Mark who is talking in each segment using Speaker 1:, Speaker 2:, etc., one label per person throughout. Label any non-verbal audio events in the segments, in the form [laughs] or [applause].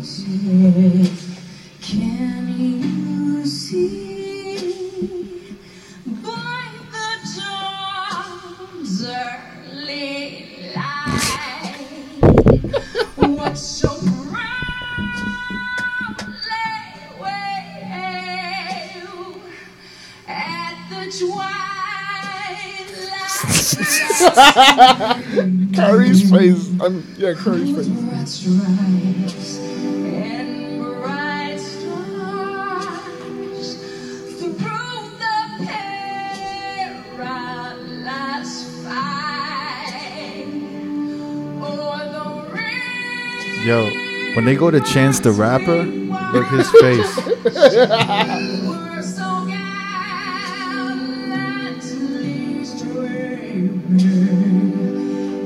Speaker 1: said, Can you see by the dawn's early light what so proudly waved at the twilight light?
Speaker 2: Curry's face. I'm, yeah, Curry's face. [laughs]
Speaker 1: Bright stripes and bright stars through the perilous fight o'er the rim
Speaker 3: Yo, when they go to Chance the Rapper, look
Speaker 4: [laughs]
Speaker 3: his face.
Speaker 1: were so gallantly streaming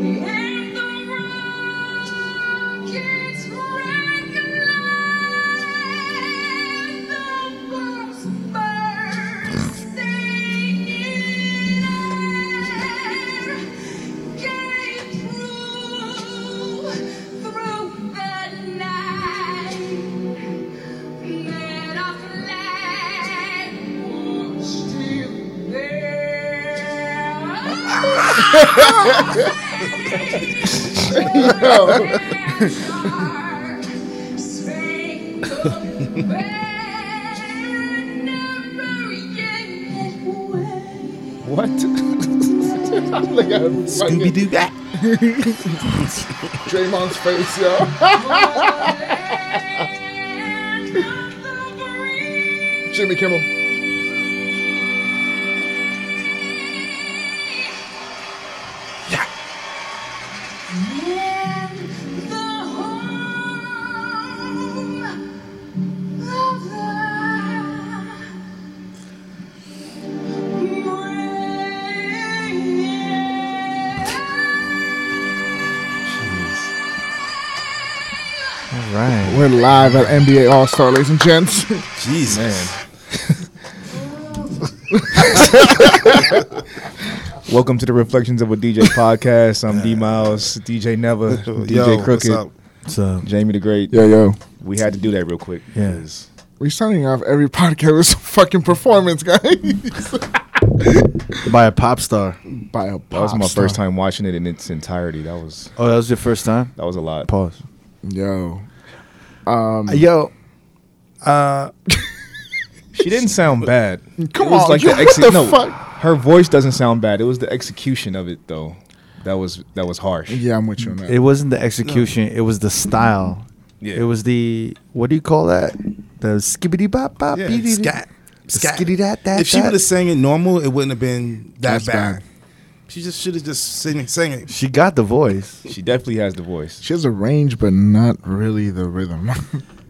Speaker 1: in the rocket's ragged light, the bulls bursting in air gave through through the night. Let our flag won't still bear. Spangled banner yet wave.
Speaker 2: What? Look at him.
Speaker 3: Scooby Doo that.
Speaker 2: Draymond's face, yo. [laughs]
Speaker 1: And of the brave
Speaker 2: Jimmy Kimmel.
Speaker 1: And the home of the brave.
Speaker 3: All right.
Speaker 2: We're live at NBA All Star, ladies and gents. [laughs]
Speaker 3: Jesus.
Speaker 5: [laughs] Welcome to the Reflections of a DJ podcast. I'm D Miles,
Speaker 3: [laughs]
Speaker 5: DJ Never, DJ Crooked,
Speaker 3: What's up?
Speaker 5: Jamie the Great.
Speaker 2: yo, yo.
Speaker 5: We had to do that real quick.
Speaker 3: Yes.
Speaker 2: We're starting off every podcast [laughs] with some fucking performance, [laughs] guys.
Speaker 3: By a pop star.
Speaker 2: By a
Speaker 5: That was my first time watching it in its entirety. That was
Speaker 3: Oh, that was your first time?
Speaker 5: that was a lot.
Speaker 3: Pause.
Speaker 2: Yo. Um,
Speaker 3: Uh, Yo,
Speaker 5: She didn't sound bad.
Speaker 2: Come
Speaker 5: it was
Speaker 2: on,
Speaker 5: like
Speaker 2: yo,
Speaker 5: the,
Speaker 2: what
Speaker 5: exe-
Speaker 2: the
Speaker 5: no,
Speaker 2: fuck?
Speaker 5: Her voice doesn't sound bad. It was the execution of it though. That was that was harsh.
Speaker 2: Yeah, I'm with you on that.
Speaker 3: it wasn't the execution, it was the style.
Speaker 5: Yeah.
Speaker 3: It was the, what do you call that? The skibbity bop bop.
Speaker 4: Yeah,
Speaker 3: beady-
Speaker 4: scat. Scat.
Speaker 3: Skitty that, that,
Speaker 4: if she
Speaker 3: that.
Speaker 4: would have sang it normal, it wouldn't have been that
Speaker 2: That's
Speaker 4: bad.
Speaker 2: bad.
Speaker 4: She just should have just sang it, sang it.
Speaker 3: She got the voice.
Speaker 5: She definitely has the voice.
Speaker 2: She has a range, but not really the rhythm. [laughs]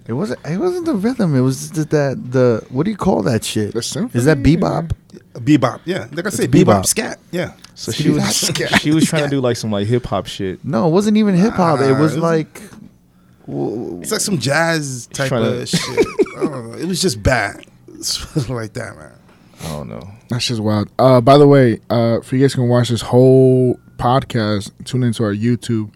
Speaker 3: It wasn't. It wasn't the rhythm. It was just that the what do you call that shit?
Speaker 2: The symphony?
Speaker 3: Is that bebop?
Speaker 4: Bebop, yeah. Like I said,
Speaker 3: bebop.
Speaker 4: bebop, scat, yeah.
Speaker 5: So she was
Speaker 2: [laughs]
Speaker 5: she was trying to do like some like hip hop shit.
Speaker 3: No, it wasn't even hip hop. it
Speaker 4: Nah,
Speaker 3: was
Speaker 4: it was-
Speaker 3: like
Speaker 4: It's like some jazz type
Speaker 5: Tryna-
Speaker 4: of shit. I don't know. It was just bad. [laughs] It's like that, man.
Speaker 5: I don't know.
Speaker 2: That's just wild. Uh, by the way, uh, if you guys can watch this whole podcast, tune into our YouTube,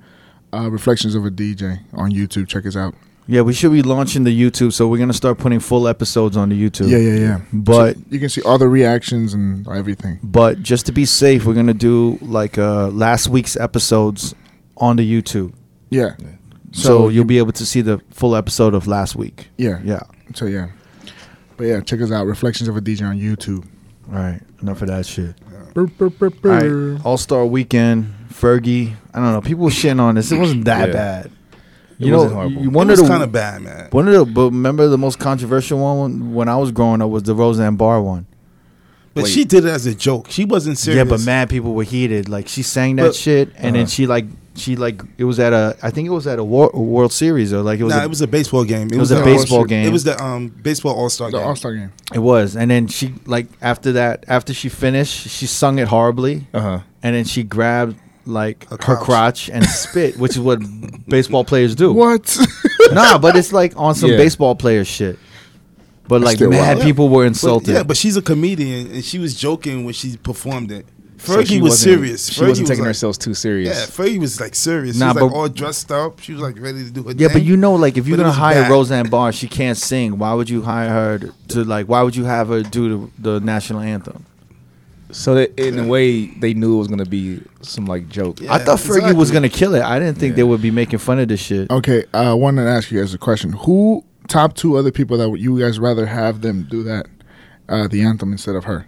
Speaker 2: uh, Reflections of a DJ on YouTube. Check us out.
Speaker 3: yeah. We should be launching the YouTube, so we're gonna start putting full episodes on the YouTube.
Speaker 2: Yeah, yeah, yeah.
Speaker 3: But
Speaker 2: You can see all the reactions and everything.
Speaker 3: but just to be safe, we're gonna do like uh last week's episodes on the YouTube,
Speaker 2: Yeah.
Speaker 3: so, you'll be able to see the full episode of last week.
Speaker 2: Yeah.
Speaker 3: Yeah.
Speaker 2: So, yeah. But yeah, check us out. Reflections of a DJ on YouTube.
Speaker 3: All right. Enough of that shit.
Speaker 2: Burr, burr, burr,
Speaker 3: All
Speaker 2: burr.
Speaker 3: right. All Star Weekend. Fergie. I don't know. People were shitting on this. It wasn't that
Speaker 5: Yeah.
Speaker 3: bad.
Speaker 5: It
Speaker 3: You know,
Speaker 5: wasn't horrible.
Speaker 3: you
Speaker 4: It
Speaker 3: wonder
Speaker 4: was
Speaker 3: the-
Speaker 4: kind of bad, man.
Speaker 3: One of the but remember the most controversial one when I was growing up was the Roseanne Barr one.
Speaker 4: But
Speaker 5: Wait.
Speaker 4: she did it as a joke. She wasn't
Speaker 3: Yeah,
Speaker 4: serious.
Speaker 3: but mad people were heated. Like she sang that
Speaker 4: But- Uh-huh.
Speaker 3: shit, and then she like she like it was at a I think it was at a, war, a World Series or like it was
Speaker 4: nah,
Speaker 3: a,
Speaker 4: it was a baseball game. It,
Speaker 3: was a
Speaker 4: the-
Speaker 3: baseball
Speaker 4: it was-
Speaker 3: game.
Speaker 4: It was the um baseball all star
Speaker 2: The
Speaker 4: game.
Speaker 2: All Star game.
Speaker 3: it was, and then she like after that after she finished she sung it horribly,
Speaker 5: Uh
Speaker 2: Uh-huh.
Speaker 5: huh.
Speaker 3: and then she grabbed like her
Speaker 4: Her
Speaker 3: crotch,
Speaker 4: Uh-huh. crotch. [laughs]
Speaker 3: and spit, which is what baseball players do.
Speaker 2: What?
Speaker 3: Nah, but it's like on some
Speaker 5: Yeah.
Speaker 3: baseball player shit. But like
Speaker 2: still
Speaker 3: mad
Speaker 2: wild.
Speaker 3: people were
Speaker 4: But,
Speaker 3: insulted.
Speaker 4: yeah, but she's a comedian and she was joking when she performed it. Fergie
Speaker 5: she
Speaker 4: was
Speaker 5: wasn't-
Speaker 4: serious.
Speaker 5: She
Speaker 4: Fergie
Speaker 5: wasn't taking
Speaker 4: was like-
Speaker 5: herself too
Speaker 4: Yeah,
Speaker 5: serious.
Speaker 4: Fergie was like serious.
Speaker 3: Nah,
Speaker 4: she was like
Speaker 3: but-
Speaker 4: all dressed up. She was like ready to do her
Speaker 3: Yeah,
Speaker 4: thing.
Speaker 3: but you know, like if you're
Speaker 4: But it
Speaker 3: gonna
Speaker 4: was
Speaker 3: hire
Speaker 4: bad.
Speaker 3: Roseanne Barr, she can't sing. Why would you hire her to like? Why would you have her do the, the national anthem?
Speaker 5: So that in a way, they knew it was gonna be some like joke.
Speaker 4: Yeah.
Speaker 3: I thought Fergie was
Speaker 4: exactly.
Speaker 3: gonna kill it. I didn't think they would be making fun of this shit.
Speaker 2: Okay, uh, I wanted to ask you guys a question. Who top two other people that would you guys rather have them do that, uh, the anthem instead of her?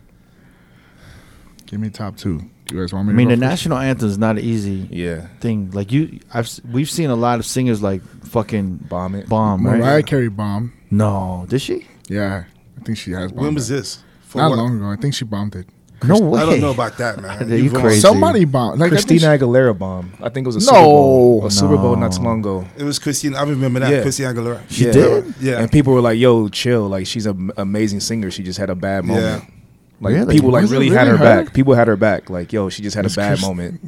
Speaker 2: Give me top two. Do you guys want me?
Speaker 3: I mean,
Speaker 2: to
Speaker 3: the
Speaker 2: go first?
Speaker 3: national anthem is not an easy
Speaker 5: Yeah.
Speaker 3: thing. Like you, I've s- we've seen a lot of singers like fucking
Speaker 5: Bomb it.
Speaker 3: bomb. Right?
Speaker 2: Mariah Carey bomb.
Speaker 3: No, did she?
Speaker 2: Yeah, I think she has. Bombed
Speaker 4: When was
Speaker 2: it?
Speaker 4: this? For
Speaker 2: Not
Speaker 4: what?
Speaker 2: long ago. I think she bombed it.
Speaker 3: No way.
Speaker 4: I don't
Speaker 3: [laughs]
Speaker 4: know about that, man.
Speaker 3: You
Speaker 4: You've wrong.
Speaker 3: crazy.
Speaker 2: Somebody bombed. Like I think
Speaker 5: Christina Aguilera bomb. I think it was a
Speaker 2: No.
Speaker 5: Super Bowl. A Super Bowl
Speaker 3: No.
Speaker 5: not too long ago.
Speaker 4: It was Christina. I remember that.
Speaker 5: Yeah.
Speaker 4: Christina Aguilera.
Speaker 3: She did?
Speaker 4: Yeah.
Speaker 5: And people were like, "Yo, chill. Like she's an amazing singer. She just had a bad
Speaker 4: Yeah.
Speaker 5: moment." Like
Speaker 3: Really?
Speaker 5: people like
Speaker 2: Was it
Speaker 5: really, had her,
Speaker 2: really her?
Speaker 5: back. People had her back. Like, yo, she just had
Speaker 2: It's
Speaker 5: a bad
Speaker 2: Chris-
Speaker 5: moment.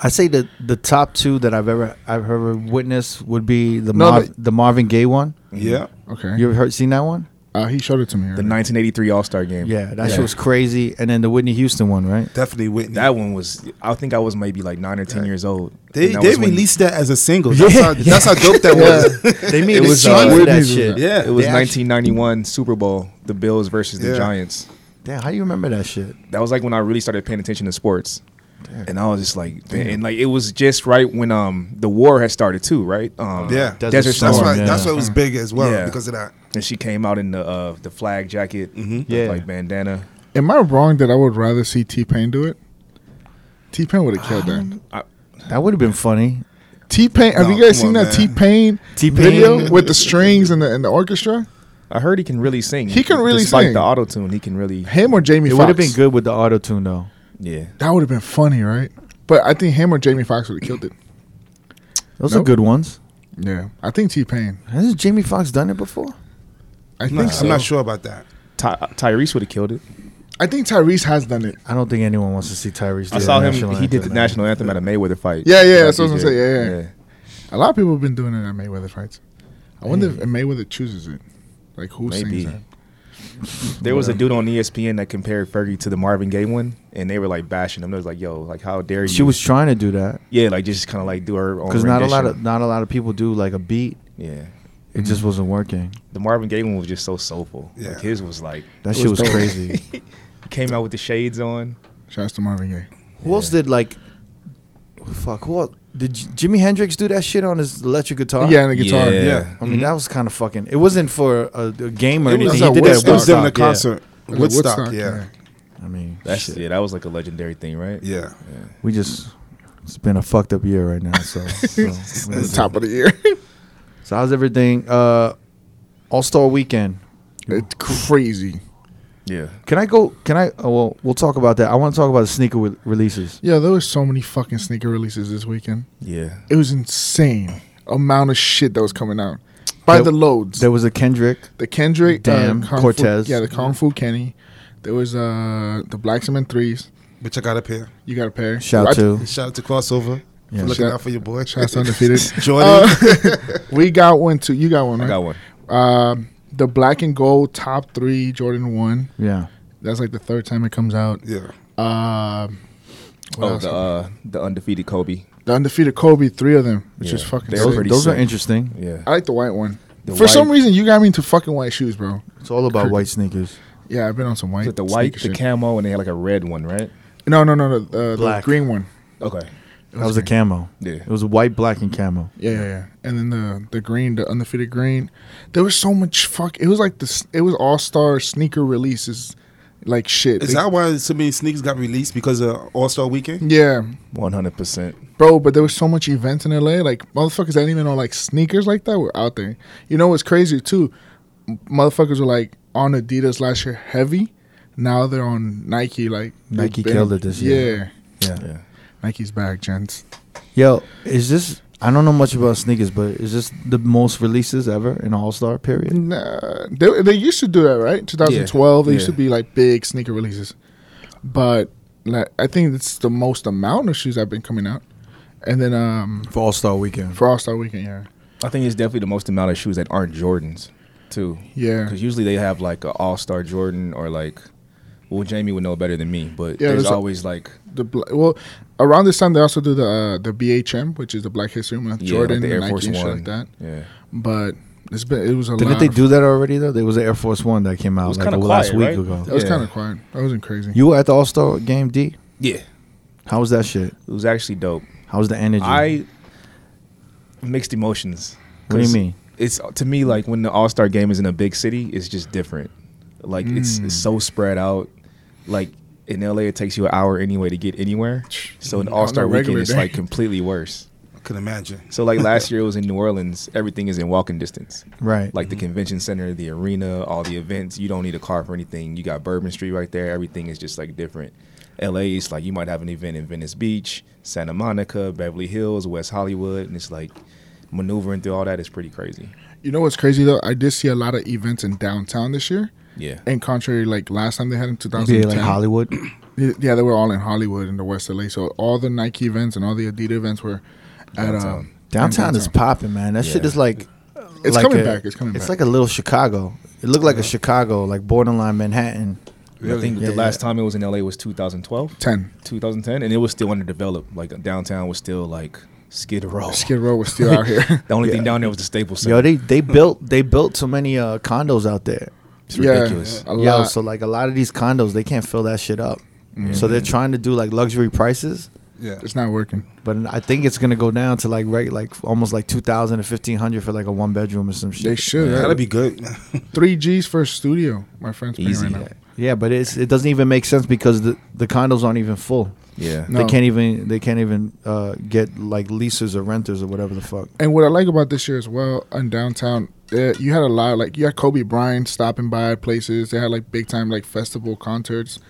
Speaker 3: I say that the top two that I've ever I've ever witnessed would be the
Speaker 2: No,
Speaker 3: Marv,
Speaker 2: but-
Speaker 3: the Marvin Gaye one.
Speaker 4: yeah.
Speaker 2: Okay.
Speaker 3: You ever heard, seen that one?
Speaker 2: Uh, he showed it to me.
Speaker 5: The
Speaker 2: already.
Speaker 5: 1983 All Star Game.
Speaker 3: Yeah, that
Speaker 5: Yeah.
Speaker 3: shit was crazy. And then the Whitney Houston one, right?
Speaker 4: Definitely Whitney.
Speaker 5: That one was. I think I was maybe like nine or ten years old.
Speaker 4: they
Speaker 5: And that
Speaker 4: they
Speaker 5: was when-
Speaker 4: released that as a single. That's, how, that's how
Speaker 3: [laughs]
Speaker 4: dope that was.
Speaker 3: They made
Speaker 5: It
Speaker 3: a
Speaker 5: was,
Speaker 3: scene
Speaker 5: uh,
Speaker 3: for that
Speaker 2: Whitney's
Speaker 3: shit.
Speaker 2: was-
Speaker 4: yeah.
Speaker 5: It was
Speaker 4: they actually-
Speaker 5: 1991 Super Bowl. The Bills versus the
Speaker 4: Yeah.
Speaker 5: Giants.
Speaker 3: Damn, how do you remember that shit?
Speaker 5: That was like when I really started paying attention to sports. And I was just like, man, and like it was just right when um the war had started too, right? Um,
Speaker 4: Yeah.
Speaker 5: Desert,
Speaker 3: Desert
Speaker 5: Storm.
Speaker 4: That's
Speaker 3: Storm,
Speaker 4: why.
Speaker 3: yeah.
Speaker 4: That's why it was big as well
Speaker 5: Yeah.
Speaker 4: because of that.
Speaker 5: And she came out in the uh, the flag jacket,
Speaker 2: Mm-hmm.
Speaker 5: with,
Speaker 3: Yeah.
Speaker 5: like bandana.
Speaker 2: Am I wrong that I would rather see T Pain do it? T Pain would have killed that.
Speaker 3: That would have been funny.
Speaker 2: T Pain. Have
Speaker 4: No,
Speaker 2: you guys
Speaker 4: come
Speaker 2: seen
Speaker 4: on,
Speaker 2: that T
Speaker 4: man.
Speaker 2: Pain
Speaker 3: T-Pain. [laughs]
Speaker 2: video with the strings and the and the orchestra?
Speaker 5: I heard he can really sing.
Speaker 2: He can really
Speaker 5: Despite
Speaker 2: sing.
Speaker 5: the auto tune. He can really.
Speaker 2: Him or Jamie?
Speaker 3: It
Speaker 2: Foxx?
Speaker 3: would have been good with the auto tune though.
Speaker 5: Yeah,
Speaker 2: That would have been funny, right? But I think him or Jamie Foxx would have killed it.
Speaker 3: Those are
Speaker 2: Nope.
Speaker 3: good ones.
Speaker 2: Yeah, I think T Pain.
Speaker 3: Hasn't Jamie Foxx done it before?
Speaker 2: I
Speaker 4: I'm
Speaker 2: think
Speaker 4: not,
Speaker 2: so.
Speaker 4: I'm not sure about that.
Speaker 5: Ty- Tyrese would have killed it.
Speaker 2: I think Tyrese has done it.
Speaker 3: I don't think anyone wants to see Tyrese. do
Speaker 5: I
Speaker 3: the
Speaker 5: saw
Speaker 3: national
Speaker 5: him. He did the
Speaker 3: anthem.
Speaker 5: national anthem at a Mayweather fight.
Speaker 2: Yeah, yeah,
Speaker 5: Like
Speaker 2: that's what
Speaker 5: he
Speaker 2: I'm saying.
Speaker 5: did.
Speaker 2: Yeah, yeah. A lot of people have been doing it at Mayweather fights. I wonder if Mayweather chooses it. Like who sings
Speaker 5: Maybe.
Speaker 2: that?
Speaker 5: There was a dude on E ESPN that compared Fergie to the Marvin Gaye one, and they were like bashing him. They was like, "Yo, like how dare you?"
Speaker 3: She was trying to do that
Speaker 5: yeah, like just kind of like do her own
Speaker 3: because not a lot of
Speaker 5: rendition.
Speaker 3: not a lot of people do like a beat.
Speaker 5: yeah.
Speaker 3: It just wasn't working.
Speaker 5: The Marvin Gaye one was just so soulful.
Speaker 4: Yeah.
Speaker 5: Like his was like
Speaker 3: That
Speaker 5: it
Speaker 3: shit was
Speaker 5: dope.
Speaker 3: crazy.
Speaker 5: He [laughs] Came out with the shades on.
Speaker 2: Shouts to Marvin Gaye.
Speaker 3: [laughs] Who else did like? Fuck. Who else? did J- Jimi Hendrix do that shit on his electric guitar?
Speaker 2: Yeah, and the guitar.
Speaker 5: Yeah.
Speaker 4: Uh, Yeah.
Speaker 3: I mean, that was kind of fucking. It wasn't for a, a game or
Speaker 4: It was,
Speaker 3: anything.
Speaker 4: it
Speaker 3: He
Speaker 4: was,
Speaker 3: did that at
Speaker 4: it was during the
Speaker 3: Woodstock, yeah.
Speaker 4: concert.
Speaker 2: Like
Speaker 4: Woodstock, yeah.
Speaker 3: I mean,
Speaker 5: That's
Speaker 3: shit.
Speaker 5: yeah, that was like a legendary thing, right?
Speaker 4: Yeah.
Speaker 3: we just it's been a fucked up year right now. So,
Speaker 5: [laughs]
Speaker 3: so,
Speaker 2: yeah. Top of the year. [laughs]
Speaker 3: so how's everything? Uh, All Star Weekend.
Speaker 2: it's crazy.
Speaker 5: Yeah.
Speaker 3: Can I go? Can I? Oh, well, we'll talk about that. I want to talk about the sneaker re- releases.
Speaker 2: Yeah, there was so many fucking sneaker releases this weekend.
Speaker 5: Yeah.
Speaker 2: It was insane amount of shit that was coming out by
Speaker 3: There-
Speaker 2: the loads.
Speaker 3: There was a Kendrick.
Speaker 2: the Kendrick, uh,
Speaker 3: Damn,
Speaker 2: Kung Fu-
Speaker 3: Cortez.
Speaker 2: yeah, the Kung Fu Kenny. There was uh the Black Cement threes.
Speaker 4: But I got up here.
Speaker 2: You got a pair.
Speaker 3: Shout
Speaker 2: I-
Speaker 3: to
Speaker 4: Shout out to Crossover
Speaker 3: Yeah.
Speaker 4: for looking
Speaker 2: Shout-
Speaker 4: out for your boy.
Speaker 2: Shouts to Undefeated.
Speaker 4: [laughs] Jordan.
Speaker 2: We got one too. You got one. Right?
Speaker 5: I got one.
Speaker 2: Um, the black and gold top three Jordan one.
Speaker 3: yeah.
Speaker 2: That's like the third time it comes out.
Speaker 4: yeah.
Speaker 2: Um, what
Speaker 5: Oh,
Speaker 2: else?
Speaker 5: the
Speaker 2: the,
Speaker 5: uh, the undefeated Kobe.
Speaker 2: undefeated Kobe, three of them, which
Speaker 5: Yeah,
Speaker 2: is fucking.
Speaker 5: they
Speaker 2: Sick.
Speaker 5: were
Speaker 3: Those,
Speaker 5: pretty
Speaker 3: those are
Speaker 5: sick.
Speaker 3: interesting.
Speaker 5: Yeah.
Speaker 2: I like the white one.
Speaker 5: The
Speaker 2: For some
Speaker 5: white-
Speaker 2: reason, you got me into fucking white shoes, bro.
Speaker 3: It's all about white sneakers.
Speaker 2: Yeah, I've been on some white.
Speaker 5: Was it the white,
Speaker 2: sneaker
Speaker 5: the
Speaker 2: shit.
Speaker 5: camo, and they had like a red one, right?
Speaker 2: no, no, no, no. Uh, the
Speaker 3: Black.
Speaker 2: green one.
Speaker 5: Okay.
Speaker 3: That was a camo.
Speaker 5: Yeah.
Speaker 3: It was a white, black, and camo.
Speaker 2: Yeah, yeah, yeah. And then the the green, the undefeated green. There was so much fuck. It was like this. It was all star sneaker releases, like shit.
Speaker 4: Is
Speaker 2: They-
Speaker 4: that why so many sneakers got released because of All Star Weekend?
Speaker 2: yeah,
Speaker 5: One hundred percent.
Speaker 2: bro. But there was so much events in LA. Like motherfuckers that even know like sneakers like that were out there. You know what's crazy too? M- Motherfuckers were like on Adidas last year heavy. Now they're on Nike. Like
Speaker 3: Nike
Speaker 2: they've been-
Speaker 3: killed it this year.
Speaker 2: Yeah,
Speaker 3: Yeah.
Speaker 5: Yeah.
Speaker 2: Nike's back, gents.
Speaker 3: Yo, is this? I don't know much about sneakers, but is this the most releases ever in All Star period?
Speaker 2: Nah, they, they used to do that, right? 2012, they used
Speaker 5: yeah.
Speaker 2: to be like big sneaker releases. But like, I think it's the most amount of shoes that have been coming out. And then um,
Speaker 3: For All Star Weekend.
Speaker 2: for All Star Weekend, yeah.
Speaker 5: I think it's definitely the most amount of shoes that aren't Jordans, too.
Speaker 2: Yeah.
Speaker 5: Because usually they have like an All Star Jordan or like Well, Jamie would know better than me, but
Speaker 2: Yeah,
Speaker 5: there's
Speaker 2: there's a-
Speaker 5: always like
Speaker 2: The bla- well, around this time they also do the uh, the BHM, which is the Black History Month.
Speaker 5: yeah,
Speaker 2: Jordan,
Speaker 5: like the Air
Speaker 2: Nike,
Speaker 5: Force
Speaker 2: and shit
Speaker 5: One.
Speaker 2: like that.
Speaker 5: Yeah,
Speaker 2: But it's been it was a
Speaker 3: Didn't
Speaker 2: lot
Speaker 3: they
Speaker 2: of-
Speaker 3: do that already though? There was an Air Force One that came out
Speaker 5: was
Speaker 3: like
Speaker 5: kinda
Speaker 3: last
Speaker 5: quiet,
Speaker 3: week
Speaker 5: right?
Speaker 3: ago.
Speaker 2: That was
Speaker 5: Yeah.
Speaker 2: kind of quiet. That wasn't crazy.
Speaker 3: You were at the All Star game, D.
Speaker 5: yeah, it
Speaker 3: How was that shit?
Speaker 5: was actually dope.
Speaker 3: How was the energy?
Speaker 5: I mixed emotions.
Speaker 3: what do you
Speaker 5: 'Cause
Speaker 3: mean?
Speaker 5: It's to me like when the All Star game is in a big city, it's just different. Like it's, it's
Speaker 2: Mm.
Speaker 5: so spread out. Like in LA, it takes you an hour anyway to get anywhere. So an
Speaker 2: On a
Speaker 5: All Star weekend
Speaker 2: regular
Speaker 5: is
Speaker 2: day.
Speaker 5: like completely worse.
Speaker 4: I could imagine.
Speaker 5: So like last year, it was in New Orleans. Everything is in walking distance.
Speaker 3: Right.
Speaker 5: Like the convention center, the arena, all the events. You don't need a car for anything. You got Bourbon Street right there. Everything is just like different. LA is like you might have an event in Venice Beach, Santa Monica, Beverly Hills, West Hollywood, and it's like maneuvering through all that is pretty crazy.
Speaker 2: You know what's crazy though? I did see a lot of events in downtown this year.
Speaker 5: Yeah.
Speaker 2: And contrary, like last time they had in
Speaker 3: Yeah,
Speaker 2: 2010,
Speaker 3: like [clears throat] Hollywood.
Speaker 2: Y- yeah, they were all in Hollywood in the West LA. So all the Nike events and all the Adidas events were at
Speaker 5: Downtown.
Speaker 2: um,
Speaker 3: Downtown
Speaker 2: in
Speaker 3: is popping, man. That shit
Speaker 5: Yeah.
Speaker 3: is like
Speaker 2: It's
Speaker 3: like
Speaker 2: coming
Speaker 3: a-
Speaker 2: back. It's coming
Speaker 3: It's
Speaker 2: back.
Speaker 3: like a little Chicago. It looked like a Chicago, like borderline Manhattan.
Speaker 5: I think
Speaker 3: Yeah,
Speaker 5: the last time it was in LA was 2012,
Speaker 2: ten.
Speaker 5: 2010, and it was still underdeveloped. Like downtown was still like Skid Row.
Speaker 2: Skid Row was still
Speaker 3: [laughs]
Speaker 2: out here.
Speaker 5: The only thing down there was the Staples Center.
Speaker 3: Yo, they they built they built so many uh, condos out there.
Speaker 5: it's ridiculous.
Speaker 2: Yeah, a
Speaker 3: Yo,
Speaker 2: lot. Mm.
Speaker 3: so like a lot of these condos, they can't fill that shit up. So they're trying to do like luxury prices,
Speaker 4: Yeah.
Speaker 2: it's not working.
Speaker 3: but I think it's gonna go down to like right like almost like two thousand and fifteen hundred for like a one bedroom or some shit.
Speaker 2: They should.
Speaker 4: That'd be good. [laughs]
Speaker 2: three G's for a studio. My friend's paying
Speaker 5: Easy.
Speaker 2: right now.
Speaker 3: Yeah, but it's it doesn't even make sense because the, the condos aren't even full.
Speaker 5: Yeah.
Speaker 2: No.
Speaker 3: They can't even they can't even uh, get like leases or renters or whatever the fuck.
Speaker 2: And what I like about this year as well in downtown, uh, you had a lot. Like you had Kobe Bryant stopping by places. They had like big time like festival concerts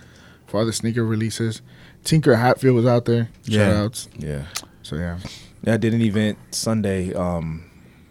Speaker 2: for other sneaker releases. Tinker Hatfield was out there.
Speaker 3: Yeah.
Speaker 2: Shout outs.
Speaker 5: Yeah.
Speaker 2: So yeah,
Speaker 5: I did an event Sunday um,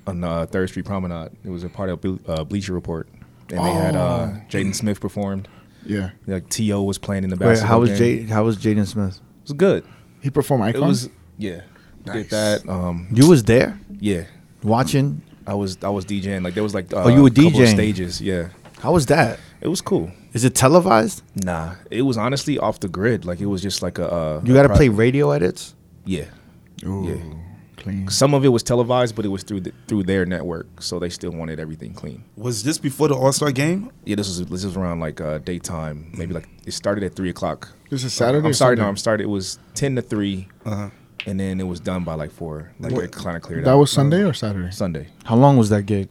Speaker 5: on uh, Third Street Promenade. It was a part of Ble- uh, Bleacher Report, and they had uh,
Speaker 3: Oh.
Speaker 5: Jaden Smith performed.
Speaker 2: yeah.
Speaker 5: Like To was playing in the
Speaker 3: Wait,
Speaker 5: basketball.
Speaker 3: how was
Speaker 5: game.
Speaker 3: Jay, how was Jaden Smith?
Speaker 5: It was good.
Speaker 2: He performed
Speaker 5: It
Speaker 2: Icon.
Speaker 5: was yeah.
Speaker 2: Nice.
Speaker 5: Did that. Um,
Speaker 3: You was there
Speaker 5: yeah.
Speaker 3: watching.
Speaker 5: I was I was DJing. Like there was like uh,
Speaker 3: Oh, you were
Speaker 5: couple of
Speaker 3: DJing.
Speaker 5: stages. Yeah.
Speaker 3: How was that?
Speaker 5: It was cool.
Speaker 3: Is it televised?
Speaker 5: Nah, it was honestly off the grid. Like it was just like a. Uh,
Speaker 3: You
Speaker 5: a
Speaker 3: got to
Speaker 5: pro-
Speaker 3: play radio edits.
Speaker 5: Yeah.
Speaker 2: Ooh,
Speaker 5: Yeah.
Speaker 2: clean.
Speaker 5: Some of it was televised, but it was through the, through their network, so they still wanted everything clean.
Speaker 4: Was this before the All Star game?
Speaker 5: Yeah, this was this was around like uh, daytime. Maybe like it started at three o'clock.
Speaker 2: This is Saturday.
Speaker 5: I'm
Speaker 2: or
Speaker 5: sorry,
Speaker 2: Sunday?
Speaker 5: no, I'm sorry. It was ten to three,
Speaker 4: Uh-huh.
Speaker 5: and then it was done by like four. Like
Speaker 2: What-
Speaker 5: it kind of cleared
Speaker 2: That
Speaker 5: out.
Speaker 2: was Sunday or Saturday.
Speaker 5: Sunday,
Speaker 3: How long was that gig?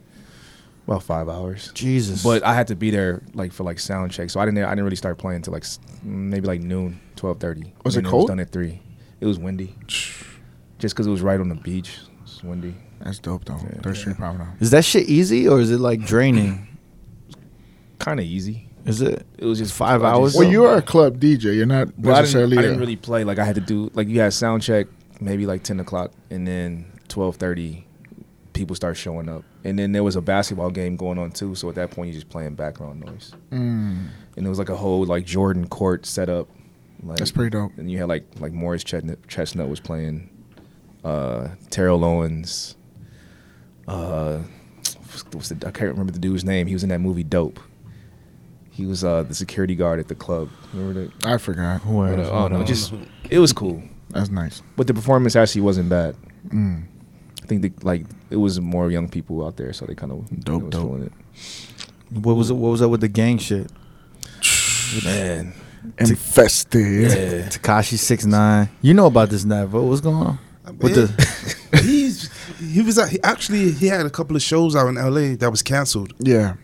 Speaker 5: about five hours.
Speaker 3: Jesus.
Speaker 5: But I had to be there like for like sound check, so I didn't I didn't really start playing till like s- maybe like noon, twelve thirty.
Speaker 2: Was it
Speaker 5: it
Speaker 2: cold?
Speaker 5: done at three. It was windy, just because it was right on the beach. It was windy.
Speaker 2: That's dope though.
Speaker 5: Yeah.
Speaker 2: Third Street Promenade.
Speaker 3: is that shit easy or is it like [clears throat] draining?
Speaker 5: Kind of easy.
Speaker 3: Is it?
Speaker 5: It was just
Speaker 3: Five
Speaker 5: I
Speaker 3: hours?
Speaker 5: just-
Speaker 2: Well, you are a club DJ. You're not
Speaker 5: Well, I didn't-
Speaker 2: necessarily.
Speaker 5: I didn't,
Speaker 2: a-
Speaker 5: really play. Like I had to do like you had sound check maybe like ten o'clock, and then twelve thirty, people start showing up, and then there was a basketball game going on too. So at that point, you're just playing background noise,
Speaker 2: Mm,
Speaker 5: and it was like a whole like Jordan court setup. Like,
Speaker 2: that's pretty dope.
Speaker 5: And you had like like Morris Chestnut, Chestnut was playing, uh, Terrell Owens. Uh, what's the, I can't remember the dude's name. He was in that movie Dope. He was uh, the security guard at the club. Remember that?
Speaker 2: I forgot.
Speaker 3: Where?
Speaker 5: But, uh, oh no, just it was cool,
Speaker 2: That's nice.
Speaker 5: but the performance actually wasn't bad.
Speaker 2: Mm.
Speaker 5: I think the, like it was more young people out there, so they kind of
Speaker 2: Dope,
Speaker 5: was
Speaker 2: dope.
Speaker 5: feeling
Speaker 3: What was it? What was that with the gang shit?
Speaker 5: it. Man,
Speaker 2: Infested.
Speaker 5: yeah.
Speaker 3: Takashi six nine. You know about this, Nav? What was going on? With
Speaker 4: Yeah.
Speaker 3: the
Speaker 4: [laughs] He's he was at, he actually he had a couple of shows out in L.A. that was canceled
Speaker 2: Yeah.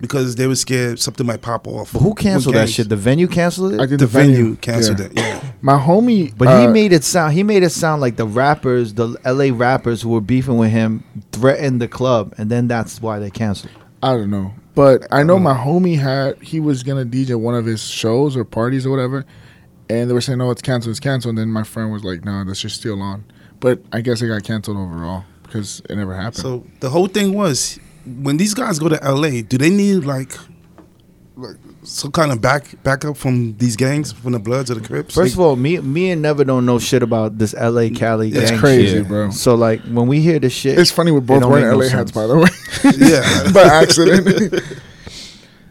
Speaker 4: because they were scared something might pop off.
Speaker 3: who canceled
Speaker 4: With
Speaker 3: that
Speaker 4: gangs.
Speaker 3: shit? The venue canceled it.
Speaker 2: I did
Speaker 4: The venue canceled
Speaker 2: Yeah.
Speaker 4: it. Yeah,
Speaker 2: My homie,
Speaker 3: But
Speaker 2: uh,
Speaker 3: he made it sound he made it sound like the rappers, the LA rappers who were beefing with him threatened the club and then that's why they canceled.
Speaker 2: I don't know, but I know my homie had he was gonna DJ one of his shows or parties or whatever, and they were saying, "Oh, it's canceled, it's canceled." And then my friend was like, "No, that's just still on," but I guess it got canceled overall because it never happened.
Speaker 4: So the whole thing was when these guys go to LA, do they need like like some kind of back backup from these gangs, from the Bloods or the Crips?
Speaker 3: First of all, me me and Never don't know shit about this LA Cali
Speaker 4: That's
Speaker 3: gang
Speaker 2: it's crazy,
Speaker 3: shit.
Speaker 2: bro.
Speaker 3: So like when we hear this shit
Speaker 2: It's funny we're
Speaker 3: it
Speaker 2: both
Speaker 3: don't
Speaker 2: wearing
Speaker 3: make
Speaker 2: LA
Speaker 3: no
Speaker 2: hats,
Speaker 3: sense.
Speaker 2: by the way, [laughs]
Speaker 3: [laughs]
Speaker 4: yeah.
Speaker 2: by accident.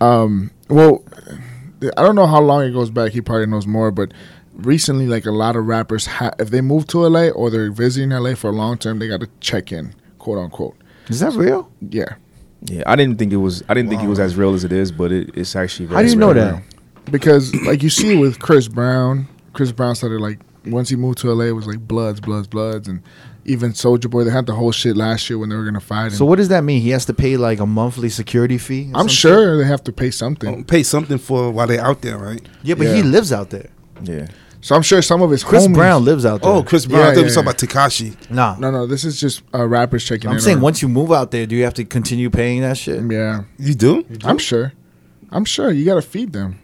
Speaker 2: um, well, I don't know how long it goes back. He probably knows more, but recently, like a lot of rappers, ha- if they move to LA or they're visiting LA for a long term, they got to check in, quote unquote.
Speaker 3: Is that real?
Speaker 2: Yeah,
Speaker 5: Yeah, I didn't think it was. I didn't think it was as real as it is, but it, it's actually. Very
Speaker 3: How do you know
Speaker 5: real.
Speaker 3: that?
Speaker 2: because [clears throat] like you see with Chris Brown, Chris Brown started like once he moved to LA it was like Bloods, Bloods, Bloods, and even Soldier Boy. They had the whole shit last year when they were gonna fight. And
Speaker 3: So what does that mean? He has to pay like a monthly security fee. or
Speaker 2: I'm
Speaker 3: some Oh.
Speaker 2: sure they have to pay something.
Speaker 4: Pay something for while they're out there, right?
Speaker 3: shit? Yeah, but he
Speaker 2: Yeah.
Speaker 3: lives out there.
Speaker 5: Yeah,
Speaker 2: So I'm sure some of his
Speaker 3: Chris
Speaker 2: homies-
Speaker 3: Brown lives out there.
Speaker 4: Oh, Chris Brown. I
Speaker 2: Yeah,
Speaker 4: thought we
Speaker 2: yeah,
Speaker 4: were talking about Takashi.
Speaker 3: nah.
Speaker 2: No, no, this is just uh, rappers checking.
Speaker 3: I'm
Speaker 2: in
Speaker 3: saying
Speaker 2: on-
Speaker 3: once you move out there, do you have to continue paying that shit?
Speaker 2: Yeah,
Speaker 4: You do?
Speaker 2: I'm sure. I'm sure you gotta feed them.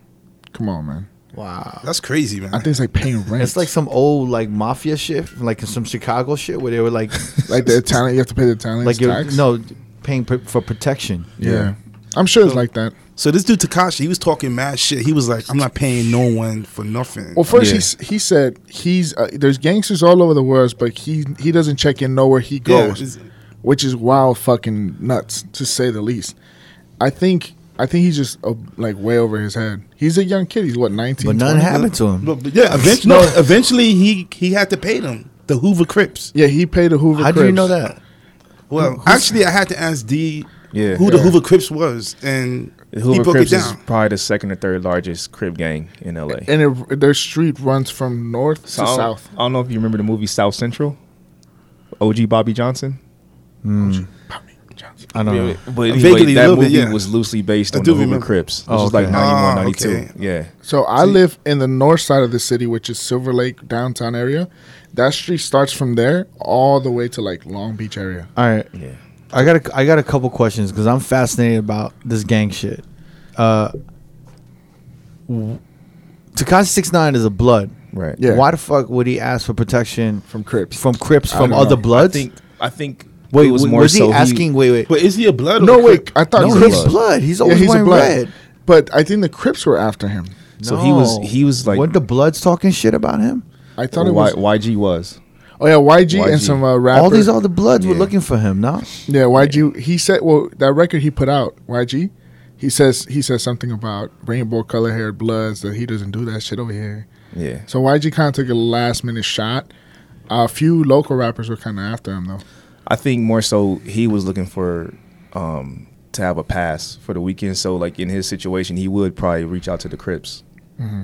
Speaker 2: Come on, man.
Speaker 3: Wow.
Speaker 4: That's crazy, man.
Speaker 2: I think it's like paying rent.
Speaker 3: It's like some old like mafia shit, like some Chicago shit where they were like,
Speaker 2: [laughs] like the Italian. You have to pay the Italian
Speaker 3: like you're,
Speaker 2: tax.
Speaker 3: no paying pr- for protection.
Speaker 2: yeah. I'm sure it's like that.
Speaker 4: so this dude Takashi, he was talking mad shit. He was like, "I'm not paying no one for nothing."
Speaker 2: Well, first
Speaker 5: Yeah.
Speaker 2: he s- he said he's uh, there's gangsters all over the world, but he he doesn't check in nowhere he
Speaker 4: Yeah,
Speaker 2: goes,
Speaker 4: it's-
Speaker 2: which is wild fucking nuts to say the least. I think I think he's just uh, like way over his head. He's a young kid. He's what 19.
Speaker 3: But nothing
Speaker 2: 20?
Speaker 3: happened to him.
Speaker 4: But, but yeah, eventually, no. eventually he he had to pay them the Hoover Crips.
Speaker 2: Yeah, he paid a Hoover.
Speaker 3: How do you
Speaker 2: Crips.
Speaker 3: know that?
Speaker 4: Well, actually, I had to ask D
Speaker 5: Yeah.
Speaker 4: who the
Speaker 5: Yeah.
Speaker 4: Hoover Crips was, and
Speaker 5: the
Speaker 4: he
Speaker 5: Hoover
Speaker 4: broke
Speaker 5: Crips
Speaker 4: it
Speaker 5: is
Speaker 4: down.
Speaker 5: probably the second or third largest crib gang in LA.
Speaker 2: And it, their street runs from north to
Speaker 5: So I don't-
Speaker 2: south.
Speaker 5: I don't know if you remember the movie South Central. OG Bobby Johnson.
Speaker 3: I don't know.
Speaker 5: But anyway,
Speaker 4: Vaguely a
Speaker 5: that
Speaker 4: little
Speaker 5: movie
Speaker 4: bit, yeah.
Speaker 5: was loosely based
Speaker 4: I
Speaker 5: on
Speaker 4: do
Speaker 5: the Hoover
Speaker 4: remember.
Speaker 5: Crips, which
Speaker 3: Oh,
Speaker 5: was like
Speaker 3: okay.
Speaker 5: 91,
Speaker 4: Ah,
Speaker 5: 92.
Speaker 4: okay.
Speaker 5: Yeah.
Speaker 2: So I live in the north side of the city, which is Silver Lake downtown area. That street starts from there all the way to like Long Beach area.
Speaker 3: All right.
Speaker 5: Yeah.
Speaker 3: I got a, I got a couple questions because I'm fascinated about this gang shit. Uh, Takashi Six Nine is a blood.
Speaker 5: Right.
Speaker 2: Yeah.
Speaker 3: Why the fuck would he ask for protection
Speaker 2: From Crips.
Speaker 3: From Crips
Speaker 2: I
Speaker 3: from
Speaker 2: don't
Speaker 3: other
Speaker 2: know. I
Speaker 5: I
Speaker 3: bloods?
Speaker 5: think I think
Speaker 3: wait,
Speaker 5: it was
Speaker 3: was,
Speaker 5: more
Speaker 3: was he
Speaker 5: so
Speaker 3: asking? wait, wait.
Speaker 4: But is he a blood?
Speaker 2: No,
Speaker 4: or a
Speaker 2: wait.
Speaker 4: Crip?
Speaker 2: I thought
Speaker 3: no,
Speaker 2: Crips.
Speaker 3: he's blood. He's
Speaker 2: yeah,
Speaker 3: always
Speaker 2: he's a
Speaker 3: wearing
Speaker 2: blood.
Speaker 3: red.
Speaker 2: But I think the Crips were after him.
Speaker 5: So he was- he was like-
Speaker 3: weren't the Bloods talking shit about him?
Speaker 2: I thought it
Speaker 5: Y-
Speaker 2: was.
Speaker 5: YG was.
Speaker 2: Oh yeah, YG, and
Speaker 5: YG.
Speaker 2: some uh, rapper.
Speaker 3: All these other Bloods were
Speaker 5: Yeah.
Speaker 3: looking for him. No,
Speaker 2: yeah, YG. He said, well, that record he put out, YG. He says he says something about rainbow color haired bloods that he doesn't do that shit over here.
Speaker 5: Yeah.
Speaker 2: So YG kind of took a last minute shot. a few local rappers were kind of after him though.
Speaker 5: I think more so he was looking for um, to have a pass for the weekend. So like in his situation, he would probably reach out to the Crips.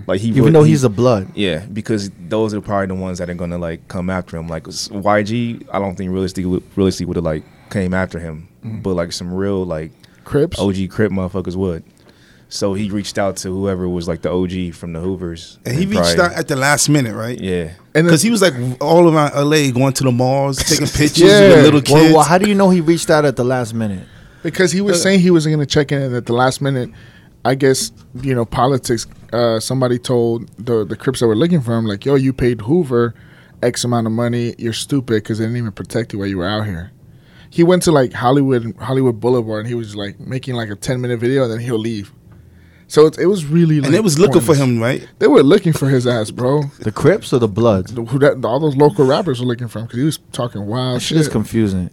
Speaker 5: Like he
Speaker 3: even
Speaker 5: would-
Speaker 3: though
Speaker 5: he-
Speaker 3: he's a Blood.
Speaker 5: yeah, because those are probably the ones that are gonna like come after him. Like s- YG, I don't think realistically would- realistically would have like came after him, but like some real like
Speaker 2: Crips.
Speaker 4: Oh,
Speaker 5: OG Crip motherfuckers would. So he reached out to whoever was like the OG from the Hoovers,
Speaker 4: And he reached
Speaker 5: probably-
Speaker 4: out at the last minute, right?
Speaker 5: Yeah,
Speaker 2: And
Speaker 4: Because he was like all around LA, going to the malls, taking pictures with little kids.
Speaker 3: Well, well, how do you know he reached out at the last minute?
Speaker 2: Because he was saying he wasn't going to check in, and at the last minute, I guess you know politics. Uh, somebody told the the Crips that were looking for him, like, "Yo, you paid Hoover X amount of money. You're stupid because they didn't even protect you while you were out here." He went to like Hollywood Hollywood Boulevard, and he was like making like a ten minute video, and then he'll leave. So it, it was really like,
Speaker 4: and they was looking for
Speaker 2: pointless.
Speaker 4: him, right?
Speaker 2: They were looking for his ass, bro.
Speaker 3: The Crips or the Bloods?
Speaker 2: The- who that- all those local rappers were looking for him because he was talking wild
Speaker 3: Shit is
Speaker 2: shit.
Speaker 3: confusing.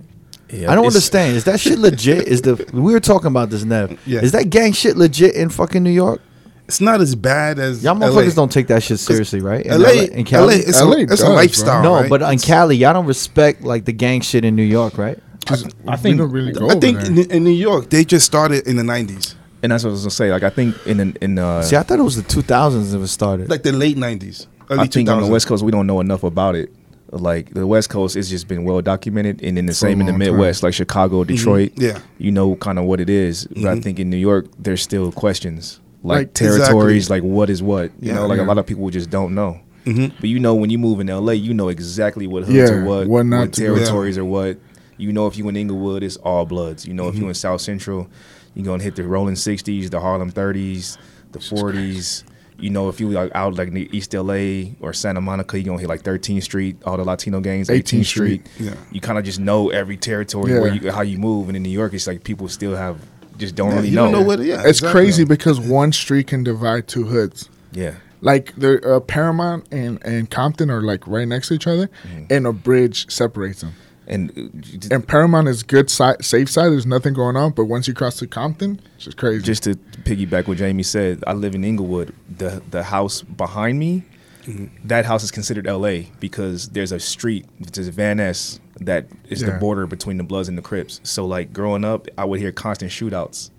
Speaker 5: yeah.
Speaker 3: I don't
Speaker 5: It's-
Speaker 3: understand. Is that shit legit? Is the we were talking about this, Nev?
Speaker 4: Yeah.
Speaker 3: Is that gang shit legit in fucking New York?
Speaker 4: It's not as bad as
Speaker 3: Y'all
Speaker 4: LA.
Speaker 3: motherfuckers don't take that shit seriously, right? In
Speaker 4: LA,
Speaker 3: in Cali? Uh,
Speaker 4: LA, it's,
Speaker 2: LA
Speaker 4: a, it's
Speaker 2: does,
Speaker 4: a
Speaker 2: bro.
Speaker 4: lifestyle.
Speaker 3: no,
Speaker 4: right?
Speaker 3: but in
Speaker 4: It's-
Speaker 3: Cali, y'all don't respect like the gang shit in New York, right?
Speaker 2: 'Cause
Speaker 5: I
Speaker 2: we
Speaker 5: think-
Speaker 2: don't really go.
Speaker 4: I think
Speaker 2: over there.
Speaker 4: in, in New York they just started in the nineties,
Speaker 5: and that's what I was gonna say. Like I think in in uh,
Speaker 3: See, I thought it was the 2000s that it started.
Speaker 4: like the late nineties, early
Speaker 5: I think on the
Speaker 4: 2000s.
Speaker 5: West Coast we don't know enough about it. Like the West Coast, it's just been well documented, and then the
Speaker 2: a
Speaker 5: same in the
Speaker 2: long time.
Speaker 5: Midwest, like Chicago, Detroit.
Speaker 4: Mm-hmm. Yeah. Mm-hmm.
Speaker 5: you know kind of what it is. But I think in New York, there's still questions like,
Speaker 2: Like,
Speaker 5: territories, like what is what. You
Speaker 4: Yeah. Mm-hmm.
Speaker 5: know, like
Speaker 2: Yeah.
Speaker 5: a lot of people just don't know. But you know, when you move in LA, you know exactly what hoods
Speaker 2: Yeah,
Speaker 5: are what,
Speaker 2: what
Speaker 5: what,
Speaker 2: not to do.
Speaker 5: territories are what. You know, if you in Inglewood, it's all Bloods. You know, if you
Speaker 4: Mm-hmm.
Speaker 5: in South Central, you're gonna hit the Rolling Sixties, the Harlem Thirties, the Forties. You know, if you like out like near East LA or Santa Monica, you're gonna hit like 13th Street, all the Latino gangs, 18th,
Speaker 2: 18th
Speaker 5: Street.
Speaker 4: Street. Yeah.
Speaker 5: You kind of just know every territory
Speaker 2: Yeah.
Speaker 5: where you, how you move, and in New York, it's like people still have just don't
Speaker 4: Yeah,
Speaker 5: really
Speaker 4: you
Speaker 5: know.
Speaker 4: don't know what. Yeah,
Speaker 2: It's
Speaker 4: exactly.
Speaker 2: crazy because one street can divide two hoods.
Speaker 5: Yeah,
Speaker 2: Like the uh, Paramount and, and Compton are like right next to each other, and a bridge separates them.
Speaker 5: and uh,
Speaker 2: And Paramount is good side, safe side. There's nothing going on, but once you cross to Compton, it's just crazy.
Speaker 5: just to piggyback what Jamie said, I live in Inglewood. The the house behind me,
Speaker 4: Mm-hmm.
Speaker 5: that house is considered L.A. because there's a street, which is Van Ness, that is the
Speaker 2: Yeah.
Speaker 5: border between the Bloods and the Crips. So like growing up, I would hear constant shootouts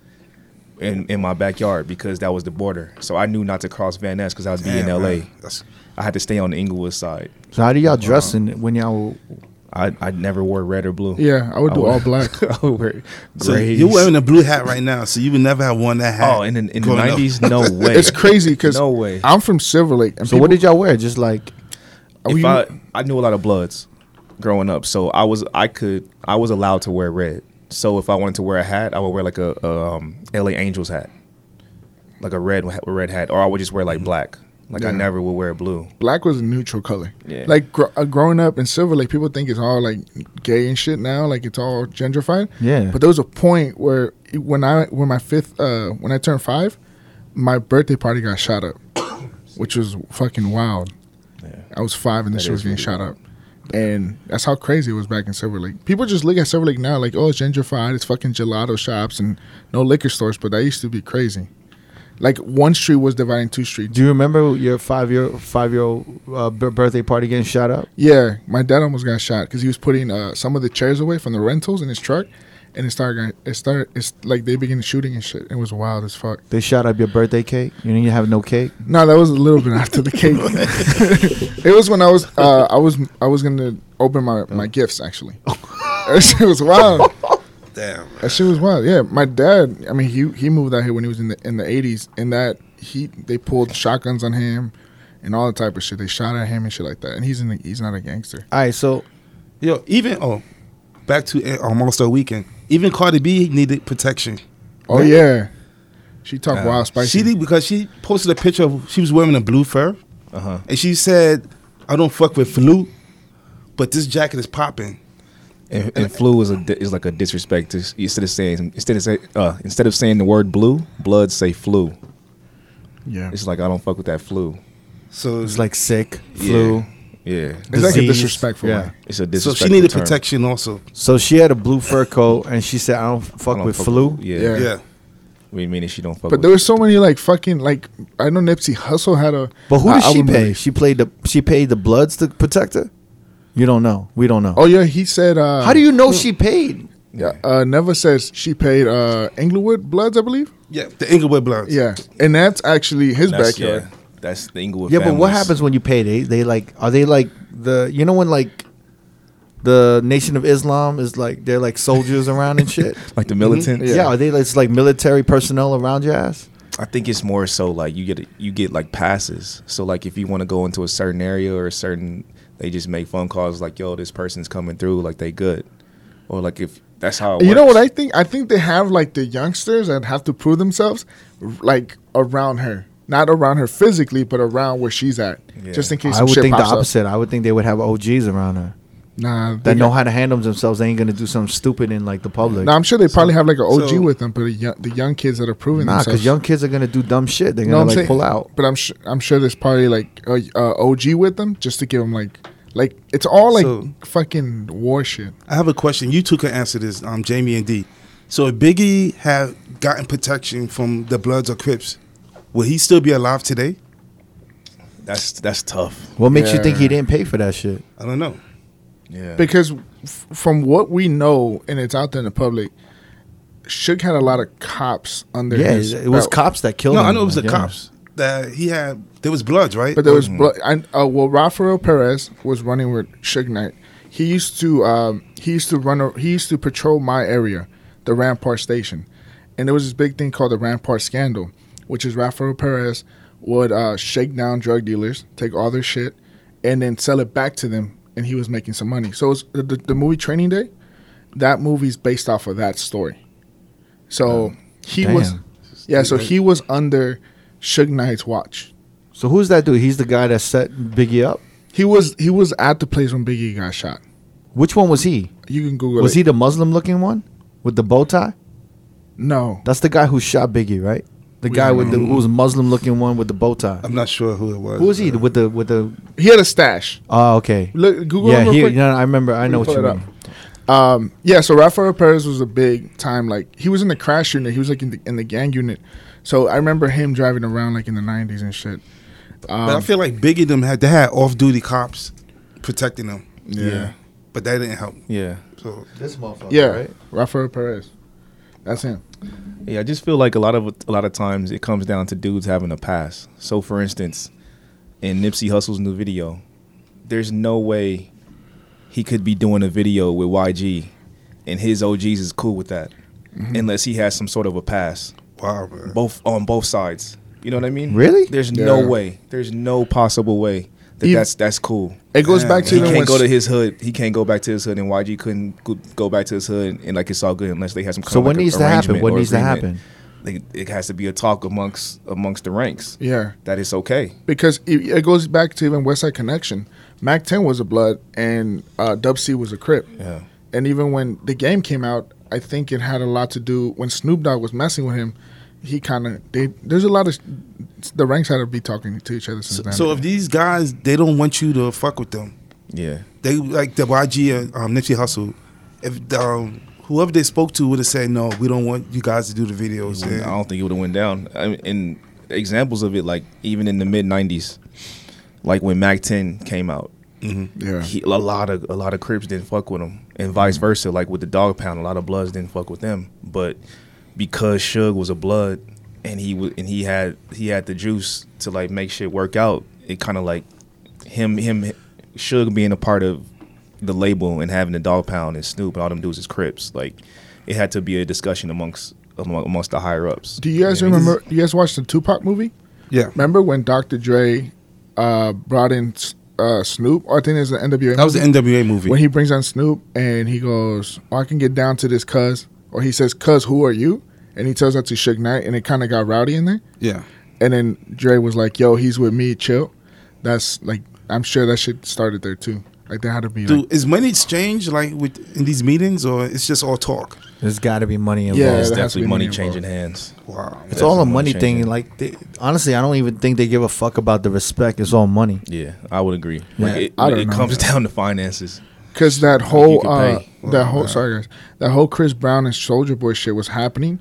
Speaker 5: in in my backyard because that was the border. So I knew not to cross Van Ness because I was being in
Speaker 4: Damn,
Speaker 5: L.A.
Speaker 4: man. That's-
Speaker 5: I had to stay on the Inglewood side.
Speaker 3: So how do
Speaker 5: uh-huh.
Speaker 3: y'all dress in when y'all?
Speaker 5: I I never wore red or blue.
Speaker 2: yeah, I would do
Speaker 5: would-
Speaker 2: all black.
Speaker 5: [laughs] I would wear
Speaker 4: So
Speaker 5: grays.
Speaker 4: you're wearing a blue hat right now, so you would never have worn that hat.
Speaker 5: oh, in, the- in the
Speaker 4: growing up.
Speaker 5: nineties,
Speaker 4: [laughs]
Speaker 5: no way.
Speaker 2: It's crazy because
Speaker 5: No way.
Speaker 2: I'm from Silver Lake. And
Speaker 3: So what did y'all wear? Just like
Speaker 2: Oh,
Speaker 5: if
Speaker 2: you-
Speaker 5: I, I knew a lot of bloods growing up, so I was I could I was allowed to wear red. So if I wanted to wear a hat, I would wear like a, a um, LA Angels hat, like a red a red hat, or I would just wear like black. Like I
Speaker 2: Yeah.
Speaker 5: never would wear blue.
Speaker 2: black was a neutral color.
Speaker 5: Yeah.
Speaker 2: Like gr- uh, growing up in Silver Lake, people think it's all like gay and shit now. Like it's all gentrified.
Speaker 3: Yeah.
Speaker 2: But there was a point where it- when I when my fifth uh when I turned five, my birthday party got shot up, [coughs] which was fucking wild. I was five and this
Speaker 5: That
Speaker 2: shit was
Speaker 5: is
Speaker 2: getting
Speaker 5: really
Speaker 2: shot up. And that's how crazy it was back in Silver Lake. People just look at Silver Lake now like, oh, it's gentrified. It's fucking gelato shops and no liquor stores. But that used to be crazy. Like one street was dividing two streets.
Speaker 3: Do you remember your five year five year old uh, b- birthday party getting shot up?
Speaker 2: Yeah, my dad almost got shot because he was putting uh, some of the chairs away from the rentals in his truck, and it started. got- It started. It's like they began shooting and shit. It was wild as fuck.
Speaker 3: They shot up your birthday cake. You didn't have no cake.
Speaker 2: No, that was a little bit after the cake. it was when I was. Uh, I was. I was gonna open my my gifts actually. that shit was wild.
Speaker 4: Damn.
Speaker 2: That shit was wild. Yeah, my dad. I mean, he he moved out here when he was in the in the eighties, and that he they pulled shotguns on him, and all the type of shit. They shot at him and shit like that. And he's in. The, he's not a gangster.
Speaker 3: All right, so
Speaker 4: Yo, even oh, back to um, All Star Weekend. Even Cardi B needed protection.
Speaker 2: Oh yeah, she talked wild spicy.
Speaker 4: She did because she posted a picture of she was wearing a blue fur,
Speaker 5: Uh huh.
Speaker 4: and she said, "I don't fuck with flu, but this jacket is popping."
Speaker 5: And, and flu is a di- is like a disrespect. To, instead of saying instead of say, uh, instead of saying the word blue, blood say flu.
Speaker 2: Yeah.
Speaker 5: It's like I don't fuck with that flu.
Speaker 4: So
Speaker 3: it's like sick flu.
Speaker 5: Yeah.
Speaker 2: It's like a
Speaker 3: disease.
Speaker 2: disrespectful
Speaker 3: Yeah.
Speaker 2: way.
Speaker 5: It's a
Speaker 4: so
Speaker 5: disrespectful.
Speaker 4: she needed
Speaker 5: term.
Speaker 4: protection also.
Speaker 3: So she had a blue fur coat, and she said, "I don't
Speaker 5: I
Speaker 3: fuck
Speaker 5: don't
Speaker 3: with
Speaker 5: fuck
Speaker 3: flu."
Speaker 5: Yeah.
Speaker 2: Yeah.
Speaker 4: Yeah,
Speaker 5: We mean it. She don't fuck.
Speaker 2: But
Speaker 5: with
Speaker 2: there were so many like fucking like I know Nipsey Hussle had a
Speaker 3: But who
Speaker 2: a
Speaker 3: did she
Speaker 2: album
Speaker 3: pay?
Speaker 2: release.
Speaker 3: She played the she paid the Bloods to protect her. You don't know. We don't know.
Speaker 2: Oh yeah, he said. Uh,
Speaker 3: How do you know she paid?
Speaker 2: Yeah, uh, Never says she paid uh, Englewood Bloods, I believe.
Speaker 4: yeah. The Inglewood Bloods.
Speaker 2: Yeah, and that's actually his
Speaker 5: That's,
Speaker 2: backyard.
Speaker 5: yeah. That's the Inglewood.
Speaker 3: Yeah, but what
Speaker 5: families.
Speaker 3: happens when you pay? They they like are they like the you know when like the Nation of Islam is like they're like soldiers around and shit.
Speaker 5: Like the militant.
Speaker 2: Mm-hmm.
Speaker 3: Yeah. are they like, it's like military personnel around your ass?
Speaker 5: I think it's more so like you get you get like passes. So like if you want to go into a certain area or a certain, they just make phone calls like, "Yo, this person's coming through. Like they good," or like if that's how it
Speaker 2: You know
Speaker 5: works.
Speaker 2: what I think? I think they have like the youngsters that have to prove themselves, r- like around her, not around her physically, but around where she's at,
Speaker 5: Yeah.
Speaker 2: just in case.
Speaker 3: I
Speaker 2: some
Speaker 3: would
Speaker 2: shit
Speaker 3: think the
Speaker 2: pops up.
Speaker 3: opposite. I would think they would have OGs around her
Speaker 2: Nah, they
Speaker 3: that
Speaker 2: got-
Speaker 3: know how to handle themselves. They ain't gonna do something stupid in like the public.
Speaker 2: Nah, I'm sure they probably have like an OG
Speaker 4: so-
Speaker 2: with them, but the young, the young kids that are proving
Speaker 3: Nah,
Speaker 2: themselves.
Speaker 3: because young kids are gonna do dumb shit. They're
Speaker 2: You know
Speaker 3: gonna
Speaker 2: what I'm
Speaker 3: like
Speaker 2: saying?
Speaker 3: pull out.
Speaker 2: But I'm sure I'm sure there's probably like a, a OG with them just to give them like like it's all like
Speaker 4: So-
Speaker 2: fucking war shit.
Speaker 4: I have a question. You two can answer this, um, Jamie and D. So if Biggie had gotten protection from the Bloods or Crips, would he still be alive today?
Speaker 5: That's that's tough.
Speaker 3: What makes you think he
Speaker 2: Yeah.
Speaker 3: didn't pay for that shit?
Speaker 4: I don't know.
Speaker 5: Yeah.
Speaker 2: Because f- from what we know, and it's out there in the public, Suge had a lot of cops under.
Speaker 3: Yeah,
Speaker 2: his
Speaker 3: it was
Speaker 2: belt.
Speaker 3: cops that killed
Speaker 4: no,
Speaker 3: him.
Speaker 4: I know it was the
Speaker 3: like, yeah.
Speaker 4: cops that he had. There was Bloods, right? Um,
Speaker 2: But there was
Speaker 3: Mm-hmm.
Speaker 2: blo- and uh, well, Rafael Perez was running with Suge Knight. He used to um, he used to run a, he used to patrol my area, the Rampart Station, and there was this big thing called the Rampart Scandal, which is Rafael Perez would uh, shake down drug dealers, take all their shit, and then sell it back to them, and he was making some money. So it's the, the, the movie Training Day, that movie's based off of that story. So he was,
Speaker 3: damn.
Speaker 2: yeah. So he was under Suge Knight's watch.
Speaker 3: So who's that dude? He's the guy that set Biggie up.
Speaker 2: He was he was at the place when Biggie got shot.
Speaker 3: Which one was he?
Speaker 2: You can Google
Speaker 3: Was
Speaker 2: it.
Speaker 3: he the Muslim looking one with the bow tie?
Speaker 2: No,
Speaker 3: That's the guy who shot Biggie, right? The guy with the who was Muslim looking one with the bow tie.
Speaker 4: I'm not sure who it was. Uh,
Speaker 3: Who was he with the with the?
Speaker 2: he had a stash.
Speaker 3: Oh, okay.
Speaker 2: Look, Google
Speaker 3: yeah,
Speaker 2: him real
Speaker 3: he,
Speaker 2: quick.
Speaker 3: no, I remember. I know
Speaker 2: Let
Speaker 3: what
Speaker 2: me
Speaker 3: you
Speaker 2: pull it
Speaker 3: mean.
Speaker 2: up. Um, yeah, so Rafael Perez was a big time. Like he was in the crash unit. He was like in the in the gang unit. So I remember him driving around like in the nineties and shit. Um,
Speaker 4: but I feel like Biggie them had they had off duty cops protecting them.
Speaker 2: Yeah.
Speaker 4: But that didn't help.
Speaker 5: Yeah.
Speaker 4: So
Speaker 3: This motherfucker,
Speaker 2: Yeah, Rafael Perez. That's him.
Speaker 5: Yeah, I just feel like a lot of a lot of times it comes down to dudes having a pass. So, for instance, in Nipsey Hussle's new video, there's no way he could be doing a video with YG, and his OGs is cool with that, unless he has some sort of a pass,
Speaker 4: wow, man.
Speaker 5: both on both sides. You know what I mean?
Speaker 3: Really?
Speaker 5: There's no
Speaker 2: Yeah.
Speaker 5: way. There's no possible way that
Speaker 2: Even-
Speaker 5: that's that's cool.
Speaker 2: It goes
Speaker 4: Damn,
Speaker 2: back
Speaker 4: man.
Speaker 2: to
Speaker 5: He
Speaker 2: even when
Speaker 5: can't go
Speaker 2: s-
Speaker 5: to his hood. He can't go back to his hood, and YG couldn't go- go back to his hood, and like it's all good unless they had some. Kind
Speaker 3: So
Speaker 5: of
Speaker 3: what
Speaker 5: like,
Speaker 3: needs to happen?
Speaker 5: arrangement
Speaker 3: What
Speaker 5: or
Speaker 3: needs to
Speaker 5: agreement
Speaker 3: happen?
Speaker 5: they, it has to be a talk amongst amongst the ranks
Speaker 2: yeah.
Speaker 5: that it's okay.
Speaker 2: because it, it goes back to even West Side Connection. Mac Ten was a blood, and uh, Dub C was a Crip.
Speaker 5: Yeah.
Speaker 2: And even when the game came out, I think it had a lot to do when Snoop Dogg was messing with him. He kind of they there's a lot of the ranks had to be talking to each other since then.
Speaker 4: so if these guys they don't want you to fuck with them,
Speaker 5: Yeah,
Speaker 4: they like the YG and um, Nipsey Hussle, if um, whoever they spoke to would have said no, we don't want you guys to do the videos.
Speaker 5: I
Speaker 4: and-
Speaker 5: don't think it would have went down. I mean, and examples of it, like even in the mid '90s, like when Mac 10 came out,
Speaker 2: yeah,
Speaker 5: he, a lot of a lot of Crips didn't fuck with him, and vice versa. Like with the Dog Pound, a lot of Bloods didn't fuck with them, but because Suge was a Blood and he wa- and he had he had the juice to like make shit work out, it kind of like him him Suge being a part of the label and having the Dog Pound and Snoop and all them dudes is Crips. Like it had to be a discussion amongst among- amongst the higher ups.
Speaker 2: do you guys
Speaker 5: Yeah.
Speaker 2: remember? You guys watched the Tupac movie?
Speaker 4: Yeah,
Speaker 2: Remember when Dr. Dre uh, brought in uh, Snoop? Or I think it's the NWA.
Speaker 4: that was the NWA movie.
Speaker 2: when he brings on Snoop and he goes, oh, I can get down to this cuz, or he says, cuz, who are you? And he tells that to Suge Knight, and it kind of got rowdy in there.
Speaker 4: yeah,
Speaker 2: And then Dre was like, yo, he's with me, chill. That's like, I'm sure that shit started there too. Like, there had to be like,
Speaker 4: dude, is money exchanged like with in these meetings or it's just all talk?
Speaker 3: There's got to be money involved.
Speaker 2: Yeah,
Speaker 5: It's
Speaker 2: there has to
Speaker 5: definitely
Speaker 2: be
Speaker 5: money
Speaker 2: money
Speaker 5: changing
Speaker 2: involved.
Speaker 5: hands.
Speaker 4: Wow,
Speaker 3: It's all a
Speaker 5: Definitely
Speaker 3: money
Speaker 5: changing.
Speaker 3: thing. Like they, honestly, I don't even think they give a fuck about the respect. It's all money.
Speaker 5: Yeah, I would agree. Like it,
Speaker 2: I don't
Speaker 5: it
Speaker 2: know.
Speaker 5: comes [laughs] down to finances.
Speaker 2: Because that
Speaker 5: you
Speaker 2: whole
Speaker 5: could
Speaker 2: uh,
Speaker 5: pay.
Speaker 2: that whole sorry guys, that whole Chris Brown and Soldier Boy shit was happening.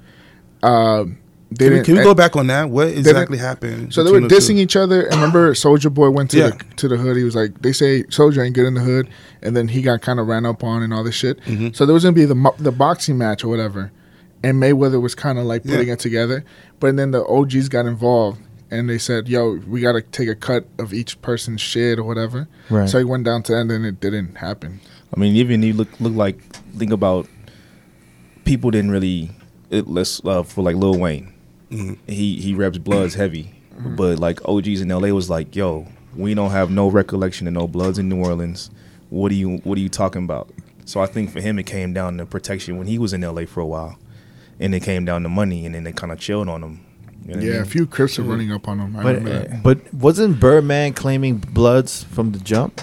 Speaker 2: Um, they
Speaker 4: Can we,
Speaker 2: didn't-
Speaker 4: can we go back on that? What
Speaker 2: didn't-
Speaker 4: exactly happened?
Speaker 2: So they were
Speaker 4: between the two?
Speaker 2: dissing each other. And remember, Soldier Boy went to
Speaker 4: Yeah.
Speaker 2: the to the hood. He was like, "They say Soldier ain't good in the hood," and then he got kind of ran up on and all this shit.
Speaker 4: Mm-hmm.
Speaker 2: So there was gonna be the mo- the boxing match or whatever, and Mayweather was kind of like putting
Speaker 4: Yeah.
Speaker 2: it together. But then the OGs got involved and they said, "Yo, we gotta take a cut of each person's shit or whatever."
Speaker 3: Right.
Speaker 2: So he went down to end, and it didn't happen.
Speaker 5: I mean, even you look look like think about people didn't really it, let's uh, for like Lil Wayne.
Speaker 3: Mm-hmm.
Speaker 5: He he reps Bloods heavy, but like OGs in LA was like, yo, we don't have no recollection of no Bloods in New Orleans. What are you What are you talking about? So I think for him it came down to protection when he was in LA for a while, and it came down to money, and then they kind of chilled on him. You know what I
Speaker 2: Yeah,
Speaker 5: mean?
Speaker 2: a few Crips are running up on him. I
Speaker 3: But
Speaker 2: remember
Speaker 4: uh,
Speaker 2: that.
Speaker 3: but wasn't Birdman claiming Bloods from the jump?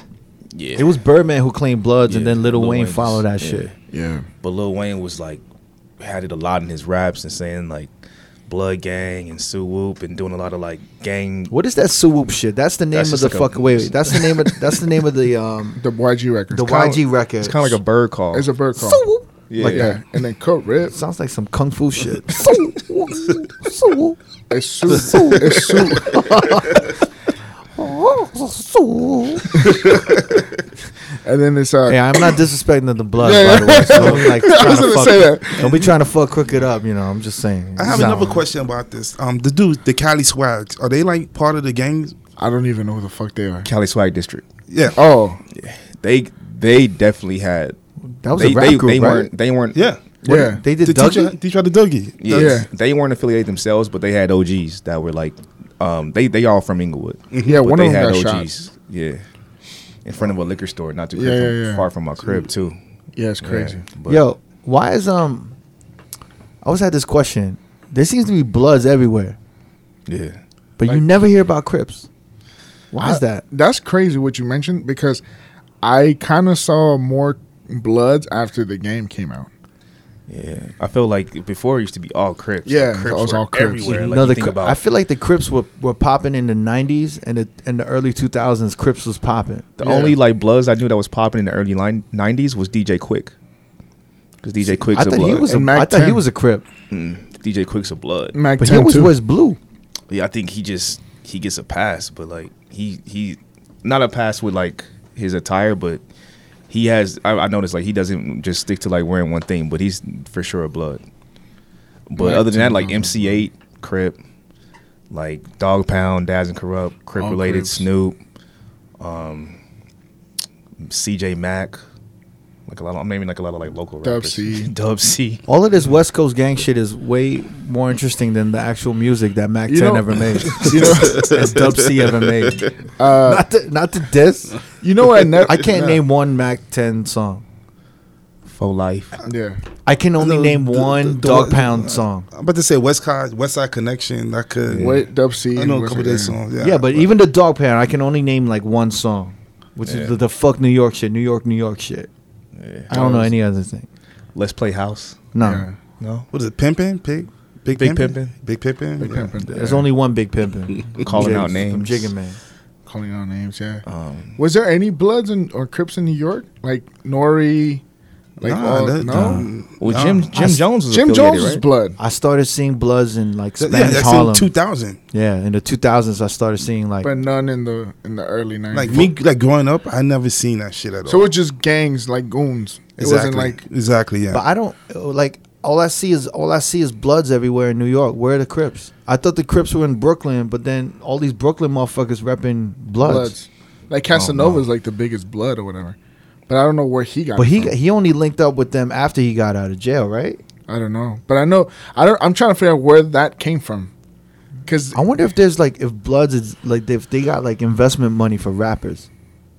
Speaker 5: yeah.
Speaker 3: It was Birdman who claimed Bloods, and
Speaker 5: Yeah,
Speaker 3: then Little
Speaker 5: Lil
Speaker 3: Wayne
Speaker 5: Wayne
Speaker 3: followed that
Speaker 5: just- yeah.
Speaker 3: shit.
Speaker 2: Yeah,
Speaker 5: But Lil Wayne was like had it a lot in his raps and saying like Blood Gang and Sue Whoop and doing a lot of like gang.
Speaker 3: What is that swoop shit? That's the name
Speaker 5: That's
Speaker 3: of
Speaker 5: just
Speaker 3: the
Speaker 5: like a-
Speaker 3: fuck. Wait, wait, that's the name of that's the name of the
Speaker 2: [laughs]
Speaker 3: um
Speaker 2: the YG record.
Speaker 3: the YG record.
Speaker 5: It's kind of like a bird call.
Speaker 2: It's a bird call.
Speaker 3: swoop.
Speaker 5: yeah,
Speaker 2: like yeah, and then Kurt
Speaker 4: [laughs]
Speaker 2: Rip.
Speaker 3: Sounds like some kung fu shit. swoop, swoop,
Speaker 2: It's Sue. it's Sue.
Speaker 3: swoop.
Speaker 2: And then it's uh,
Speaker 3: Hey, I'm not disrespecting the blood,
Speaker 2: Yeah,
Speaker 3: by the way. So don't
Speaker 2: [laughs]
Speaker 3: be like trying to
Speaker 2: gonna
Speaker 3: fuck,
Speaker 2: say that.
Speaker 3: Don't be trying to fuck crook it up. You know, I'm just saying.
Speaker 4: I have
Speaker 3: Sound.
Speaker 4: another question about this. Um, the dudes, the Cali Swags, are they like part of the gangs?
Speaker 2: I don't even know who the fuck they are.
Speaker 5: Cali Swag District.
Speaker 4: Yeah.
Speaker 2: Oh,
Speaker 5: They they definitely had.
Speaker 3: That was
Speaker 5: they,
Speaker 3: a rap
Speaker 5: they,
Speaker 3: group,
Speaker 5: they
Speaker 3: right?
Speaker 5: weren't. They weren't.
Speaker 4: yeah.
Speaker 3: What,
Speaker 2: yeah.
Speaker 3: They did
Speaker 4: They teach you-
Speaker 3: Dougie.
Speaker 4: teach you how to Dougie.
Speaker 5: Yeah,
Speaker 2: Yeah.
Speaker 5: they weren't affiliated themselves, but they had OGs that were like, um, they they all from Inglewood.
Speaker 2: Mm-hmm. yeah,
Speaker 5: but
Speaker 2: one
Speaker 5: they
Speaker 2: of them got
Speaker 5: had
Speaker 2: shot.
Speaker 5: OGs. Yeah, in front of a liquor store, not too
Speaker 2: Yeah,
Speaker 5: far from-
Speaker 2: yeah, yeah.
Speaker 5: far from my crib too.
Speaker 2: Yeah, it's crazy.
Speaker 5: Yeah, but-
Speaker 3: Yo, why is um? I always had this question. There seems to be bloods everywhere,
Speaker 5: yeah.
Speaker 3: but you never hear about Crips. Why is
Speaker 2: I-
Speaker 3: that?
Speaker 2: That's crazy what you mentioned because I kind of saw more Bloods after the game came out.
Speaker 5: Yeah, I feel like before it used to be all Crips.
Speaker 2: Yeah,
Speaker 5: Like,
Speaker 2: it
Speaker 5: Crips
Speaker 2: was
Speaker 5: were
Speaker 2: all Crips.
Speaker 5: everywhere. Like,
Speaker 3: no,
Speaker 5: you
Speaker 3: the
Speaker 5: think
Speaker 3: Cri-
Speaker 5: about,
Speaker 3: I feel like the Crips were, were popping in the '90s and the in the early 2000s. Crips was popping.
Speaker 5: the
Speaker 2: yeah.
Speaker 5: only like Bloods I knew that was popping in the early line, '90s was DJ Quick. because DJ Quick's
Speaker 3: I
Speaker 5: a
Speaker 3: thought he
Speaker 5: blood.
Speaker 3: was. A,
Speaker 2: And Mac
Speaker 3: I thought he
Speaker 2: 10.
Speaker 3: was a crip,
Speaker 5: Mm, DJ Quick's a blood.
Speaker 2: Mac
Speaker 3: but he
Speaker 2: 10
Speaker 3: always
Speaker 2: too.
Speaker 3: wears blue.
Speaker 5: Yeah, I think he just he gets a pass, but like he he not a pass with like his attire, but he has. I, I noticed like he doesn't just stick to like wearing one thing, but he's for sure a blood. But
Speaker 2: Right.
Speaker 5: other than that, like MC8, Crip, like Dog Pound, Daz and Corrupt, Crip
Speaker 2: All
Speaker 5: related,
Speaker 2: Crips.
Speaker 5: Snoop, um, CJ Mack. Like a lot, of, I'm naming like a lot of like local
Speaker 2: Dub
Speaker 5: rappers.
Speaker 2: C.
Speaker 5: [laughs]
Speaker 2: [laughs]
Speaker 5: Dub C.
Speaker 3: All of this West Coast gang shit is way more interesting than the actual music that Mac
Speaker 2: You
Speaker 3: 10
Speaker 2: know-
Speaker 3: ever made.
Speaker 2: you
Speaker 3: [laughs]
Speaker 2: know-
Speaker 3: that Dub C ever made. not to not to diss.
Speaker 2: You know what? I, never,
Speaker 3: [laughs] I can't
Speaker 2: Nah.
Speaker 3: name one Mac 10 song.
Speaker 5: For life.
Speaker 2: Yeah,
Speaker 3: I can only
Speaker 4: The-
Speaker 3: name
Speaker 4: the-
Speaker 3: one
Speaker 4: the-
Speaker 3: Dog
Speaker 4: the-
Speaker 3: Pound song.
Speaker 4: I'm about to say West Side, West Side Connection. That could.
Speaker 2: Wait, Dub C.
Speaker 4: I
Speaker 2: and
Speaker 4: know a
Speaker 2: what's
Speaker 4: couple of
Speaker 2: her
Speaker 4: their
Speaker 2: name?
Speaker 4: songs.
Speaker 3: Yeah,
Speaker 4: Yeah,
Speaker 3: but even the Dog Pound, I can only name like one song, which
Speaker 5: Yeah.
Speaker 3: is the, the fuck New York shit, New York, New York shit.
Speaker 5: Yeah.
Speaker 3: I don't know any other thing.
Speaker 5: Let's play house.
Speaker 3: No.
Speaker 2: Yeah.
Speaker 5: No.
Speaker 4: what is it? Pimpin, Big, Big,
Speaker 5: Big
Speaker 4: Pimpin'? Big Pimpin.
Speaker 2: Big pimpin'.
Speaker 3: There's only one big pimpin'.
Speaker 5: Calling
Speaker 3: Jigs
Speaker 5: out names.
Speaker 3: From Jigga Man.
Speaker 2: Calling out names. Yeah.
Speaker 5: Um,
Speaker 2: Was there any Bloods in, or Crips in New York? Like Nori, like
Speaker 4: Nah,
Speaker 2: all,
Speaker 4: that-
Speaker 2: no.
Speaker 5: Well,
Speaker 4: No.
Speaker 5: Jim Jim Jones was
Speaker 2: Jim
Speaker 5: affiliated,
Speaker 2: Jones was
Speaker 5: right?
Speaker 2: Blood.
Speaker 3: I started seeing Bloods in like
Speaker 4: Th-
Speaker 3: Spanish
Speaker 4: yeah, that's
Speaker 3: Harlem.
Speaker 4: in 2000.
Speaker 3: yeah, in the 2000s, I started seeing like
Speaker 2: but none in the in the early nineties.
Speaker 4: Like me, like growing up, I never seen that shit at all.
Speaker 2: so it was just gangs like goons. It wasn't like
Speaker 4: exactly, yeah.
Speaker 3: But I don't like all I see is all I see is Bloods everywhere in New York. Where are the Crips? I thought the Crips were in Brooklyn, but then all these Brooklyn motherfuckers repping Bloods.
Speaker 2: Bloods. Like Casanova's like the biggest Blood or whatever. But I don't know where he got.
Speaker 3: Oh, But
Speaker 2: it
Speaker 3: he
Speaker 2: from.
Speaker 3: he only linked up with them after he got out of jail, right?
Speaker 2: I don't know. But I know. I don't. I'm trying to figure out where that came from. Because
Speaker 3: I wonder if there's like if Bloods is like if they got like investment money for rappers.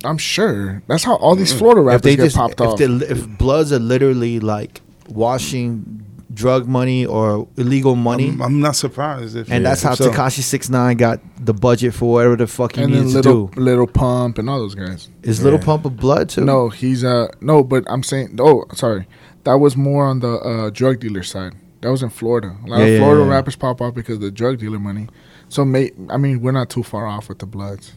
Speaker 2: I'm sure that's how all these Florida
Speaker 3: Mm. if
Speaker 2: rappers
Speaker 3: they
Speaker 2: get
Speaker 3: just
Speaker 2: popped
Speaker 3: if
Speaker 2: off.
Speaker 3: they if Bloods are literally like washing drug money or illegal money.
Speaker 2: Um,
Speaker 4: I'm, I'm not surprised. If
Speaker 3: and that's how
Speaker 4: so-
Speaker 3: Takashi Six Nine got the budget for whatever the fuck he
Speaker 2: and then
Speaker 3: needs
Speaker 2: little
Speaker 3: to do.
Speaker 2: little pump and all those guys.
Speaker 3: Is Little
Speaker 5: Yeah.
Speaker 3: Pump of Blood too?
Speaker 2: No, he's uh no, but I'm saying oh sorry, that was more on the uh, drug dealer side. That was in Florida. A lot
Speaker 3: Yeah,
Speaker 2: of
Speaker 3: yeah,
Speaker 2: Florida
Speaker 3: yeah.
Speaker 2: rappers pop off because of the drug dealer money. So mate, I mean we're not too far off with the Bloods.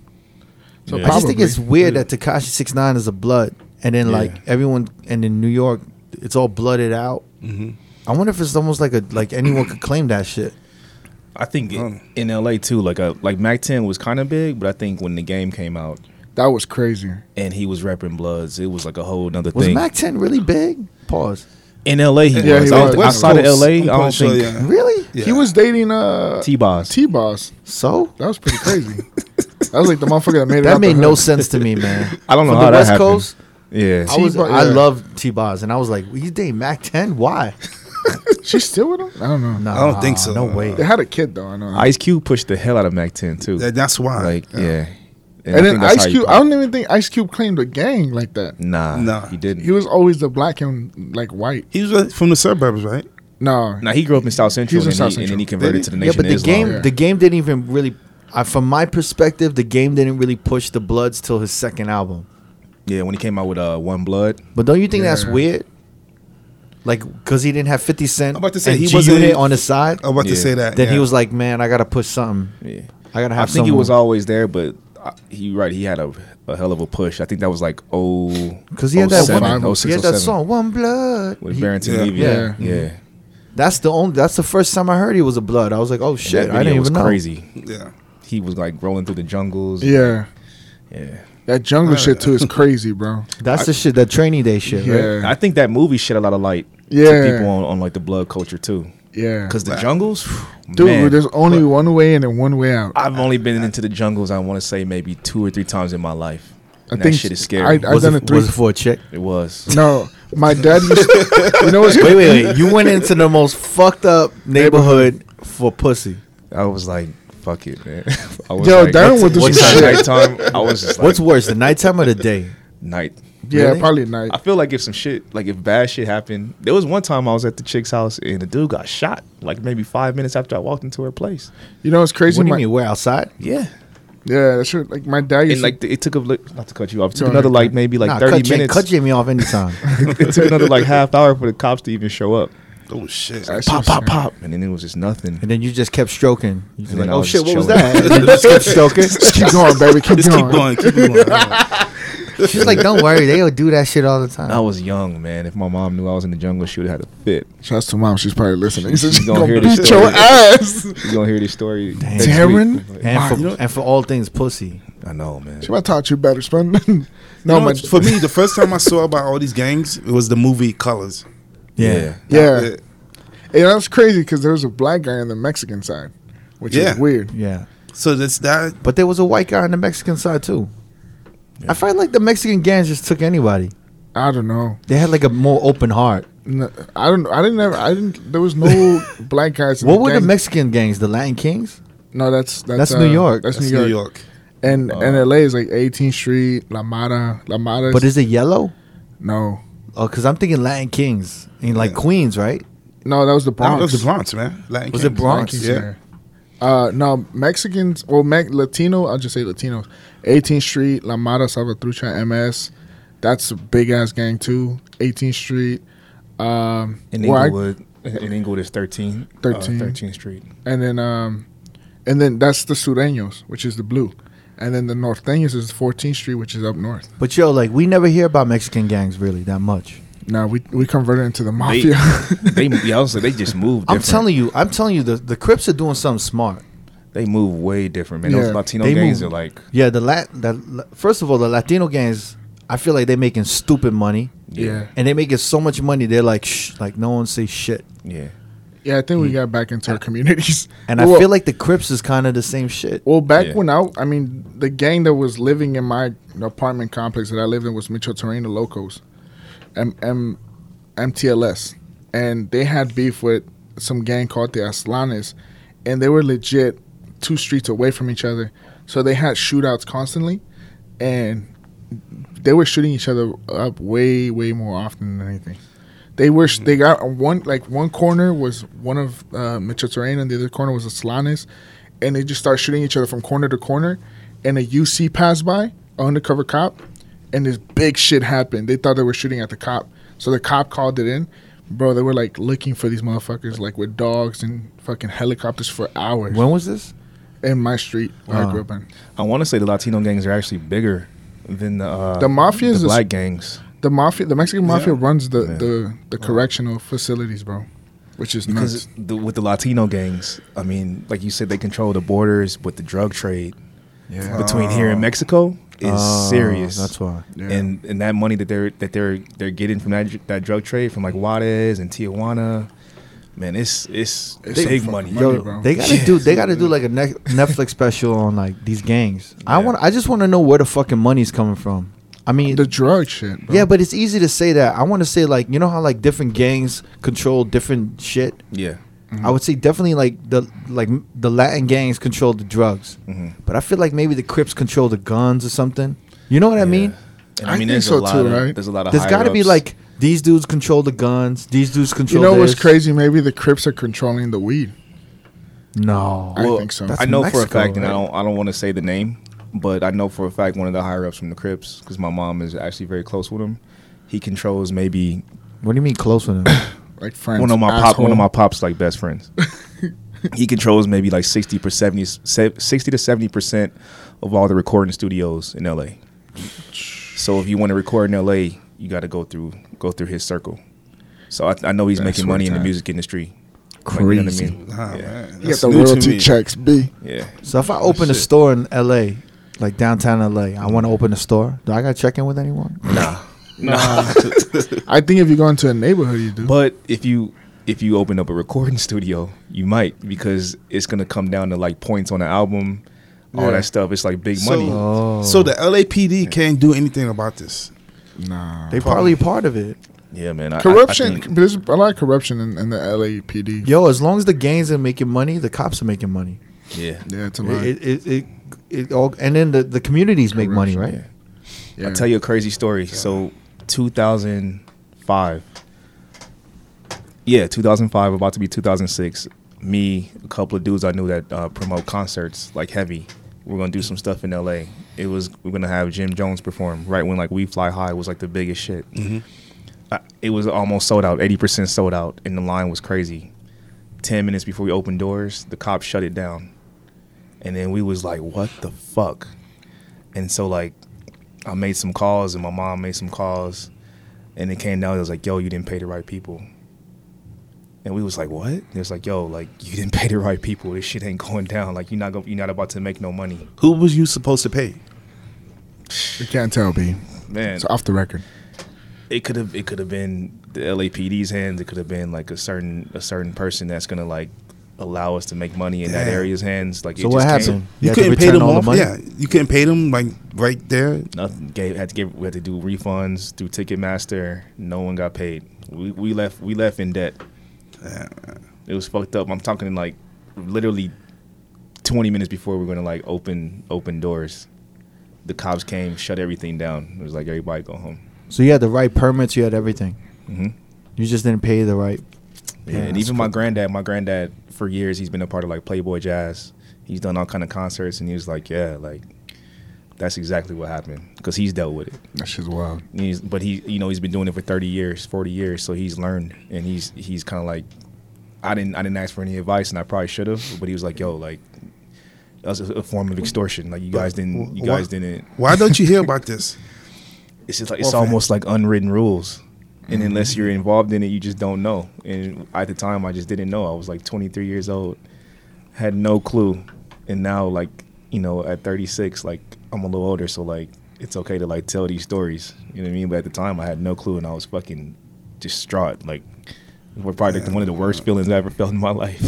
Speaker 2: So
Speaker 5: Yeah.
Speaker 3: I just think
Speaker 2: probably-
Speaker 3: it's weird that Takashi Six Nine is a blood, and then like everyone, and in New York, it's all blooded out.
Speaker 5: Mm-hmm.
Speaker 3: I wonder if it's almost like a like anyone could claim that shit.
Speaker 5: I think it, in LA too, like a, like Mac Ten was kind of big, but I think when the game came out
Speaker 2: that was crazy.
Speaker 5: and he was repping Bloods, it was like a whole nother
Speaker 3: Was
Speaker 5: thing.
Speaker 3: Mac Ten really big? Pause.
Speaker 5: in LA, he
Speaker 2: Yeah,
Speaker 5: was.
Speaker 2: he
Speaker 5: I
Speaker 2: was.
Speaker 5: was. Outside of LA, I
Speaker 4: I'm
Speaker 5: don't
Speaker 4: pretty sure,
Speaker 5: think
Speaker 4: yeah.
Speaker 3: Really?
Speaker 4: Yeah.
Speaker 2: He was dating uh
Speaker 5: T Boss.
Speaker 2: T Boss.
Speaker 3: So
Speaker 2: That was pretty
Speaker 3: [laughs]
Speaker 2: crazy. that was like the motherfucker that made it.
Speaker 3: that
Speaker 2: out the
Speaker 3: made no
Speaker 2: hood.
Speaker 3: sense to
Speaker 2: [laughs]
Speaker 3: me, man.
Speaker 5: I don't know
Speaker 3: From the
Speaker 5: how that
Speaker 3: West
Speaker 5: happened.
Speaker 3: Coast,
Speaker 5: Yeah,
Speaker 3: I was
Speaker 2: T-Boz,
Speaker 3: I
Speaker 2: yeah.
Speaker 3: love T Boz, and I was like, you dating Mac Ten?
Speaker 5: [laughs]
Speaker 3: Why?
Speaker 2: [laughs] She's still with him. I don't know.
Speaker 3: No,
Speaker 4: I don't think so.
Speaker 3: No way.
Speaker 2: They had a kid though. I know.
Speaker 5: Ice Cube pushed the hell out of Mac Ten too.
Speaker 4: That- that's why.
Speaker 5: like yeah, I
Speaker 2: and
Speaker 5: think
Speaker 2: then
Speaker 5: that's how
Speaker 2: Ice
Speaker 5: he
Speaker 2: Cube.
Speaker 5: pop-
Speaker 2: I don't even think Ice Cube claimed a gang like that.
Speaker 5: Nah,
Speaker 4: Nah.
Speaker 5: he didn't.
Speaker 2: He was always the black and like white.
Speaker 4: He was uh, from the suburbs, right?
Speaker 2: No,
Speaker 5: now he grew up in South Central,
Speaker 2: He was in
Speaker 5: and,
Speaker 2: South
Speaker 5: he, and then he
Speaker 2: Central.
Speaker 5: converted to
Speaker 4: Did he?
Speaker 5: the
Speaker 3: Yeah,
Speaker 5: Nation
Speaker 3: but the
Speaker 5: of Islam.
Speaker 3: game
Speaker 2: Yeah.
Speaker 3: the game didn't even really. I, from my perspective, the game didn't really push the Bloods till his second album.
Speaker 5: Yeah, when he came out with uh, One Blood,
Speaker 3: But don't you think that's
Speaker 2: Yeah.
Speaker 3: weird? Like, cause he didn't have Fifty Cent
Speaker 4: I'm about to say,
Speaker 3: and
Speaker 4: he
Speaker 3: G
Speaker 4: wasn't-
Speaker 3: Unit on the side.
Speaker 4: I'm about
Speaker 5: Yeah.
Speaker 4: to say that.
Speaker 3: then he
Speaker 4: yeah.
Speaker 3: was like, "Man, I gotta push something.
Speaker 5: yeah.
Speaker 3: I gotta
Speaker 5: I
Speaker 3: have."
Speaker 5: think he was
Speaker 3: someone."
Speaker 5: always there, but I- he right he had a, a hell of a push. I think that was like oh
Speaker 3: 'Cause he had that
Speaker 2: one-
Speaker 3: He had that song, "One Blood."
Speaker 5: with
Speaker 3: He-
Speaker 5: Barrington
Speaker 4: yeah.
Speaker 5: Levy.
Speaker 3: Yeah.
Speaker 5: Yeah, yeah.
Speaker 3: that's the only. That's the first time I heard he was a Blood. I was like, "Oh
Speaker 5: That
Speaker 3: shit, I
Speaker 5: video
Speaker 3: didn't
Speaker 5: was
Speaker 3: even know."
Speaker 5: crazy.
Speaker 4: yeah.
Speaker 5: He was like rolling through the jungles.
Speaker 2: Yeah,
Speaker 5: yeah.
Speaker 2: that jungle shit too is crazy, bro.
Speaker 3: That's the shit. That training day shit. Right?
Speaker 2: Yeah,
Speaker 5: I think that movie shed a lot of light
Speaker 2: Yeah.
Speaker 5: to people on, on like the blood culture too.
Speaker 2: yeah.
Speaker 5: Because the jungles,
Speaker 2: dude,
Speaker 5: man,
Speaker 2: there's only one way in and one way out.
Speaker 5: I've only been into the jungles. I want to say maybe two or three times in my life.
Speaker 2: I
Speaker 5: And
Speaker 2: think
Speaker 5: that shit is scary.
Speaker 2: I- I- I've
Speaker 3: Was,
Speaker 2: done
Speaker 3: it,
Speaker 2: it three-
Speaker 3: was it for a chick?
Speaker 5: it was.
Speaker 2: no, my dad. Used, you know what's
Speaker 3: wait, wait, wait! You went into the most fucked up neighborhood for pussy.
Speaker 5: I was like, fuck it, man. [laughs] I was
Speaker 2: Yo,
Speaker 5: like,
Speaker 2: Darren went through
Speaker 5: what's
Speaker 2: some shit.
Speaker 5: nighttime? I was just like,
Speaker 3: What's worse, the nighttime or the day?
Speaker 5: night?
Speaker 2: Yeah,
Speaker 3: Really?
Speaker 2: probably night.
Speaker 5: I feel like if some shit, like if bad shit happened, there was one time I was at the chick's house and the dude got shot, like maybe five minutes after I walked into her place.
Speaker 2: You know what's crazy?
Speaker 3: What do you
Speaker 2: my,
Speaker 3: mean? We're outside.
Speaker 5: Yeah,
Speaker 2: Yeah, that's true. Like my dad used
Speaker 5: and
Speaker 2: to-
Speaker 5: like it took a li- not to cut you off, it
Speaker 2: Go
Speaker 5: took
Speaker 2: ahead.
Speaker 5: another like maybe like
Speaker 3: Nah,
Speaker 5: thirty
Speaker 3: cut, Jamie-
Speaker 5: minutes.
Speaker 3: cut Jamie off anytime.
Speaker 5: [laughs] it took another like half hour for the cops to even show up.
Speaker 4: Oh shit.
Speaker 2: That's
Speaker 5: Pop,
Speaker 2: just-
Speaker 5: pop, pop, and then it was just nothing.
Speaker 3: And then you just kept stroking. You just
Speaker 5: And then
Speaker 3: like,
Speaker 5: I
Speaker 3: oh
Speaker 5: was
Speaker 3: shit,
Speaker 5: just
Speaker 3: what was
Speaker 5: chilling. [laughs]
Speaker 3: that? And then you just kept stroking.
Speaker 2: Just keep going, baby. Keep [laughs]
Speaker 4: Just keep
Speaker 2: going.
Speaker 4: going. Keep going.
Speaker 3: She's like, don't worry, they'll do that shit all the time.
Speaker 5: I was young, man. If my mom knew I was in the jungle, she would have had a fit.
Speaker 2: Shouts to mom. She's probably listening.
Speaker 5: She's
Speaker 2: She's
Speaker 5: gonna
Speaker 2: gonna,
Speaker 5: hear this
Speaker 2: beat your
Speaker 5: story.
Speaker 2: ass.
Speaker 5: [laughs] You gonna hear this story, next week.
Speaker 2: Darren?
Speaker 5: Like,
Speaker 3: and, for,
Speaker 4: You know-
Speaker 3: and for all things pussy.
Speaker 5: I know, man.
Speaker 2: She might taught you better, son. [laughs] no,
Speaker 4: You know,
Speaker 2: my
Speaker 4: for me, the first time I saw about all these gangs, it was the movie Colors.
Speaker 5: Yeah,
Speaker 2: yeah. yeah. that's crazy because there was a black guy on the Mexican side, which
Speaker 4: Yeah.
Speaker 2: is weird.
Speaker 3: Yeah.
Speaker 4: So that's that.
Speaker 3: But there was a white guy on the Mexican side too. I find like the Mexican gangs just took anybody.
Speaker 2: I don't know.
Speaker 3: They had like a more open heart.
Speaker 2: No, I don't. I didn't ever. I didn't. There was
Speaker 3: [laughs]
Speaker 2: no black guys. in
Speaker 3: What were the
Speaker 2: gang.
Speaker 3: Mexican gangs? The Latin Kings?
Speaker 2: No, that's that's, uh,
Speaker 3: That's New York.
Speaker 2: That's,
Speaker 4: That's
Speaker 2: New York.
Speaker 4: New York.
Speaker 2: And and LA is like 18th Street, La Mata, La Mata.
Speaker 3: But is it yellow?
Speaker 2: no,
Speaker 3: Oh, because I'm thinking Latin Kings in like
Speaker 4: Yeah.
Speaker 3: Queens, right?
Speaker 2: no, that was the
Speaker 4: That
Speaker 2: Bronx.
Speaker 4: was the Bronx, man. Latin
Speaker 3: Was
Speaker 4: Kings.
Speaker 3: it Bronx?
Speaker 4: Yeah.
Speaker 2: Yeah. Uh, no, Mexicans, well, Me- Latino, I'll just say Latinos. 18th Street, La Mata, Salvatrucha, MS. That's a big ass gang, too. 18th Street. Um,
Speaker 5: in
Speaker 2: where I-
Speaker 5: Inglewood. In Inglewood is 13,
Speaker 2: 13.
Speaker 5: 13th Street.
Speaker 2: and then, um, and then that's the Sureños, which is the blue. And then the Norteños is 14th Street, which is up north.
Speaker 3: But yo, like we never hear about Mexican gangs really that much.
Speaker 2: Now we we converted into the
Speaker 5: They,
Speaker 2: mafia.
Speaker 5: [laughs] they, yeah, I was like,
Speaker 2: [laughs]
Speaker 5: they just move.
Speaker 3: I'm
Speaker 5: Different.
Speaker 3: telling you, I'm telling you, the the Crips are doing something smart.
Speaker 5: they move way different, man. Those
Speaker 2: Yeah,
Speaker 5: Latino
Speaker 3: they
Speaker 5: gangs
Speaker 3: move-
Speaker 5: are like,
Speaker 3: Yeah, the lat the la- first of all, the Latino gangs, I feel like they're making stupid money,
Speaker 2: [laughs] yeah.
Speaker 3: and they're making so much money they're like shh, like no one say shit.
Speaker 5: yeah,
Speaker 2: Yeah, I
Speaker 5: Mm.
Speaker 2: think we got back into our communities. [laughs]
Speaker 3: And
Speaker 2: Well,
Speaker 3: I feel like the Crips is kind of the same shit.
Speaker 2: Well, back
Speaker 5: Yeah.
Speaker 2: when I, I mean, the gang that was living in my apartment complex that I lived in was Micho Terreno Locos, M- M- MTLS, and they had beef with some gang called the Aslanes, and they were legit two streets away from each other, so they had shootouts constantly, and they were shooting each other up way, way more often than anything. They were they got one like one corner was one of uh, Micho Terreno and the other corner was Aslanes, and they just start shooting each other from corner to corner. And a UC passed by, an undercover cop, and this big shit happened. They thought they were shooting at the cop, so the cop called it in. Bro, they were like looking for these motherfuckers like with dogs and fucking helicopters for hours
Speaker 3: When was this?
Speaker 2: in my street where I
Speaker 3: Wow.
Speaker 2: grew up in.
Speaker 5: I want to say the Latino gangs are actually bigger than the uh,
Speaker 2: The mafia is
Speaker 5: the
Speaker 2: a-
Speaker 5: black gangs
Speaker 2: The mafia, the Mexican mafia
Speaker 4: Yeah.
Speaker 2: runs the
Speaker 5: Yeah.
Speaker 2: the, the correctional facilities, bro, which is nuts.
Speaker 5: because the, with the Latino gangs, I mean, like you said, they control the borders with the drug trade
Speaker 2: Yeah.
Speaker 5: between here and Mexico is
Speaker 3: Oh,
Speaker 5: serious.
Speaker 3: That's why.
Speaker 2: Yeah.
Speaker 5: and and that money that they're that they're they're getting from that dr- that drug trade from like Juarez and Tijuana, man, it's it's,
Speaker 2: It's
Speaker 5: big
Speaker 2: some
Speaker 5: money.
Speaker 2: fucking money,
Speaker 5: Yo,
Speaker 2: bro.
Speaker 3: They gotta do. They gotta do like a ne- Netflix special on like these gangs. I
Speaker 5: Yeah.
Speaker 3: want. I just want to know where the fucking money's coming from. I mean,
Speaker 2: the drug shit, bro.
Speaker 3: yeah, but it's easy to say that. I want to say like you know how like different gangs control different shit.
Speaker 5: yeah,
Speaker 3: I would say definitely like the like m- the Latin gangs control the drugs,
Speaker 5: Mhm.
Speaker 3: but I feel like maybe the Crips control the guns or something. You know what I mean?
Speaker 5: And
Speaker 2: I think
Speaker 5: there's
Speaker 2: so
Speaker 5: a lot
Speaker 2: too,
Speaker 5: of,
Speaker 2: right?
Speaker 5: There's a lot of.
Speaker 3: There's got to be
Speaker 5: higher-ups.
Speaker 3: like these dudes control the guns. These dudes
Speaker 2: you
Speaker 3: control.
Speaker 2: know what's
Speaker 3: this.
Speaker 2: crazy? Maybe the Crips are controlling the weed.
Speaker 3: No,
Speaker 2: I think so.
Speaker 3: that's
Speaker 5: I know for a
Speaker 3: Mexico,
Speaker 5: fact, and I
Speaker 3: right?
Speaker 5: don't I don't want to say the name, but I know for a fact one of the higher ups from the Crips, because my mom is actually very close with him. He controls maybe
Speaker 3: What do you mean close with them?
Speaker 2: Like friends.
Speaker 5: one of my pop,
Speaker 2: asshole.
Speaker 5: one of my pops like best
Speaker 2: [laughs]
Speaker 5: friends. he controls maybe like sixty per seventy, se- sixty to seventy percent of all the recording studios in L.A. So if you want to record in L.A., you got to go through go through his circle. So I, I know he's
Speaker 2: That's
Speaker 5: making money in the
Speaker 2: what I-
Speaker 5: music industry. Like, you know what I mean?
Speaker 4: Ah,
Speaker 5: Yeah.
Speaker 4: man,
Speaker 2: You get
Speaker 4: that's
Speaker 2: the
Speaker 4: new to
Speaker 2: royalty
Speaker 4: me.
Speaker 2: checks, B.
Speaker 5: Yeah,
Speaker 3: So if I open a store in LA, like downtown LA, I want to open a store. Do I got to check in with anyone?
Speaker 2: I think if you go into a neighborhood, you do.
Speaker 5: Uh, But if you if you open up a recording [laughs] studio, you might because it's gonna come down to like points on an album, all
Speaker 2: Yeah.
Speaker 5: that stuff. It's like big money.
Speaker 4: So, Uh, so the LAPD can't do anything about this.
Speaker 2: nah.
Speaker 3: They probably part of it.
Speaker 5: yeah, man. I- I- I
Speaker 2: corruption.
Speaker 5: think-
Speaker 2: there's a lot of corruption in, in the LAPD.
Speaker 3: Yo, as long as the gangs are making money, the cops are making money.
Speaker 5: yeah.
Speaker 2: Yeah, it's a lot.
Speaker 3: It it, it, it, all, and then the, the communities make money, right?
Speaker 5: yeah.
Speaker 2: yeah.
Speaker 5: I'll tell you a crazy story. So, 2005. Yeah, 2005, about to be 2006. Me, a couple of dudes I knew that uh, promote concerts like heavy. We're gonna do some stuff in LA. It was we're gonna have Jim Jones perform right when like We Fly High was like the biggest shit. I, it was almost sold out, 80% sold out, and the line was crazy. 10 minutes before we opened doors, the cops shut it down. And then we was like, what the fuck? And so like I made some calls and my mom made some calls, and it came down. It was like, "Yo, you didn't pay the right people." And we was like, "What?" It was like, "Yo, like you didn't [laughs] pay the right people. This shit ain't going down. Like you're not going you're not about to make no money,
Speaker 4: Who was you supposed to pay?
Speaker 2: You can't tell, B.
Speaker 5: man."
Speaker 2: It's off the record.
Speaker 5: it could have it could have been the LAPD's hands. It could have been like a certain a certain person that's gonna like allow us to make money in that
Speaker 4: Damn.
Speaker 5: area's hands. Like it
Speaker 3: So what
Speaker 5: just
Speaker 3: happened?
Speaker 5: Came,
Speaker 4: You
Speaker 3: had to
Speaker 4: couldn't pay
Speaker 3: return
Speaker 4: them
Speaker 3: all
Speaker 4: off. Yeah, you couldn't pay them like right there.
Speaker 5: nothing. Gave, had to give. We had to do refunds through Ticketmaster. No one got paid. We we left we left in debt. It was fucked up. I'm talking like literally 20 minutes before we are gonna like open open doors. The cops came, shut everything down. It was like everybody go home.
Speaker 3: So you had the right permits. You had everything.
Speaker 5: Mhm.
Speaker 3: You just didn't pay the right.
Speaker 5: Yeah,
Speaker 3: Yeah,
Speaker 5: and
Speaker 3: that's
Speaker 5: even my granddad, my granddad for years he's been a part of like Playboy Jazz. He's done all kind of concerts, and he was like, "Yeah, like that's exactly what happened," because he's dealt with it.
Speaker 2: That shit's wild.
Speaker 5: And He's, but he, you know, he's been doing it for thirty years, forty years, so he's learned, and he's he's kind of like, I didn't I didn't ask for any advice, and I probably should have, but he was like, "Yo, like that's a, a form of extortion. Like you guys didn't, you
Speaker 4: wh-
Speaker 5: guys didn't."
Speaker 4: Why don't you hear about this? [laughs]
Speaker 5: It's just like it's Mm-hmm.
Speaker 4: Well,
Speaker 5: almost like unwritten rules. And unless you're involved in it, you just don't know. And at the time, I just didn't know. I was like 23 years old, had no clue. And now, like you know, at 36, like I'm a little older, so like it's okay to like tell these stories. You know what I mean? But at the time, I had no clue, and I was fucking distraught. Like, we're probably like, one of the worst feelings I ever felt in my [laughs] life.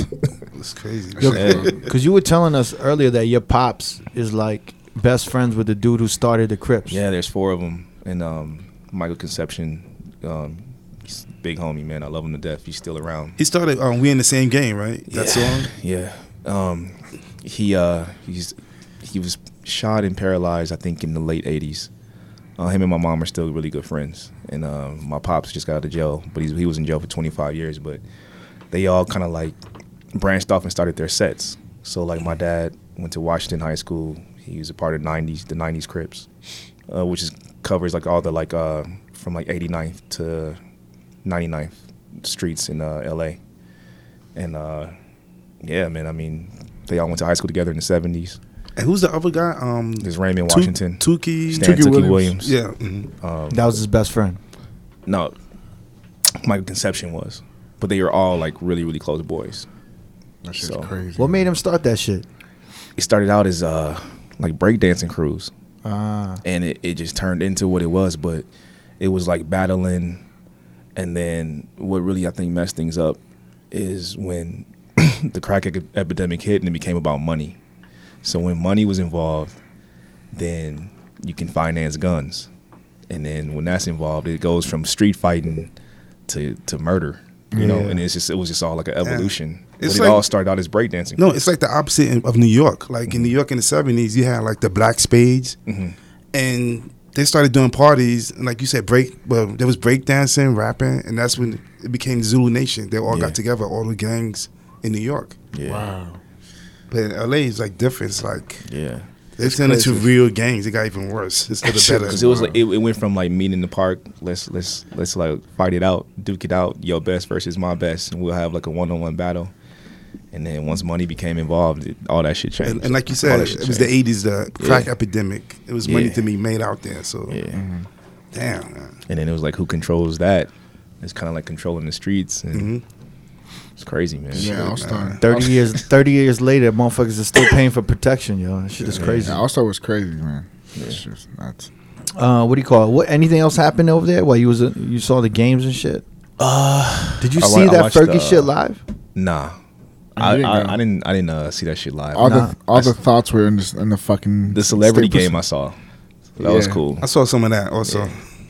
Speaker 4: It's crazy.
Speaker 3: Because you were telling us earlier that your pops is like best friends with the dude who started the Crips.
Speaker 5: Yeah, there's four of them, and um, Michael Conception, um, he's a big homie, man. I love him to death. He's still around.
Speaker 4: He started. Um, we in the same game, right? That song.
Speaker 5: Yeah. Um, he uh, he's he was shot and paralyzed, I think, in the late '80s. Uh, him and my mom are still really good friends, and uh, my pops just got out of jail, but he's, he was in jail for 25 years. But they all kind of like branched off and started their sets. So like my dad went to Washington High School. He was a part of '90s, the '90s Crips, uh, which is covers like all the like uh, from like 89th to 99th streets in uh, L.A. And uh, yeah, man. I mean, they all went to high school together in the seventies.
Speaker 4: And who's the other guy? Um,
Speaker 5: There's Raymond Washington,
Speaker 4: Tu- Tukey.
Speaker 5: Stan
Speaker 2: Tookie
Speaker 5: Tookie
Speaker 2: Williams.
Speaker 5: Williams.
Speaker 4: Yeah. mhm.
Speaker 3: That was his best friend.
Speaker 5: No, Michael Conception was, but they were all like really, really close boys.
Speaker 2: That shit's
Speaker 5: So-
Speaker 2: crazy.
Speaker 3: What made him start that shit?
Speaker 5: It started out as uh like breakdancing crews,
Speaker 3: Ah,
Speaker 5: and it, it just turned into what it was. But it was like battling, and then what really I think messed things up is when [clears throat] the crack e- epidemic hit and it became about money. So when money was involved, then you can finance guns, and then when that's involved, it goes from street fighting to to murder. You know,
Speaker 4: Yeah.
Speaker 5: and it's just it was just all like an evolution.
Speaker 4: It's
Speaker 5: but it
Speaker 4: like-
Speaker 5: all started out as breakdancing.
Speaker 4: No, it's like the opposite in- of New York. Like
Speaker 5: Mm-hmm.
Speaker 4: in New York in the seventies, you had like the Black Spades, and they started doing parties. And like you said, break. Well, there was breakdancing, rapping, and that's when it became Zulu Nation. They all
Speaker 5: Yeah.
Speaker 4: got together, all the gangs in New York.
Speaker 5: yeah,
Speaker 2: Wow.
Speaker 4: But in LA is like different. It's like
Speaker 5: yeah.
Speaker 4: they turned into real gangs. It got even worse.
Speaker 5: [laughs]
Speaker 4: It's for the better.
Speaker 5: Because it was like it, it went from like meeting in the park. Let's let's let's like fight it out, duke it out. Your best versus my best, and we'll have like a one on one battle. And then once money became involved, it, all that shit changed.
Speaker 4: And, and like you
Speaker 5: All
Speaker 4: said,
Speaker 5: that
Speaker 4: it
Speaker 5: shit
Speaker 4: was the
Speaker 5: changed.
Speaker 4: '80s, the crack
Speaker 5: Yeah.
Speaker 4: epidemic. It was money
Speaker 5: Yeah.
Speaker 4: to be made out there. So
Speaker 5: Yeah.
Speaker 4: damn, man.
Speaker 5: And then it was like who controls that? It's kind of like controlling the streets, and
Speaker 4: Mm-hmm.
Speaker 5: it's crazy, man.
Speaker 2: Yeah, I'll start.
Speaker 3: thirty years. Thirty years later, motherfuckers are still paying for protection, yo. That shit is crazy.
Speaker 2: Yeah, All Star was crazy, man. It's just nuts.
Speaker 3: Uh, what do you call it? What? Anything else happened over there while you was uh, you saw the games and shit? Uh, did you
Speaker 5: I wa-
Speaker 3: see
Speaker 5: I
Speaker 3: that
Speaker 5: watched,
Speaker 3: Fergie
Speaker 5: uh,
Speaker 3: shit live?
Speaker 5: Nah,
Speaker 2: I
Speaker 5: I,
Speaker 2: didn't know.
Speaker 5: I, I didn't I didn't uh, see that shit live.
Speaker 2: All
Speaker 3: Nah.
Speaker 2: the all
Speaker 5: I
Speaker 2: the
Speaker 5: s-
Speaker 2: thoughts were in the, in the fucking
Speaker 5: the celebrity
Speaker 2: Staples-
Speaker 5: game I saw, that was
Speaker 2: Yeah.
Speaker 5: cool.
Speaker 4: I saw some of that also.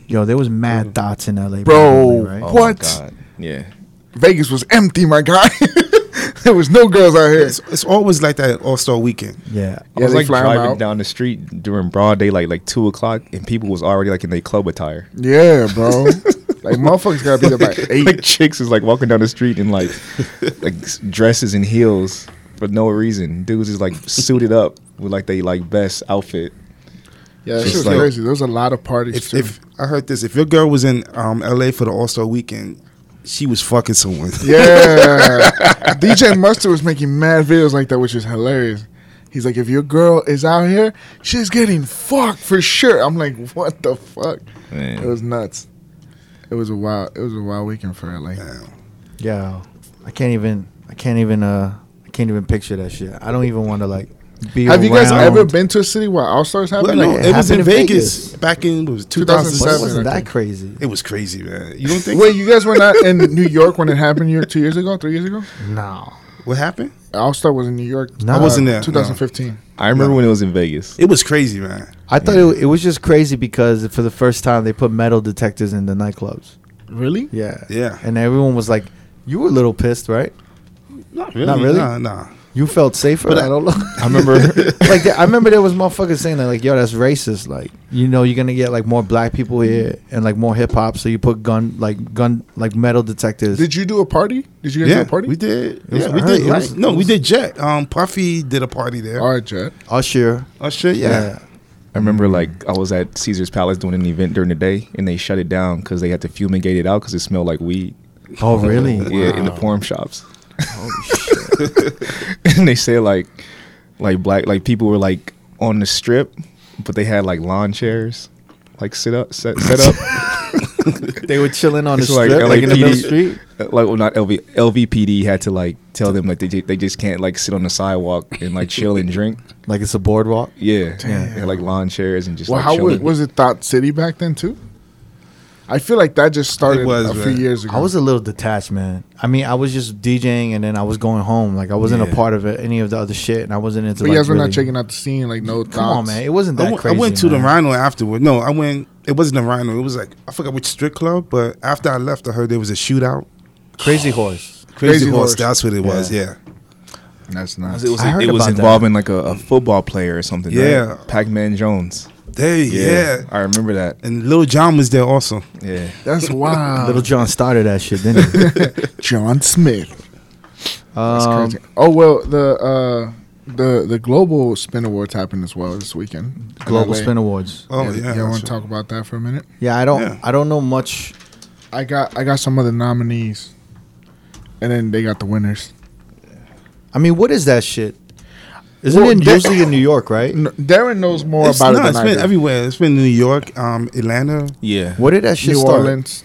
Speaker 3: Yo, there was mad dots in
Speaker 2: Bro.
Speaker 3: L.A. probably, right?
Speaker 5: Oh my
Speaker 2: What?
Speaker 5: God. Yeah,
Speaker 2: Vegas was empty, my guy. [laughs] there was no girls out here.
Speaker 4: It's, it's always like that All Star Weekend.
Speaker 3: Yeah.
Speaker 5: I
Speaker 2: Yeah,
Speaker 5: was
Speaker 2: they
Speaker 5: like
Speaker 2: fly 'em
Speaker 5: driving
Speaker 2: out.
Speaker 5: down the street during broad daylight, like two o'clock, and people was already like in their club attire.
Speaker 2: Yeah, bro. [laughs] like motherfuckers gotta be there
Speaker 5: [laughs]
Speaker 2: by eight.
Speaker 5: Like chicks is like walking down the street
Speaker 2: [laughs]
Speaker 5: in like like s- dresses and heels for no reason. Dudes is like suited up with like they like best outfit.
Speaker 2: yeah, that
Speaker 5: it's
Speaker 2: shit was
Speaker 5: like-
Speaker 2: crazy. There was a lot of parties
Speaker 4: If,
Speaker 2: too.
Speaker 4: if I heard this, if your girl was in um, L.A. for the All Star Weekend, she was fucking [laughs] someone.
Speaker 2: yeah, DJ Mustard was making mad videos like that, which is hilarious. He's like, if your girl is out here, she's getting fucked for sure. I'm like, what the fuck?
Speaker 5: Man.
Speaker 2: It was nuts. It was a wild. It was a wild weekend for LA.
Speaker 3: Yeah, I can't even. I can't even. Uh, I can't even picture that shit. I don't even want to like be.
Speaker 2: Have you guys
Speaker 3: around.
Speaker 2: ever been to a city where All Stars
Speaker 4: Well,
Speaker 2: happen?
Speaker 4: no,
Speaker 2: like,
Speaker 4: it was
Speaker 3: happened
Speaker 4: in
Speaker 3: in
Speaker 4: Vegas,
Speaker 3: Vegas.
Speaker 4: back in what was it,
Speaker 2: 2007.
Speaker 4: 2007.
Speaker 3: But it wasn't that crazy.
Speaker 4: It was crazy, man. You don't think
Speaker 2: wait, you guys were not in New York when it happened year, two years ago, three years ago?
Speaker 3: No.
Speaker 4: what happened?
Speaker 2: All Star was in New York.
Speaker 3: No. I wasn't
Speaker 4: there, no.
Speaker 2: 2015.
Speaker 5: I remember when it was in Vegas.
Speaker 4: It was crazy, man.
Speaker 3: I thought it, it was just crazy because for the first time they put metal detectors in the nightclubs.
Speaker 2: Really?
Speaker 3: Yeah.
Speaker 4: Yeah.
Speaker 3: And everyone was like, "You were a little pissed, right?
Speaker 4: Not
Speaker 3: Not really?
Speaker 4: Nah, nah.
Speaker 3: You felt safer." [laughs]
Speaker 4: But
Speaker 3: I, don't know.
Speaker 5: I remember.
Speaker 3: like I remember there was motherfuckers saying that like, "Yo, that's racist." Like, you know, you're gonna get like more black people here and like more hip hop, so you put gun like gun like metal
Speaker 2: [laughs]
Speaker 3: detectors.
Speaker 2: Did you do a party? Did you guys
Speaker 4: Yeah,
Speaker 2: do a party?
Speaker 4: we did.
Speaker 3: was-
Speaker 4: yeah, we
Speaker 3: I heard
Speaker 4: did.
Speaker 3: it
Speaker 4: It
Speaker 3: was-
Speaker 4: was- no,
Speaker 3: it
Speaker 4: we
Speaker 3: was-
Speaker 4: did Jet. Um, Puffy did a party there.
Speaker 2: All right, Jet.
Speaker 3: Usher.
Speaker 4: Oh shit, yeah.
Speaker 5: I remember like I was at Caesar's Palace doing an event during the day, and they shut it down because they had to fumigate it out because it smelled like weed.
Speaker 3: Oh
Speaker 4: [laughs]
Speaker 3: really?
Speaker 5: Yeah, in the porn shops. [laughs] and they said like, like black, like people were like on the strip, but they had like lawn chairs, like sit up, set,
Speaker 3: [laughs]
Speaker 5: set up.
Speaker 3: They were chilling on
Speaker 5: It's
Speaker 3: the
Speaker 5: like
Speaker 3: strip, like, in the middle
Speaker 5: LAPD.
Speaker 3: street.
Speaker 5: Uh, like, well, not LV, LVPD had to like tell them like they ju- they just can't like sit on the sidewalk and like chill and drink.
Speaker 3: Like it's a boardwalk.
Speaker 5: Yeah, yeah, they had, like lawn chairs and just.
Speaker 2: Well,
Speaker 5: like,
Speaker 2: how was,
Speaker 5: chilling.
Speaker 2: was it Thought City back then too? I feel like that just started
Speaker 4: was,
Speaker 2: a few
Speaker 4: man.
Speaker 2: years ago.
Speaker 3: I was a little detached, man. I mean, I was just DJing and then I was going home. Like I wasn't
Speaker 4: Yeah.
Speaker 3: a part of it, any of the other shit, and I wasn't into.
Speaker 2: but you
Speaker 3: like,
Speaker 2: guys were
Speaker 3: really-
Speaker 2: not checking out the scene, like no thoughts.
Speaker 3: Come on, man. It wasn't
Speaker 4: I
Speaker 3: that
Speaker 4: went- I
Speaker 3: crazy.
Speaker 4: went to
Speaker 3: man.
Speaker 4: the Rhino afterward. No, I went. It wasn't the Rhino. It was like I forgot which strip club. But after I left, I heard there was a shootout.
Speaker 3: Crazy Horse.
Speaker 4: Crazy,
Speaker 2: Crazy
Speaker 4: horse,
Speaker 2: Horse.
Speaker 4: That's what it was. Yeah.
Speaker 2: That's
Speaker 5: It
Speaker 2: nice.
Speaker 5: was,
Speaker 3: I heard
Speaker 5: it was
Speaker 3: about that.
Speaker 5: involving like a, a football player or something.
Speaker 4: Yeah.
Speaker 5: right? Pac-Man Jones.
Speaker 4: They yeah.
Speaker 5: I remember that.
Speaker 4: And Lil John was there also.
Speaker 5: Yeah,
Speaker 2: That's wild.
Speaker 3: [laughs] Little John started that shit, didn't he?
Speaker 2: John Smith. [laughs] That's
Speaker 3: Um,
Speaker 2: crazy. Oh well, the uh, the the global spin awards happened as well this weekend. in
Speaker 3: Global
Speaker 2: LA.
Speaker 3: Spin Awards.
Speaker 4: Oh
Speaker 2: yeah,
Speaker 4: yeah.
Speaker 2: you
Speaker 4: that's
Speaker 2: want to
Speaker 4: right.
Speaker 2: talk about that for a minute?
Speaker 3: Yeah, I don't.
Speaker 4: Yeah.
Speaker 3: I don't know much.
Speaker 2: I got I got some of the nominees, and then they got the winners.
Speaker 3: I mean, what is that shit? Isn't
Speaker 2: Well,
Speaker 3: it
Speaker 2: they-
Speaker 3: usually in New York, right?
Speaker 2: N- Darren knows more
Speaker 4: It's,
Speaker 2: about
Speaker 4: no,
Speaker 2: it
Speaker 4: it's
Speaker 2: than I
Speaker 4: been
Speaker 2: do.
Speaker 4: everywhere. It's been New York, um, Atlanta.
Speaker 5: yeah.
Speaker 3: Where did that shit
Speaker 2: New
Speaker 3: start?
Speaker 2: Orleans.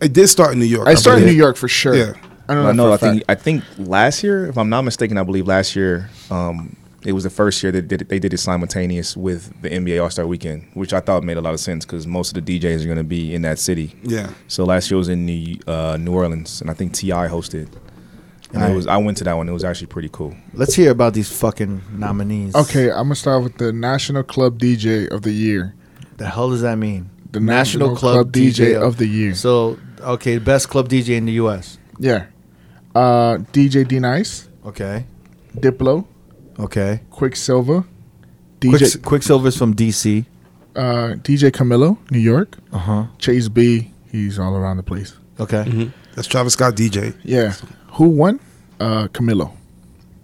Speaker 4: It did start in New York.
Speaker 2: I started in
Speaker 4: believe.
Speaker 2: New York for sure.
Speaker 4: Yeah.
Speaker 2: I don't
Speaker 5: I
Speaker 2: know.
Speaker 5: know.
Speaker 2: for
Speaker 5: I
Speaker 2: a fact.
Speaker 5: think. I think last year, if I'm not mistaken, I believe last year, um, it was the first year that did it, they did it simultaneous with the NBA All Star Weekend, which I thought made a lot of sense because most of the DJs are going to be in that city.
Speaker 4: Yeah.
Speaker 5: So last year was in New, uh, New Orleans, and I think Ti hosted. And it
Speaker 3: Right.
Speaker 5: was I went to that one. It was actually pretty cool.
Speaker 3: Let's hear about these fucking nominees.
Speaker 2: Okay, I'm gonna start with the National Club DJ of the Year.
Speaker 3: The hell does that mean?
Speaker 2: The National Club DJ of the Year.
Speaker 3: So, okay, best club DJ in the U.S.
Speaker 2: Yeah, uh, DJ D Nice,
Speaker 3: Okay.
Speaker 2: Diplo,
Speaker 3: Okay.
Speaker 2: Quicksilver,
Speaker 3: Quicks-
Speaker 2: DJ
Speaker 3: Quicksilver's from D.C.
Speaker 2: uh, DJ Camilo, New York,
Speaker 3: Uh huh.
Speaker 2: Chase B, he's all around the place.
Speaker 3: Okay.
Speaker 4: That's Travis Scott DJ.
Speaker 2: Yeah, who won? Uh, Camilo,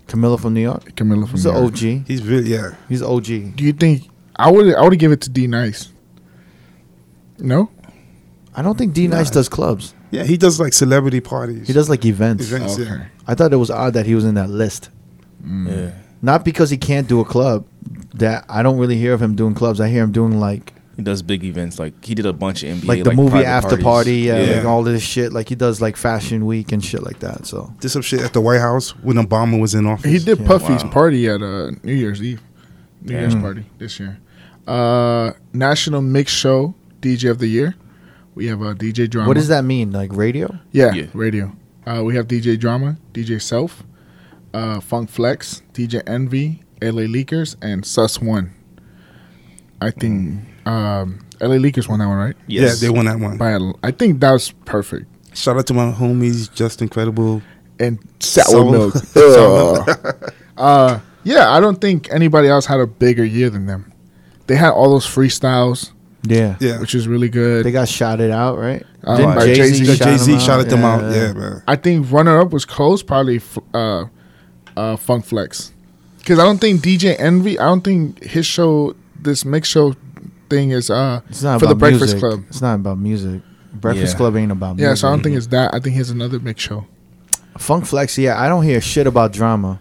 Speaker 3: Camilla from New York.
Speaker 2: Camilo from
Speaker 3: He's
Speaker 2: New
Speaker 3: an
Speaker 2: York.
Speaker 3: OG.
Speaker 4: He's really yeah.
Speaker 3: He's OG.
Speaker 2: Do you think I would? I would give it to D Nice. No,
Speaker 3: I don't think D Nice does clubs.
Speaker 4: Yeah, he does like celebrity parties.
Speaker 3: He does like events.
Speaker 4: events.
Speaker 2: Okay.
Speaker 4: Yeah.
Speaker 3: I thought it was odd that he was in that list. Mm.
Speaker 5: Yeah.
Speaker 3: Not because he can't do a club. That I don't really hear of him doing clubs. I hear him doing like
Speaker 5: He does big events like he did a bunch of NBA
Speaker 3: like the movie
Speaker 5: private
Speaker 3: after
Speaker 5: parties.
Speaker 3: party, uh, yeah,
Speaker 4: Yeah.
Speaker 3: like all this shit. Like he does like Fashion Week and shit like that. So
Speaker 5: Uh-huh.
Speaker 4: Did some shit at the White House when Obama was in office.
Speaker 2: he did
Speaker 3: Yeah,
Speaker 2: Puffy's
Speaker 5: wow.
Speaker 2: party at uh, New Year's Eve, New Year's
Speaker 5: Damn.
Speaker 2: party this year. Uh, National Mix Show DJ of the Year. We have uh, DJ Drama.
Speaker 3: what does that mean? Like radio?
Speaker 2: Yeah,
Speaker 5: Yeah.
Speaker 2: radio. Uh, we have DJ Drama, DJ Self, uh, Funk Flex, DJ Envy, LA Leakers, and Sus One. I think um, LA Leakers won that one, right?
Speaker 5: Yes.
Speaker 4: Yeah, they won that one.
Speaker 2: By a- I think that was perfect.
Speaker 4: Shout out to my homies, Just Incredible.
Speaker 2: And sour
Speaker 4: Sour-
Speaker 2: milk. Ugh. uh, yeah, I don't think anybody else had a bigger year than them. They had all those freestyles,
Speaker 3: Yeah.
Speaker 4: Yeah.
Speaker 2: which is really good.
Speaker 3: They got shouted out, right?
Speaker 5: Oh,
Speaker 2: Uh, by Jay-Z.
Speaker 3: shout
Speaker 4: Jay Z
Speaker 3: him
Speaker 4: shouted them out. Yeah,
Speaker 3: Yeah.
Speaker 4: man.
Speaker 2: I think runner up was close, probably f- uh, uh, Funk Flex, because I don't think DJ Envy. I don't think his show, this mix show thing, is uh
Speaker 3: It's not
Speaker 2: for the
Speaker 3: about
Speaker 2: Breakfast
Speaker 3: music.
Speaker 2: Club.
Speaker 3: It's not about music. Breakfast
Speaker 5: Yeah.
Speaker 3: Club ain't about
Speaker 2: Yeah,
Speaker 3: music.
Speaker 2: so I don't think it's that. I think he has another mix show.
Speaker 3: Funk Flex, yeah, I don't hear shit about drama.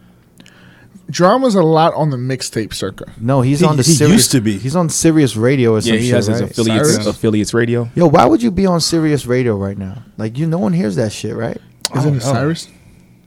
Speaker 2: Drama's a lot on the mixtape circa.
Speaker 3: No, he's
Speaker 4: He-
Speaker 3: on the
Speaker 4: he
Speaker 3: serious.
Speaker 4: used to be.
Speaker 3: He's on Sirius Radio or some
Speaker 5: Yeah, he
Speaker 3: shit,
Speaker 5: has his
Speaker 3: right?
Speaker 5: affiliates
Speaker 2: Cyrus?
Speaker 5: affiliates radio.
Speaker 3: Yo, why would you be on Sirius Radio right now? Like, you, no one hears that shit, right?
Speaker 2: Isn't
Speaker 5: Oh,
Speaker 2: it Cyrus?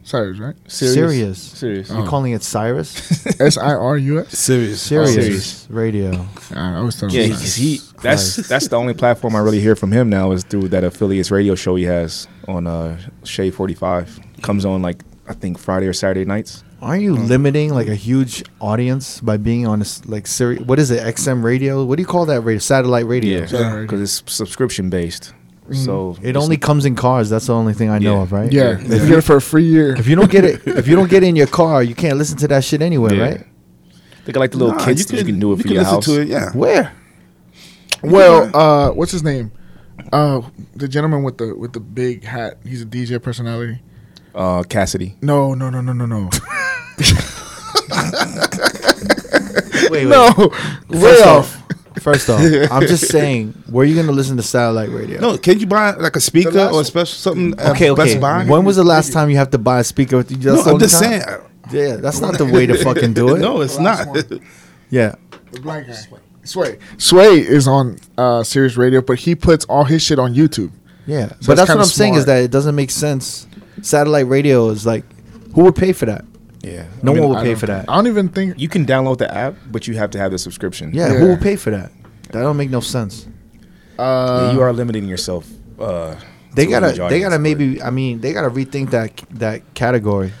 Speaker 2: Cyrus, right?
Speaker 3: Sirius.
Speaker 5: Serious.
Speaker 2: Oh.
Speaker 3: You're calling
Speaker 2: [laughs]
Speaker 3: it Cyrus?
Speaker 2: S I R U
Speaker 5: [laughs]
Speaker 2: S.
Speaker 4: Serious.
Speaker 3: Sirius,
Speaker 5: Sirius.
Speaker 3: Radio.
Speaker 2: I always thought
Speaker 5: Yeah,
Speaker 2: it
Speaker 5: he,
Speaker 2: was Cyrus.
Speaker 5: he that's
Speaker 3: Christ.
Speaker 5: that's the only platform I really hear from him now is through that affiliates radio show he has on uh Shea 45. Comes on like I think Friday or Saturday nights.
Speaker 3: Aren't
Speaker 2: Oh.
Speaker 3: you limiting like a huge audience by being on a s like Siri? What is it? XM radio? What do you call that radio? Satellite radio.
Speaker 2: Yeah.
Speaker 5: because it's subscription based. So
Speaker 3: Mm-hmm. It only comes in cars. That's the only thing I know
Speaker 5: Yeah.
Speaker 3: of, right?
Speaker 2: Yeah, you get it for a free year.
Speaker 3: If you don't get it, if you don't get it in your car, you can't listen to that shit anywhere,
Speaker 5: Yeah.
Speaker 3: right?
Speaker 5: they got like the little
Speaker 4: Nah,
Speaker 5: kids that you can do it for your
Speaker 4: listen
Speaker 5: house.
Speaker 4: to it, yeah.
Speaker 3: Where?
Speaker 2: Well, uh, what's his name? Uh, the gentleman with the with the big hat. He's a DJ personality.
Speaker 5: Uh, Cassidy.
Speaker 2: No, no, no, no, no,
Speaker 5: [laughs]
Speaker 2: no.
Speaker 3: Wait, wait.
Speaker 2: no, way
Speaker 3: First
Speaker 2: off.
Speaker 3: off, first off, I'm just saying, where are you going to listen to satellite radio?
Speaker 4: No, can you buy like a speaker
Speaker 2: last
Speaker 4: or a special something? at
Speaker 3: Okay, okay.
Speaker 4: Best Buy?
Speaker 3: When was the last time you have to buy a speaker? That's
Speaker 4: no,
Speaker 3: the
Speaker 4: I'm
Speaker 3: only
Speaker 4: just
Speaker 3: time?
Speaker 4: saying. uh,
Speaker 3: Yeah, that's not the way to fucking
Speaker 4: [laughs]
Speaker 3: do it.
Speaker 4: No, it's
Speaker 2: Last
Speaker 4: not.
Speaker 2: one.
Speaker 3: Yeah.
Speaker 2: The black guy. Sway. Sway is on uh, Sirius Radio, but he puts all his shit on YouTube. So
Speaker 3: Yeah. but
Speaker 2: it's
Speaker 3: that's what
Speaker 2: kinda
Speaker 3: I'm saying is
Speaker 2: smart.
Speaker 3: that it doesn't make sense. Satellite radio is like, who would pay for that?
Speaker 5: Yeah.
Speaker 3: No
Speaker 5: I mean,
Speaker 3: one would
Speaker 2: I
Speaker 3: pay
Speaker 2: don't-
Speaker 3: for that.
Speaker 2: I don't even think.
Speaker 5: You can download the app, but you have to have the subscription.
Speaker 3: Yeah,
Speaker 2: Yeah.
Speaker 3: who would pay for that? That don't make no sense.
Speaker 5: Yeah,
Speaker 2: Uh,
Speaker 5: you are limiting yourself. Uh,
Speaker 3: They
Speaker 5: to a
Speaker 3: gotta,
Speaker 5: huge
Speaker 3: they
Speaker 5: audience,
Speaker 3: gotta
Speaker 5: but
Speaker 3: maybe. I mean, they gotta rethink that that category.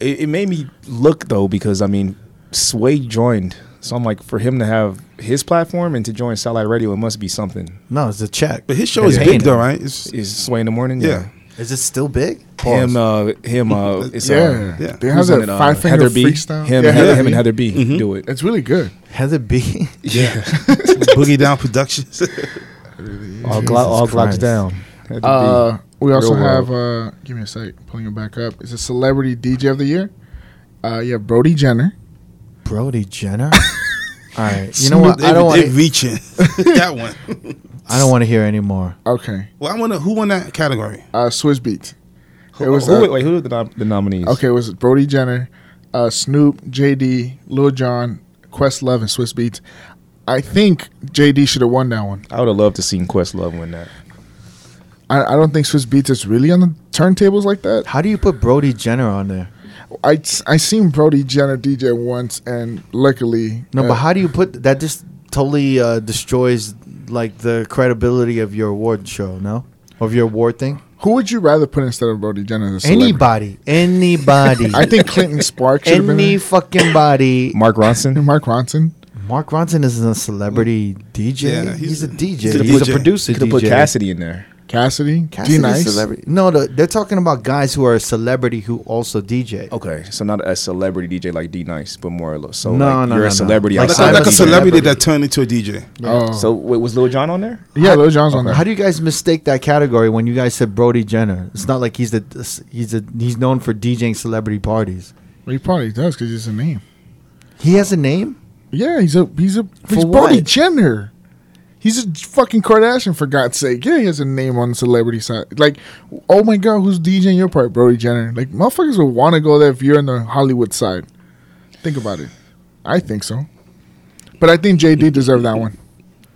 Speaker 5: It, it made me look though because I mean, Sway joined, so I'm like, for him to have his platform and to join Satellite Radio, it must be something.
Speaker 3: No, it's a check.
Speaker 4: But his show
Speaker 3: They're
Speaker 4: is
Speaker 3: paying
Speaker 4: big though,
Speaker 3: him.
Speaker 4: right? It's,
Speaker 5: Is Sway in the morning?
Speaker 4: yeah.
Speaker 3: Is it still big?
Speaker 5: Yeah. Him, uh, him, uh, it's, uh,
Speaker 2: yeah.
Speaker 4: yeah.
Speaker 2: they have
Speaker 5: who's on
Speaker 2: that
Speaker 5: it, uh,
Speaker 2: five finger
Speaker 5: Heather B.
Speaker 2: freestyle.
Speaker 5: Him,
Speaker 2: yeah, Mm-hmm.
Speaker 5: Heather,
Speaker 2: Heather
Speaker 5: him
Speaker 2: B.
Speaker 5: and Heather B. Do [laughs] it.
Speaker 2: It's really good.
Speaker 3: Has it be?
Speaker 4: Boogie Down [laughs] Productions.
Speaker 5: All,
Speaker 3: Jesus [laughs] all Glocks Christ. down.
Speaker 5: Heather
Speaker 2: Uh, we also
Speaker 5: Real
Speaker 2: have. Uh, give me a sec. Pulling it back up. It's a celebrity DJ of the year. Uh, you have Brody Jenner.
Speaker 3: Brody
Speaker 4: [laughs]
Speaker 3: Jenner. All right, you know what? I don't
Speaker 4: They
Speaker 3: want.
Speaker 4: reaching [laughs] that one.
Speaker 3: I don't want to hear anymore.
Speaker 2: Okay.
Speaker 4: [laughs] Well, I wonder who won that category.
Speaker 2: Uh, Swiss Beats.
Speaker 5: B.
Speaker 2: It was
Speaker 5: who,
Speaker 2: uh,
Speaker 5: wait, wait, who are the, nom- the nominees?
Speaker 2: okay. It was Brody Jenner, uh, Snoop, JD, Lil Jon, Questlove, and Swiss Beats. I think JD should have won that one.
Speaker 5: I would have loved to seen Questlove win that.
Speaker 2: I, I don't think Swiss Beats is really on the turntables like that.
Speaker 3: How do you put Brody Jenner on there?
Speaker 2: I, I seen Brody Jenner DJ once, and luckily,
Speaker 3: No,
Speaker 2: uh,
Speaker 3: but how do you put that? Just totally uh, destroys like the credibility of your award show. No, of your award thing.
Speaker 2: who would you rather put instead of Brody Jenner? As a celebrity?
Speaker 3: Anybody, anybody,
Speaker 2: [laughs] I think Clinton Sparks should have been
Speaker 3: any
Speaker 2: in
Speaker 3: fucking body.
Speaker 5: Mark
Speaker 2: there. [laughs]
Speaker 5: Ronson.
Speaker 2: Mark Ronson.
Speaker 3: Mark Ronson isn't a celebrity DJ.
Speaker 4: Yeah,
Speaker 3: he's,
Speaker 4: he's-
Speaker 3: a DJ.
Speaker 4: he's a
Speaker 3: He's a
Speaker 4: DJ.
Speaker 3: producer.
Speaker 5: Could have put
Speaker 3: DJ.
Speaker 5: Cassidy in there.
Speaker 2: Cassidy,
Speaker 3: Cassidy's
Speaker 2: G Nice.
Speaker 3: celebrity. No, the, they're talking about guys who are a celebrity who also DJ.
Speaker 5: Okay, so not a celebrity DJ like D Nice, but more lo- so
Speaker 3: No,
Speaker 5: like
Speaker 3: no,
Speaker 5: you're
Speaker 3: no, no.
Speaker 5: a celebrity
Speaker 3: Like-
Speaker 4: Like,
Speaker 5: outside
Speaker 4: like
Speaker 5: of
Speaker 4: a
Speaker 5: DJ.
Speaker 4: celebrity that turned into a DJ.
Speaker 2: Oh,
Speaker 5: So wait, was Lil Jon on there?
Speaker 2: yeah, Lil Jon's on there.
Speaker 3: How do you guys mistake that category when you guys said Brody Jenner? It's not like he's the he's a he's known for DJing celebrity parties.
Speaker 2: Well, he probably does because he's a name.
Speaker 3: He has a name.
Speaker 2: Yeah, he's a he's a he's
Speaker 3: For
Speaker 2: Brody
Speaker 3: what?
Speaker 2: Jenner. He's a fucking Kardashian for God's sake. Yeah, he has a name on the celebrity side. Like, oh my God, who's DJing your part, Brody Jenner? Like, motherfuckers would want to go there if you're on the Hollywood side. Think about it. I think so, but I think JD deserved that one.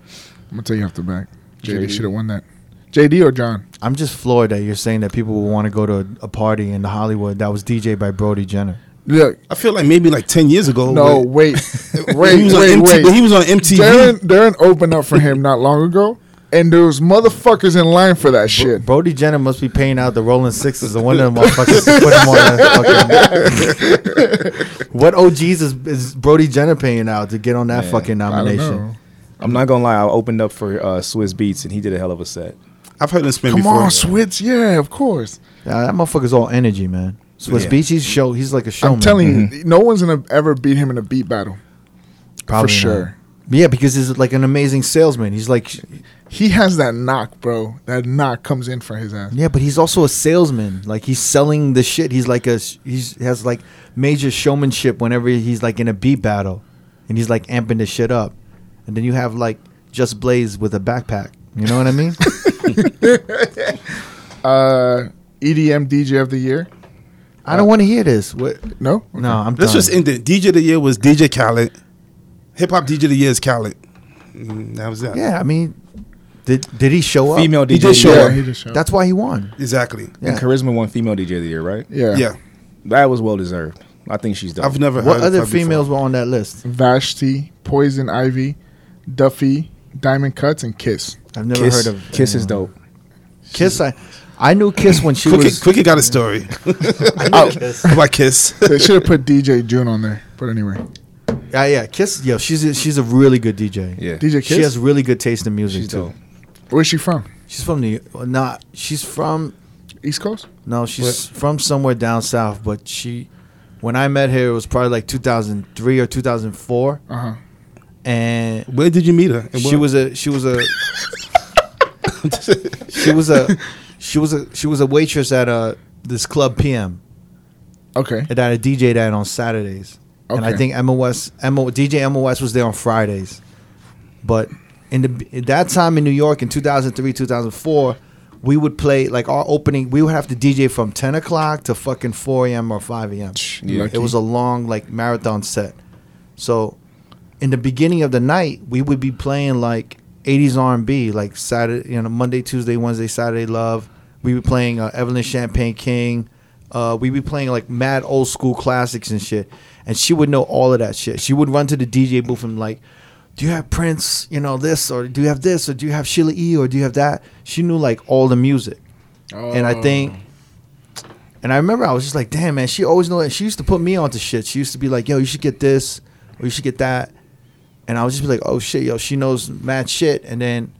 Speaker 2: I'm gonna tell you off the back. JD,
Speaker 5: JD.
Speaker 2: should have won that. JD or John?
Speaker 3: I'm just floored that you're saying that people would want to go to a, a party in Hollywood that was DJ by Brody Jenner.
Speaker 2: Look,
Speaker 4: I feel like maybe like ten years ago.
Speaker 2: Oh, no,
Speaker 4: but-
Speaker 2: wait,
Speaker 4: [laughs] he
Speaker 2: wait,
Speaker 4: was
Speaker 2: wait,
Speaker 4: on MTV,
Speaker 2: wait.
Speaker 4: He was on MTV.
Speaker 2: Darren, Darren opened up for him not long ago, and there was motherfuckers in line for that shit.
Speaker 3: Brody Jenner must be paying out the Rolling Sixes and one of them motherfuckers put him on that
Speaker 2: [laughs]
Speaker 3: fucking. what OGs is, is Brody Jenner paying out to get on that
Speaker 5: Man,
Speaker 3: fucking
Speaker 2: I don't
Speaker 3: nomination?
Speaker 2: know.
Speaker 5: I'm not gonna lie. I opened up for uh, Swiss Beats, and he did a hell of a set.
Speaker 4: I've heard him spin
Speaker 2: Come
Speaker 4: before.
Speaker 2: on, Switch. Yeah, of course.
Speaker 3: Yeah, that motherfucker's all energy, man. Swiss
Speaker 5: Yeah.
Speaker 3: Beach, he's show. He's like a showman.
Speaker 2: I'm telling you, no one's gonna ever beat him in a beat battle.
Speaker 3: Probably
Speaker 2: for
Speaker 3: not.
Speaker 2: sure.
Speaker 3: Yeah, because he's like an amazing salesman. He's like,
Speaker 2: He has that knock, bro. That knock comes in for his ass.
Speaker 3: yeah, but he's also a salesman. Like he's selling the shit. He's like a he's has like major showmanship whenever he's like in a beat battle, and he's like amping the shit up, and then you have like just Blaze with a backpack. You know what I
Speaker 5: [laughs]
Speaker 3: mean?
Speaker 2: E Uh, EDM DJ of the year.
Speaker 3: I don't want to hear this. What?
Speaker 2: No,
Speaker 3: No, I'm.
Speaker 4: Let's
Speaker 3: done.
Speaker 4: just end it. DJ of the year was DJ Khaled. Hip hop DJ of the year is Khaled. Mm, that was that.
Speaker 3: Yeah, I mean, did did he show up?
Speaker 5: Female
Speaker 4: He
Speaker 5: DJ
Speaker 4: did
Speaker 5: of the
Speaker 4: show
Speaker 5: year.
Speaker 4: up.
Speaker 2: he just showed.
Speaker 3: That's why he won.
Speaker 4: Exactly.
Speaker 5: And
Speaker 3: Yeah.
Speaker 5: Charisma won female DJ of the year, right?
Speaker 2: yeah.
Speaker 4: Yeah.
Speaker 5: That was well deserved. I think she's done.
Speaker 4: I've never heard
Speaker 3: What
Speaker 4: of
Speaker 3: other
Speaker 4: her before.
Speaker 3: females were on that list?
Speaker 2: Vashti, Poison Ivy, Duffy, Diamond Cuts, and Kiss.
Speaker 3: I've never
Speaker 5: Kiss,
Speaker 3: heard of.
Speaker 5: Kiss is
Speaker 3: anyone.
Speaker 5: dope.
Speaker 3: Kiss, I, I knew Kiss when she
Speaker 4: Quickie,
Speaker 3: was. Oh.
Speaker 4: Quickie got
Speaker 3: [laughs]
Speaker 4: a story [laughs] about Kiss. [laughs]
Speaker 2: They should have put DJ June on there, but anyway,
Speaker 3: Yeah, Ah, yeah, Kiss. Yo, she's a, she's a really good DJ.
Speaker 5: Yeah.
Speaker 2: DJ
Speaker 3: She has
Speaker 2: Kiss.
Speaker 3: really good taste in music
Speaker 5: She's
Speaker 3: too.
Speaker 5: dope.
Speaker 2: Where's she from?
Speaker 3: She's from New. Not. She's from.
Speaker 2: East Coast.
Speaker 3: No, she's from somewhere down south. But she, when I met her, it was probably like 2003 or 2004,
Speaker 2: Uh huh.
Speaker 3: and
Speaker 4: Where did you meet her? And
Speaker 3: she
Speaker 4: where-
Speaker 3: was a she was a she was a she was a she was a waitress at a this club PM
Speaker 2: Okay.
Speaker 3: that I DJ would at on Saturdays, and I
Speaker 2: Okay.
Speaker 3: think Emma West Emma DJ Emma West was there on Fridays, but in the at that time in New York in 2003 2004. We would play like our opening. We would have to DJ from ten o'clock to fucking four a.m. or five a.m.
Speaker 5: Yeah.
Speaker 3: It was a long like marathon set. So in the beginning of the night, we would be playing like 80s R&B, like Saturday, you know, Monday, Tuesday, Wednesday, Saturday Love. We be playing uh, Evelyn Champagne King. Uh, we be playing like mad old school classics and shit. And she would know all of that shit. She would run to the DJ booth and like, do you have Prince, you know, this, or do you have this, or do you have Sheila E, or do you have that? She knew like all the music. And I think and I remember I was just like, damn, man, she always know that. She used to put me onto shit. She used to be like, yo, you should get this or you should get that. And I was just be like, oh shit, yo, she knows mad shit. And then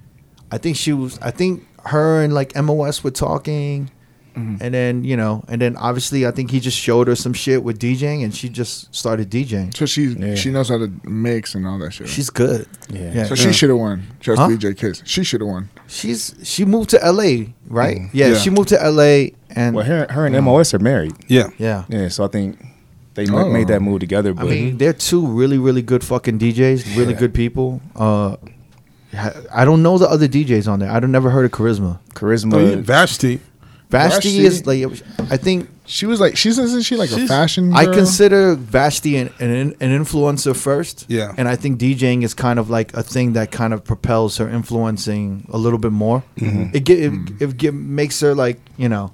Speaker 3: I think she was, I think her and like MOS were talking. And then, you know, and then obviously I think he just showed her some shit with DJing and she just started DJing.
Speaker 2: so. She
Speaker 5: Yeah.
Speaker 2: she knows how to mix and all that shit.
Speaker 3: She's good.
Speaker 5: Yeah.
Speaker 2: so she should have won. Just
Speaker 3: Huh?
Speaker 2: DJ Kiss. She should have won.
Speaker 3: She's, she moved to LA, right? Yeah,
Speaker 2: Yeah.
Speaker 3: she moved to LA and,
Speaker 5: Well, her, her and MOS are married.
Speaker 4: yeah.
Speaker 3: yeah.
Speaker 5: Yeah, so I think they
Speaker 2: Oh.
Speaker 5: made that move together.
Speaker 3: I
Speaker 5: But
Speaker 3: mean, they're two really, really good fucking DJs. Really
Speaker 5: Yeah.
Speaker 3: good people. Uh, I- I don't know the other DJs on there. I've never heard of Charisma.
Speaker 5: charisma.
Speaker 4: Oh, yeah. Vashti.
Speaker 3: Vashti,
Speaker 2: Vashti-
Speaker 3: is like, I think
Speaker 2: She was like, she's isn't she like a
Speaker 4: She's-
Speaker 2: fashion?
Speaker 3: I
Speaker 2: girl?
Speaker 3: consider Vashti an, an an influencer first.
Speaker 4: Yeah.
Speaker 3: and I think DJing is kind of like a thing that kind of propels her influencing a little bit more. It gi- it, it gi- makes her like you know,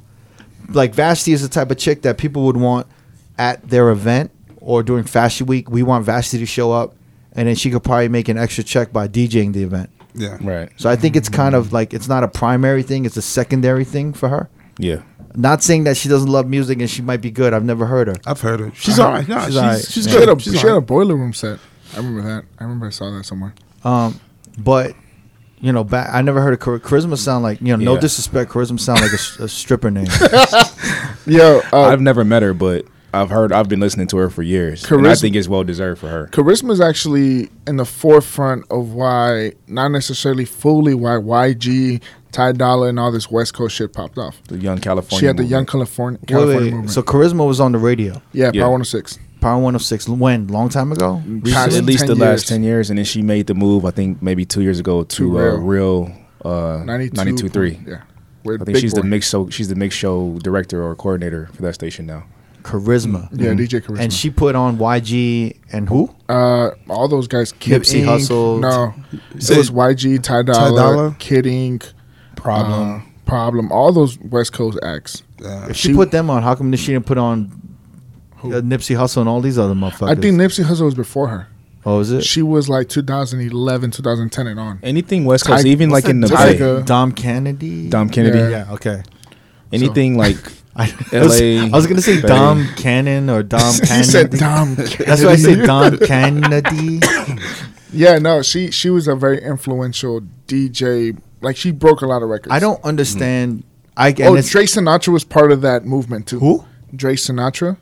Speaker 3: like Vashti is the type of chick that people would want at their event or during Fashion Week. We want Vashti to show up, and then she could probably make an extra check by DJing the event.
Speaker 4: Yeah.
Speaker 5: Right.
Speaker 3: So I think it's kind of like it's not a primary thing; it's a secondary thing for her.
Speaker 5: Yeah.
Speaker 3: Not saying that she doesn't love music and she might be good. I've never heard her.
Speaker 4: I've heard Uh-huh. her. She's all right. No,
Speaker 3: She's
Speaker 4: she's,
Speaker 3: all right.
Speaker 4: she's,
Speaker 2: She
Speaker 4: good.
Speaker 2: had a
Speaker 4: she's
Speaker 2: she
Speaker 4: all
Speaker 2: had a
Speaker 4: right.
Speaker 2: boiler room set. I remember that. I remember I saw that somewhere.
Speaker 3: Um, but you know, back, I never heard of char- charisma sound like you know. No
Speaker 5: Yeah.
Speaker 3: disrespect, charisma sound like a, s- a stripper
Speaker 5: [laughs]
Speaker 3: name.
Speaker 2: Yo, uh,
Speaker 5: I've never met her, but I've heard I've been listening to her for years. And I
Speaker 2: Charisma-
Speaker 5: think it's well deserved for her.
Speaker 2: charisma is actually in the forefront of why, not necessarily fully why YG, Ty Dolla, and all this West Coast shit popped off.
Speaker 5: The young California.
Speaker 2: she had the
Speaker 5: movement.
Speaker 2: young California
Speaker 3: Wait,
Speaker 2: California
Speaker 3: wait,
Speaker 2: movement.
Speaker 3: so charisma was on the radio,
Speaker 2: yeah,
Speaker 5: Yeah.
Speaker 2: Power 106.
Speaker 3: Power One of Six. When long time ago,
Speaker 2: Past
Speaker 5: At
Speaker 3: recently.
Speaker 2: 10
Speaker 5: least the
Speaker 2: years.
Speaker 5: last ten years, and then she made the move. I think maybe two years ago to,
Speaker 2: To
Speaker 5: uh,
Speaker 2: Real.
Speaker 5: real uh,
Speaker 2: 92.
Speaker 5: 92 three.
Speaker 2: Yeah. We're
Speaker 5: I think she's the mix show. She's the mix show director or coordinator for that station now.
Speaker 3: Charisma.
Speaker 2: Yeah,
Speaker 5: Mm-hmm.
Speaker 2: DJ Charisma.
Speaker 3: mm-hmm. And she put on YG and who?
Speaker 2: uh, all those guys. Kid
Speaker 3: Nipsey
Speaker 2: Inc.
Speaker 3: Hussle.
Speaker 2: No.
Speaker 4: So-
Speaker 2: it was YG, Ty Dolla,
Speaker 4: Dolla?
Speaker 2: Kid Inc., uh,
Speaker 5: Problem.
Speaker 2: Problem, all those West Coast acts.
Speaker 4: Yeah.
Speaker 3: If she,
Speaker 2: she-
Speaker 3: put them on, how come she didn't put on
Speaker 2: Who?
Speaker 3: uh, Nipsey Hussle and all these other motherfuckers?
Speaker 2: I think Nipsey Hussle was before her.
Speaker 3: Oh, is it?
Speaker 2: She was like 2011, 2010 and on.
Speaker 5: Anything West Coast,
Speaker 2: Tig-
Speaker 5: even like in the
Speaker 2: Tiger?
Speaker 5: Bay.
Speaker 2: Tiger.
Speaker 3: Dom Kennedy.
Speaker 5: Dom Kennedy.
Speaker 2: Yeah.
Speaker 3: Yeah. Okay.
Speaker 5: Anything like
Speaker 3: [laughs] I,
Speaker 5: LA,
Speaker 3: was, I was gonna say
Speaker 5: Bay.
Speaker 3: Dom Cannon or Dom.
Speaker 2: [laughs] He said
Speaker 3: Kennedy.
Speaker 2: Dom.
Speaker 3: [laughs] That's why I said Dom Kennedy.
Speaker 2: [laughs] Yeah, no, she she was a very influential DJ. Like she broke a lot of records.
Speaker 3: I don't understand. I and
Speaker 2: Oh,
Speaker 3: it's-
Speaker 2: Dre Sinatra was part of that movement too.
Speaker 3: Who?
Speaker 2: Dre Sinatra.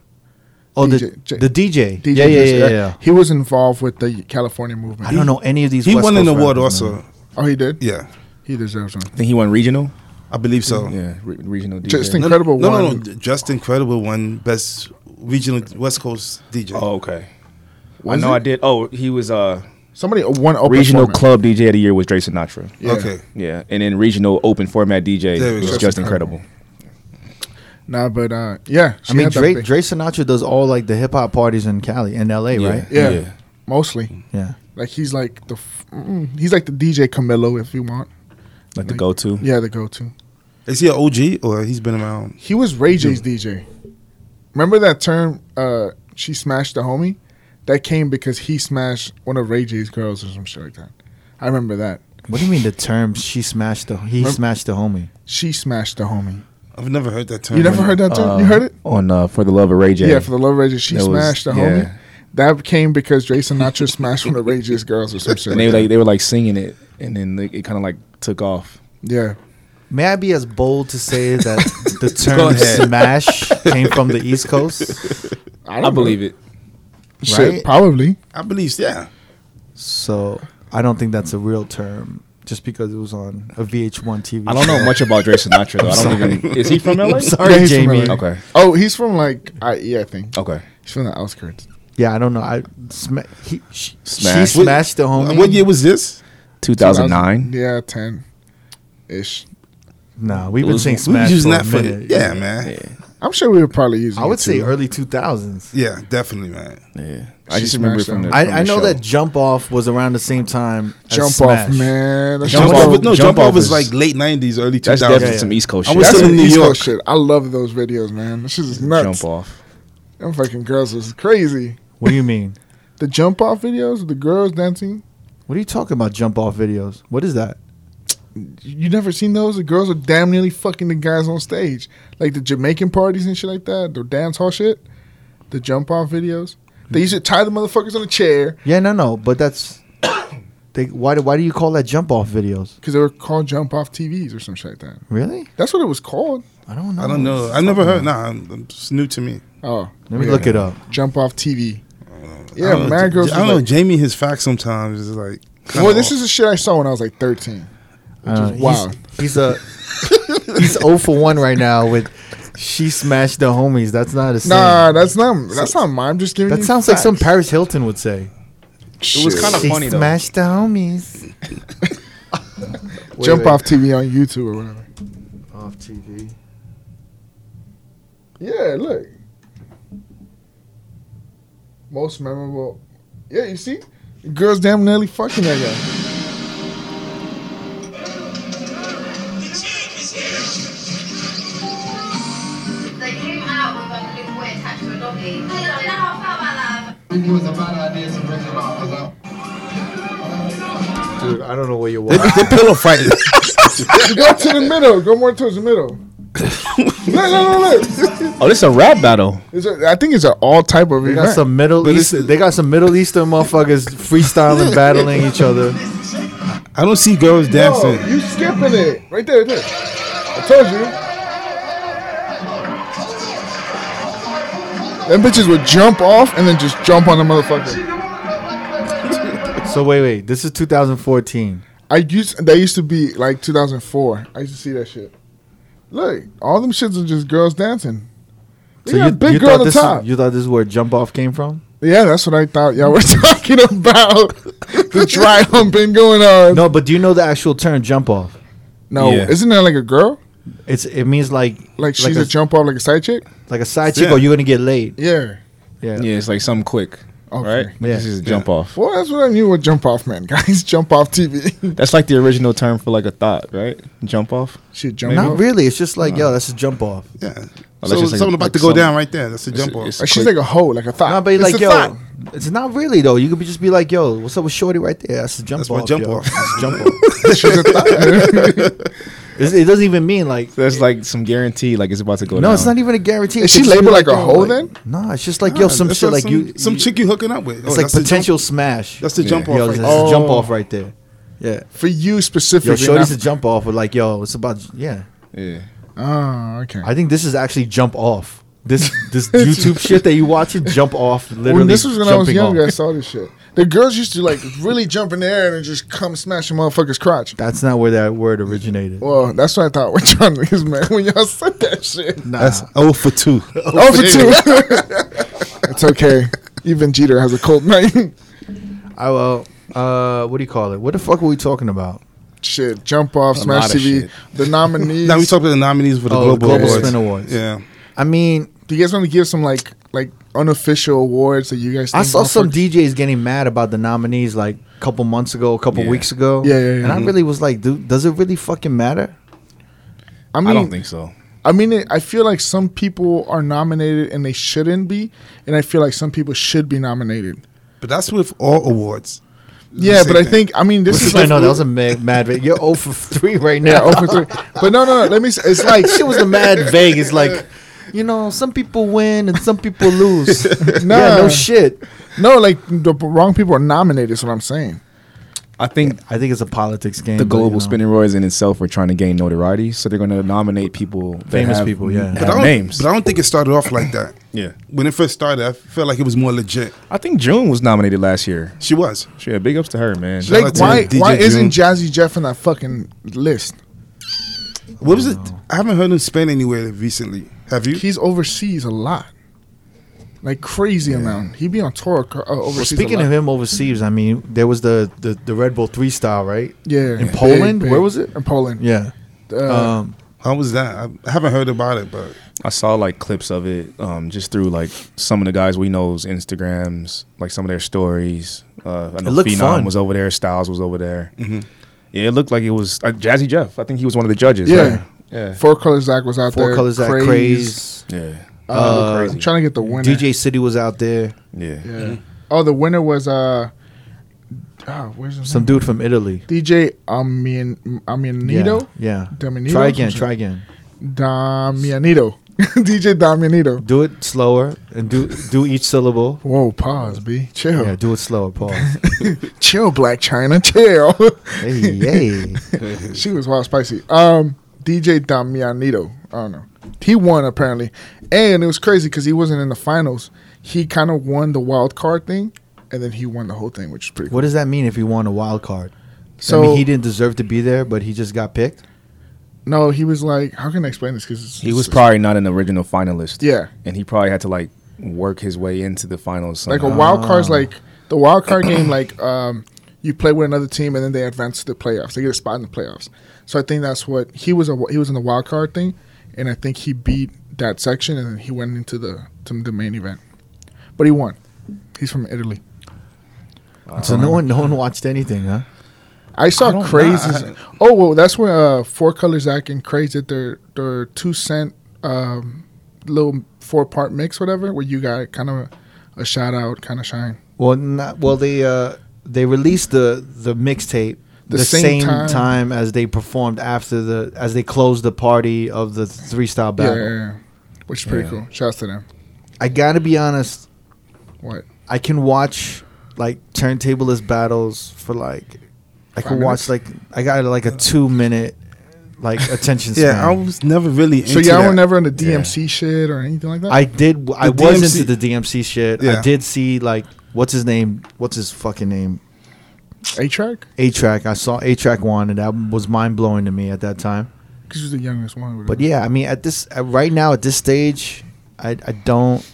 Speaker 3: oh the
Speaker 2: DJ.
Speaker 3: the DJ.
Speaker 2: DJ
Speaker 3: yeah,
Speaker 2: Dre-
Speaker 3: yeah, yeah, yeah, yeah.
Speaker 2: He was involved with the California movement.
Speaker 3: I don't know any of these.
Speaker 4: He
Speaker 3: West
Speaker 4: won an
Speaker 3: Coast
Speaker 4: award
Speaker 3: rappers,
Speaker 4: also.
Speaker 3: man.
Speaker 2: Oh, he did.
Speaker 4: Yeah.
Speaker 2: he deserves one.
Speaker 5: I think he won regional.
Speaker 4: I believe so.
Speaker 5: Yeah, re- regional. DJ.
Speaker 2: Just think-
Speaker 4: No,
Speaker 2: Incredible
Speaker 4: no, No, no,
Speaker 2: One.
Speaker 4: no. Just Incredible One, best regional West Coast DJ.
Speaker 5: Oh, okay.
Speaker 2: Was
Speaker 5: I know
Speaker 2: it?
Speaker 5: I did. Oh, he was uh
Speaker 2: Somebody won open
Speaker 5: regional
Speaker 2: format.
Speaker 5: club DJ of the year was Dre Sinatra.
Speaker 2: Yeah.
Speaker 4: Okay.
Speaker 5: Yeah, and then regional open format DJ
Speaker 4: There we
Speaker 5: was
Speaker 4: go.
Speaker 5: just incredible.
Speaker 2: Nah, but uh, yeah, she
Speaker 3: I mean,
Speaker 2: had that
Speaker 3: Dre,
Speaker 2: big-
Speaker 3: Dre Sinatra does all like the hip hop parties in Cali and L.A. Right?
Speaker 2: yeah,
Speaker 5: Yeah.
Speaker 2: mostly.
Speaker 3: Yeah.
Speaker 2: Like he's like the f- mm, he's like the DJ Camilo if you want.
Speaker 5: Like the go to.
Speaker 2: Yeah, the go-to.
Speaker 4: Is he an OG or he's been around?
Speaker 2: He was Ray J's DJ. Remember that term? Uh, she smashed the homie. That came because he smashed one of Ray J's girls or some shit like that. I remember that.
Speaker 3: What do you mean the term? She smashed the. He
Speaker 2: Remem-
Speaker 3: smashed the homie.
Speaker 2: She smashed the homie.
Speaker 4: I've never heard that term.
Speaker 2: You
Speaker 5: Mm-hmm.
Speaker 2: never heard that term? you heard it?
Speaker 5: on uh, for the love of Ray J.
Speaker 2: Yeah, for the love of Ray J. She
Speaker 5: That was-
Speaker 2: smashed the
Speaker 5: yeah.
Speaker 2: homie. That came because Dre Sinatra [laughs] smashed one of Ray J's girls or
Speaker 5: [laughs]
Speaker 2: some shit.
Speaker 5: and they
Speaker 2: like
Speaker 5: were
Speaker 2: that.
Speaker 5: like they were like singing it, and then like, it kind of like took off.
Speaker 2: yeah.
Speaker 3: May I be as bold to say that the
Speaker 4: Go
Speaker 3: term
Speaker 4: ahead.
Speaker 3: smash came from the East Coast?
Speaker 5: I, believe it.
Speaker 2: it. Shit,
Speaker 3: right?
Speaker 2: probably.
Speaker 4: I believe, yeah.
Speaker 3: So I don't think that's a real term just because it was on a VH1 TV.
Speaker 5: I
Speaker 3: [laughs]
Speaker 5: don't [laughs] know much about Dre Sinatra though. I don't even. Is he from LA?
Speaker 3: I'm sorry,
Speaker 2: he's from
Speaker 3: Jamie.
Speaker 2: LA.
Speaker 5: Okay.
Speaker 2: Oh, he's from like I, yeah, I think
Speaker 5: Okay.
Speaker 2: he's from the outskirts.
Speaker 3: Yeah, I don't know. I sma- he, she,
Speaker 5: Smash.
Speaker 3: she smashed the homie.
Speaker 4: What year was this?
Speaker 5: 2009.
Speaker 2: Yeah, ten ish.
Speaker 3: Nah, we've
Speaker 5: It
Speaker 3: been
Speaker 5: was-
Speaker 3: saying
Speaker 4: We were
Speaker 3: smash for
Speaker 4: using
Speaker 3: a
Speaker 4: that for
Speaker 3: minute.
Speaker 4: yeah, man. Yeah,
Speaker 5: Yeah.
Speaker 2: I'm sure we were probably using.
Speaker 3: I would
Speaker 2: it
Speaker 3: say
Speaker 2: too.
Speaker 3: early 2000s.
Speaker 4: definitely, man.
Speaker 5: Yeah. I
Speaker 2: She
Speaker 5: just remember
Speaker 2: smashed
Speaker 5: from
Speaker 2: him.
Speaker 5: the,
Speaker 3: I,
Speaker 5: from
Speaker 3: I
Speaker 5: the
Speaker 3: know
Speaker 5: show.
Speaker 3: that jump off was around the same time. as
Speaker 2: Jump
Speaker 3: Smash.
Speaker 2: off, man. That's
Speaker 4: Jump,
Speaker 5: Jump
Speaker 2: just-
Speaker 5: Off-
Speaker 4: off, no,
Speaker 5: Jump
Speaker 4: jump, off
Speaker 5: Off
Speaker 4: was
Speaker 5: is-
Speaker 4: like late nineties, early two
Speaker 5: That's
Speaker 4: thousands.
Speaker 5: definitely
Speaker 3: yeah.
Speaker 5: some East Coast
Speaker 4: I
Speaker 5: shit.
Speaker 4: was
Speaker 2: That's
Speaker 4: still
Speaker 2: some
Speaker 4: in New
Speaker 2: East
Speaker 4: York.
Speaker 2: Coast shit. I love those videos, man. This shit is nuts.
Speaker 5: jump off.
Speaker 2: Them fucking girls is crazy.
Speaker 3: What do you mean?
Speaker 2: The jump off videos, with the girls dancing.
Speaker 3: What are you talking about? Jump off videos? What is that?
Speaker 2: You never seen those? The girls are damn nearly fucking the guys on stage, like the Jamaican parties and shit like that. The dance hall shit, the jump off videos. They used to tie the motherfuckers on a chair
Speaker 3: Yeah, no, no. But that's [coughs] they, why. do- Why do you call that jump off videos?
Speaker 2: because they were called jump off TVs or some shit like that.
Speaker 3: Really?
Speaker 2: That's what it was called.
Speaker 3: I don't know.
Speaker 4: I don't know. I never heard. Nah, I'm- I'm- it's new to me.
Speaker 2: Oh,
Speaker 3: Let me
Speaker 2: yeah.
Speaker 3: look it up.
Speaker 2: Jump off TV.
Speaker 4: I
Speaker 2: Yeah,
Speaker 4: don't know,
Speaker 2: mad
Speaker 4: J-
Speaker 2: girls.
Speaker 4: I don't know.
Speaker 2: was
Speaker 4: Jamie, his facts sometimes is like.
Speaker 2: Like, well, this is the shit I saw when I was like 13.
Speaker 3: Uh,
Speaker 2: is wild.
Speaker 3: He's, he's a he's 0 for one right now with she smashed the homies. That's not a saying.
Speaker 2: Nah, that's not that's not mine. I'm just giving.
Speaker 3: that
Speaker 2: you
Speaker 3: sounds
Speaker 2: facts.
Speaker 3: like some Paris Hilton would say.
Speaker 5: It was kind of
Speaker 3: she
Speaker 5: funny though.
Speaker 3: smashed the homies. Wait,
Speaker 2: jump
Speaker 3: wait.
Speaker 2: off TV on YouTube or whatever.
Speaker 3: off TV.
Speaker 2: Yeah, look. Most memorable. Yeah, you see, the girls damn nearly fucking that guy.
Speaker 6: They came out with um, little boy attached to a doggy.
Speaker 7: It was a bad idea to bring them out because I
Speaker 3: Dude, I don't know where you were.
Speaker 4: the pillow fight.
Speaker 2: [laughs] Go to the middle. Go more towards the
Speaker 3: [laughs]
Speaker 2: middle. look, look, look, look.
Speaker 5: Oh, this is a rap battle.
Speaker 2: It's a, I think it's an all type of
Speaker 3: They got
Speaker 2: event.
Speaker 3: some Middle
Speaker 4: But
Speaker 3: East.
Speaker 4: it's-
Speaker 3: They got some Middle Eastern motherfuckers freestyling, battling each other.
Speaker 4: I don't see girls
Speaker 2: No,
Speaker 4: dancing.
Speaker 2: you skipping it right there, right there. I told you. Them bitches would jump off and then just jump on the motherfucker.
Speaker 3: So wait, wait. This is 2014.
Speaker 2: I used that used to be like 2004. I used to see that shit. Look, all them shits are just girls dancing. They got a big girl
Speaker 3: thought
Speaker 2: on the
Speaker 3: this,
Speaker 2: top.
Speaker 3: You thought this is where jump off came from?
Speaker 2: yeah, that's what I thought y'all were [laughs] talking
Speaker 3: [laughs]
Speaker 2: about. the dry humping going on. No,
Speaker 3: No, but do you know the actual term jump off?
Speaker 5: Yeah.
Speaker 2: isn't that like a girl?
Speaker 3: It's it means like
Speaker 2: Like she's
Speaker 3: a,
Speaker 2: a, jump off like a side chick?
Speaker 3: like a side chick
Speaker 4: Yeah.
Speaker 3: or you're gonna get laid.
Speaker 2: Yeah.
Speaker 3: Yeah.
Speaker 5: Yeah, it's like something quick. All
Speaker 2: Okay.
Speaker 5: right.
Speaker 3: Yeah.
Speaker 5: This is a jump off.
Speaker 2: Well, that's what I knew with jump off, man. [laughs] Guys, jump off
Speaker 3: [laughs]
Speaker 2: TV.
Speaker 5: That's like the original term for like a thought, right? Jump off.
Speaker 2: Shit, jump
Speaker 3: Not
Speaker 2: off.
Speaker 3: really. It's just like yo, that's a jump off.
Speaker 4: Yeah.
Speaker 5: Unless
Speaker 4: So
Speaker 5: it's like-
Speaker 4: something about
Speaker 5: like
Speaker 4: to go
Speaker 5: some-
Speaker 4: down right there. That's a jump off.
Speaker 5: it's-
Speaker 2: Like, she's like a hoe, like a thought.
Speaker 3: No, but
Speaker 2: It's
Speaker 3: like
Speaker 2: a
Speaker 3: yo,
Speaker 2: thought.
Speaker 3: it's not really though. You could be just be like yo, what's up with Shorty right there? That's a jump
Speaker 4: That's
Speaker 3: off.
Speaker 4: my jump
Speaker 3: yo. [laughs]
Speaker 4: off.
Speaker 3: That's a jump off.
Speaker 2: She's a thought.
Speaker 3: [laughs] It's- it doesn't even mean like.
Speaker 5: That's like some guarantee, like it's about to go down.
Speaker 3: No, it's not even a guarantee.
Speaker 2: Is
Speaker 3: It could
Speaker 2: she
Speaker 3: just be
Speaker 2: labeled like a
Speaker 3: yo,
Speaker 2: hoe
Speaker 3: like-
Speaker 2: then?
Speaker 3: No, it's just like
Speaker 4: Nah,
Speaker 3: yo, some
Speaker 4: that's
Speaker 3: shit
Speaker 4: not
Speaker 3: like
Speaker 4: some,
Speaker 3: you.
Speaker 4: Some
Speaker 3: you-
Speaker 4: chick you hooking up with.
Speaker 3: It's
Speaker 4: Oh,
Speaker 3: like
Speaker 4: that's the jump-
Speaker 3: potential smash.
Speaker 4: That's the jump
Speaker 5: Yeah.
Speaker 4: off.
Speaker 3: yo,
Speaker 4: right
Speaker 3: that's
Speaker 4: there.
Speaker 3: a jump
Speaker 2: Oh.
Speaker 3: off right there. Yeah.
Speaker 2: For you
Speaker 3: Yo,
Speaker 2: specifically.
Speaker 3: Shorty's a
Speaker 2: not-
Speaker 3: jump off, but like, yo, it's about yeah.
Speaker 5: Yeah.
Speaker 2: oh, okay.
Speaker 3: I think this is actually jump off. This
Speaker 2: [laughs]
Speaker 3: this YouTube shit that you watching, jump off. Literally,
Speaker 2: when this was when I was
Speaker 3: jumping
Speaker 2: younger,
Speaker 3: off.
Speaker 2: I saw this shit. The girls used to like really jump in the air and then just come smash a motherfucker's crotch.
Speaker 3: That's not where that word originated.
Speaker 2: Well, that's what I thought with John niggas, man. [laughs] When y'all said that shit,
Speaker 3: Nah.
Speaker 4: That's [laughs] oh for two.
Speaker 2: oh for
Speaker 3: [laughs]
Speaker 2: two. it's okay. Even Jeter has a cold [laughs] night.
Speaker 3: I well, uh, what do you call it? What the fuck were we talking about?
Speaker 2: shit, jump off,
Speaker 5: A
Speaker 2: smash
Speaker 5: lot of
Speaker 2: TV.
Speaker 5: shit.
Speaker 2: The nominees.
Speaker 3: [laughs]
Speaker 4: Now we talk about the nominees for the
Speaker 3: Oh,
Speaker 4: Global,
Speaker 3: Global
Speaker 4: Awards.
Speaker 3: Spin Awards.
Speaker 4: Yeah.
Speaker 3: I mean,
Speaker 2: Do you guys want to give some like like unofficial awards that you guys?
Speaker 3: I
Speaker 2: think
Speaker 3: saw some
Speaker 2: motherfuckers-
Speaker 3: DJs getting mad about the nominees like a couple months ago, a couple
Speaker 5: Yeah.
Speaker 3: weeks ago.
Speaker 2: Yeah, yeah, yeah.
Speaker 3: And I really was like, dude, does it really fucking matter?
Speaker 2: I mean,
Speaker 5: I don't think so.
Speaker 2: I mean, it, I feel like some people are nominated and they shouldn't be, and I feel like some people should be nominated.
Speaker 4: But that's with all awards.
Speaker 2: Yeah,
Speaker 4: Same
Speaker 2: but I
Speaker 4: thing.
Speaker 2: think I mean this is
Speaker 3: I
Speaker 2: like,
Speaker 3: know that [laughs] was a mad, mad vague. You're 0 for 3 right
Speaker 2: yeah,
Speaker 3: now.
Speaker 2: over three. But no, no, no. Let me. s- It's like
Speaker 3: oh, Shit was a mad vague. It's like, you know, some people win and some people lose. yeah,
Speaker 2: Nah.
Speaker 3: no shit.
Speaker 2: no, like the p- wrong people are nominated. Is what I'm saying.
Speaker 5: I think
Speaker 3: I think it's a politics game.
Speaker 5: the
Speaker 3: but, you
Speaker 5: global
Speaker 3: know.
Speaker 5: spinning royals in itself are trying to gain notoriety, so they're going to nominate people, that
Speaker 3: Famous
Speaker 5: have-
Speaker 3: people, yeah.
Speaker 5: have
Speaker 3: But
Speaker 4: But I don't,
Speaker 5: names.
Speaker 4: but I don't think it started off like that.
Speaker 5: [coughs] yeah,
Speaker 4: When it first started, I felt like it was more legit.
Speaker 5: I think June was nominated last year.
Speaker 4: She was.
Speaker 5: She had big ups to her, man.
Speaker 4: Shout out
Speaker 2: Like
Speaker 4: to
Speaker 2: why
Speaker 4: DJ
Speaker 2: why isn't
Speaker 4: June.
Speaker 2: Jazzy Jeff on that fucking list?
Speaker 4: What was it? I haven't heard him spin anywhere recently. Have you?
Speaker 2: He's overseas a lot, like crazy amount. He be on tour acro- uh,
Speaker 3: Well,
Speaker 2: overseas.
Speaker 3: speaking of him overseas, I mean, there was the, the, the Red Bull 3 style, right?
Speaker 2: yeah,
Speaker 3: in Poland? Where was
Speaker 2: it? In Poland.
Speaker 3: Yeah.
Speaker 2: Uh,
Speaker 3: Um,
Speaker 4: How was that? I haven't heard about it, but
Speaker 5: I saw like clips of it, um, just through like some of the guys we know's Instagrams, like some of their stories. Uh, I know
Speaker 3: It looked
Speaker 5: Phenom
Speaker 3: fun.
Speaker 5: was over there, Styles was over there. Yeah, it looked like it was uh, Jazzy Jeff. I think he was one of the judges.
Speaker 2: Yeah.
Speaker 5: right? yeah,
Speaker 2: Four Colors Zach was out
Speaker 3: Four
Speaker 2: there.
Speaker 3: Colors Act,
Speaker 2: Craze.
Speaker 3: Craze.
Speaker 5: yeah,
Speaker 2: Uh,
Speaker 3: Uh,
Speaker 2: I'm trying to get the winner.
Speaker 3: DJ City was out there.
Speaker 5: yeah.
Speaker 2: Yeah. Oh, the winner was uh, ah, where's his
Speaker 3: Some
Speaker 2: name?
Speaker 3: dude from Italy.
Speaker 2: DJ Amin Aminito.
Speaker 3: Yeah. yeah.
Speaker 2: Dominito?
Speaker 3: Try again. Try again.
Speaker 2: [laughs] Damianito. DJ Damianito.
Speaker 3: Do it slower and do do each syllable.
Speaker 2: Whoa, pause, B. Chill.
Speaker 3: Yeah, do it slower.
Speaker 2: [laughs]
Speaker 3: Pause.
Speaker 2: Chill, Black China. Chill. [laughs]
Speaker 3: hey, hey.
Speaker 2: she was wild spicy. Um, DJ Damianito. I don't know. He won apparently, and it was crazy because he wasn't in the finals. He kind of won the wild card thing, and then he won the whole thing, which is pretty. cool.
Speaker 3: What does that mean if he won a wild card?
Speaker 2: So
Speaker 3: I mean, he didn't deserve to be there, but he just got picked.
Speaker 2: no, he was like, how can I explain this? Because
Speaker 5: He was probably not an original finalist.
Speaker 2: Yeah.
Speaker 5: and he probably had to like work his way into the finals.
Speaker 2: like a
Speaker 5: somehow.
Speaker 2: wild card's like the wild card game like um you play with another team and then they advance to the playoffs they get a spot in the playoffs so i think that's what he was a he was in the wild card thing and i think he beat that section and then he went into the to the main event but he won he's from italy Uh-huh.
Speaker 3: So no one, no one watched anything, huh?
Speaker 2: i saw
Speaker 4: don't-
Speaker 2: crazies
Speaker 4: nah, I-
Speaker 2: oh well that's where uh four colors act and craze did their their two cent um little four part mix whatever where you got kind of a shout out kind of shine
Speaker 3: Well, not, well, they uh, they released the the mixtape the,
Speaker 2: The
Speaker 3: same,
Speaker 2: same
Speaker 3: time.
Speaker 2: time.
Speaker 3: as they performed after the as they closed the party of the three style
Speaker 2: yeah,
Speaker 3: battle.
Speaker 2: yeah, yeah. which is pretty cool shouts to them
Speaker 3: I gotta be honest,
Speaker 2: what
Speaker 3: I can watch like turntableless battles for like I can
Speaker 2: Five
Speaker 3: watch like I got like a two minute like attention span.
Speaker 4: yeah, I was never really. Into
Speaker 2: So y'all
Speaker 4: that.
Speaker 2: were never into DMC shit or anything like that.
Speaker 3: I did. I
Speaker 4: The
Speaker 3: was
Speaker 4: DMC
Speaker 3: into the DMC shit. I
Speaker 4: Yeah.
Speaker 3: did see like what's his name? What's his fucking name?
Speaker 2: A track
Speaker 3: A Track. I saw A Track one, and that was mind blowing to me at that time.
Speaker 2: because you're the youngest one.
Speaker 3: But yeah, I mean, at this at right now at this stage, I I don't.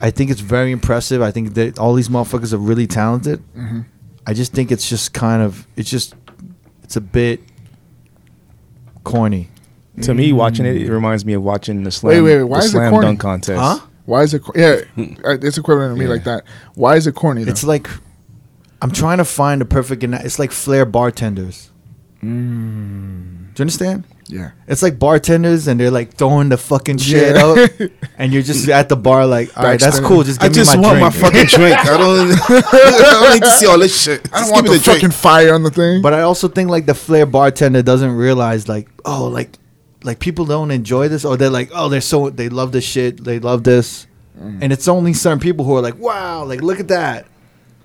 Speaker 3: I think it's very impressive. I think that all these motherfuckers are really talented.
Speaker 4: Mm-hmm.
Speaker 3: I just think it's just kind of it's just it's a bit corny.
Speaker 5: to me watching it, it reminds me of watching the slam.
Speaker 2: Wait, wait, wait, why
Speaker 5: the
Speaker 2: is it
Speaker 5: slam
Speaker 2: corny?
Speaker 5: dunk contest?
Speaker 3: Huh?
Speaker 2: why is it? Cor-
Speaker 3: [laughs]
Speaker 2: yeah, uh, it's equivalent to me
Speaker 5: Yeah.
Speaker 2: like that. Why is it corny? Though?
Speaker 3: It's like I'm trying to find the perfect. ana- It's like flair bartenders.
Speaker 4: Mm.
Speaker 3: Do you understand?
Speaker 2: yeah,
Speaker 3: It's like bartenders and they're like throwing the fucking shit
Speaker 2: Yeah.
Speaker 4: [laughs]
Speaker 3: up, and you're just at the bar like, all right, that's
Speaker 2: Backstabbing.
Speaker 3: cool. Just
Speaker 4: I
Speaker 3: give me
Speaker 4: just
Speaker 3: my
Speaker 4: want
Speaker 3: drink.
Speaker 4: my fucking drink. I don't. [laughs] I don't need to see all this shit.
Speaker 2: I
Speaker 4: Just
Speaker 2: don't want
Speaker 4: give me
Speaker 2: the fucking
Speaker 4: drink.
Speaker 2: fire on the thing.
Speaker 3: but I also think like the flair bartender doesn't realize like, oh, like, like people don't enjoy this, or they're like, oh, they're so they love this shit, they love this, and it's only certain people who are like, wow, like look at that,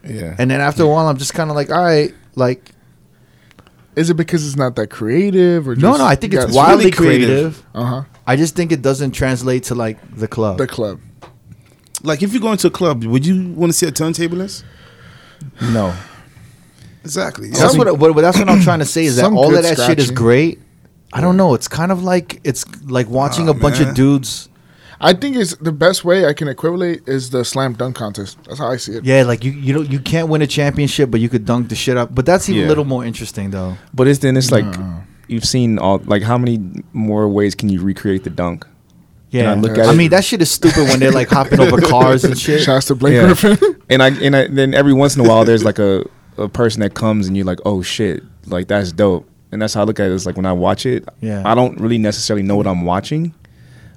Speaker 5: Yeah,
Speaker 3: and then after a while, I'm just kind of like, all right, like
Speaker 2: is it because it's not that creative or
Speaker 3: no, no, I think it's Uh-huh.
Speaker 4: wild.
Speaker 3: wildly
Speaker 4: really
Speaker 3: creative.
Speaker 4: creative.
Speaker 2: Uh huh.
Speaker 3: I just think it doesn't translate to like the club.
Speaker 2: The club.
Speaker 4: Like if you go into a club, would you want to see a turntablist?
Speaker 5: no,
Speaker 4: Exactly.
Speaker 3: So that's what, what, what- that's what I'm trying to say is that
Speaker 2: Some
Speaker 3: all of
Speaker 2: good
Speaker 3: that shit is
Speaker 2: scratching.
Speaker 3: great. I don't know. It's kind of like it's like watching
Speaker 4: Nah,
Speaker 3: a bunch of
Speaker 4: man.
Speaker 3: dudes.
Speaker 2: I think it's the best way I can equivalent is the slam dunk contest. That's how I see it.
Speaker 3: Yeah, like you you know you can't win a championship, but you could dunk the shit up. But that's even a
Speaker 5: Yeah.
Speaker 3: little more interesting though.
Speaker 2: [laughs]
Speaker 5: but it's then it's like you've seen all like how many more ways can you recreate the dunk?
Speaker 3: Yeah,
Speaker 5: and I look at
Speaker 3: I
Speaker 5: it-
Speaker 3: mean that shit is stupid when they're like hopping
Speaker 5: [laughs]
Speaker 3: over cars and shit.
Speaker 2: Shouts to Blake
Speaker 5: Yeah.
Speaker 2: Griffin.
Speaker 5: and I and I, then every once in a while there's like a, a person that comes and you're like, oh shit, like that's dope. And that's how I look at it. It's like when I watch it,
Speaker 3: Yeah.
Speaker 5: I don't really necessarily know what I'm watching,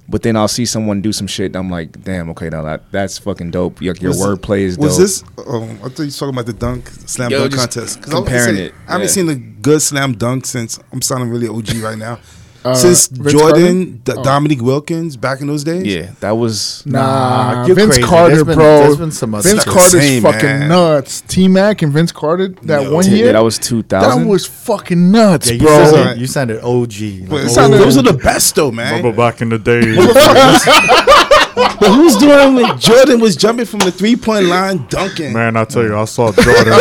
Speaker 5: but then I'll see someone do some shit. and I'm like, damn, okay, now that that's fucking dope. Your, your
Speaker 4: Was-
Speaker 5: wordplay is dope.
Speaker 4: Was this? Oh, I thought you were talking about the dunk slam
Speaker 5: Yo,
Speaker 4: dunk
Speaker 5: just
Speaker 4: contest. 'Cause I was gonna
Speaker 5: comparing
Speaker 4: say,
Speaker 5: it,
Speaker 4: I haven't
Speaker 5: yeah.
Speaker 4: seen a good slam dunk since I'm sounding really OG right now.
Speaker 2: Uh,
Speaker 4: since
Speaker 2: Vince
Speaker 4: Jordan,
Speaker 2: Carter?
Speaker 4: the
Speaker 2: Oh.
Speaker 4: Dominique Wilkins back in those days.
Speaker 5: Yeah, that was.
Speaker 2: Nah,
Speaker 3: you're
Speaker 2: Vince
Speaker 3: crazy.
Speaker 2: Carter,
Speaker 3: There's been-
Speaker 2: bro.
Speaker 3: there's been some other
Speaker 2: Vince
Speaker 4: stuff.
Speaker 2: Carter's
Speaker 4: Same,
Speaker 2: fucking
Speaker 4: man.
Speaker 2: nuts. T Mac and Vince Carter that
Speaker 4: Yo.
Speaker 2: one
Speaker 4: Yeah,
Speaker 2: year.
Speaker 5: that was 2000.
Speaker 2: That was fucking nuts,
Speaker 3: Yeah, you,
Speaker 2: bro.
Speaker 3: sounded, you sounded OG.
Speaker 4: But
Speaker 3: Like,
Speaker 4: it
Speaker 3: oh,
Speaker 4: sounded- those are the best though, man.
Speaker 8: back in
Speaker 4: [laughs]
Speaker 8: the day.
Speaker 4: But who's doing when Jordan was jumping from the three point line dunking?
Speaker 8: Man, I tell you, I
Speaker 4: [laughs]
Speaker 8: saw Jordan.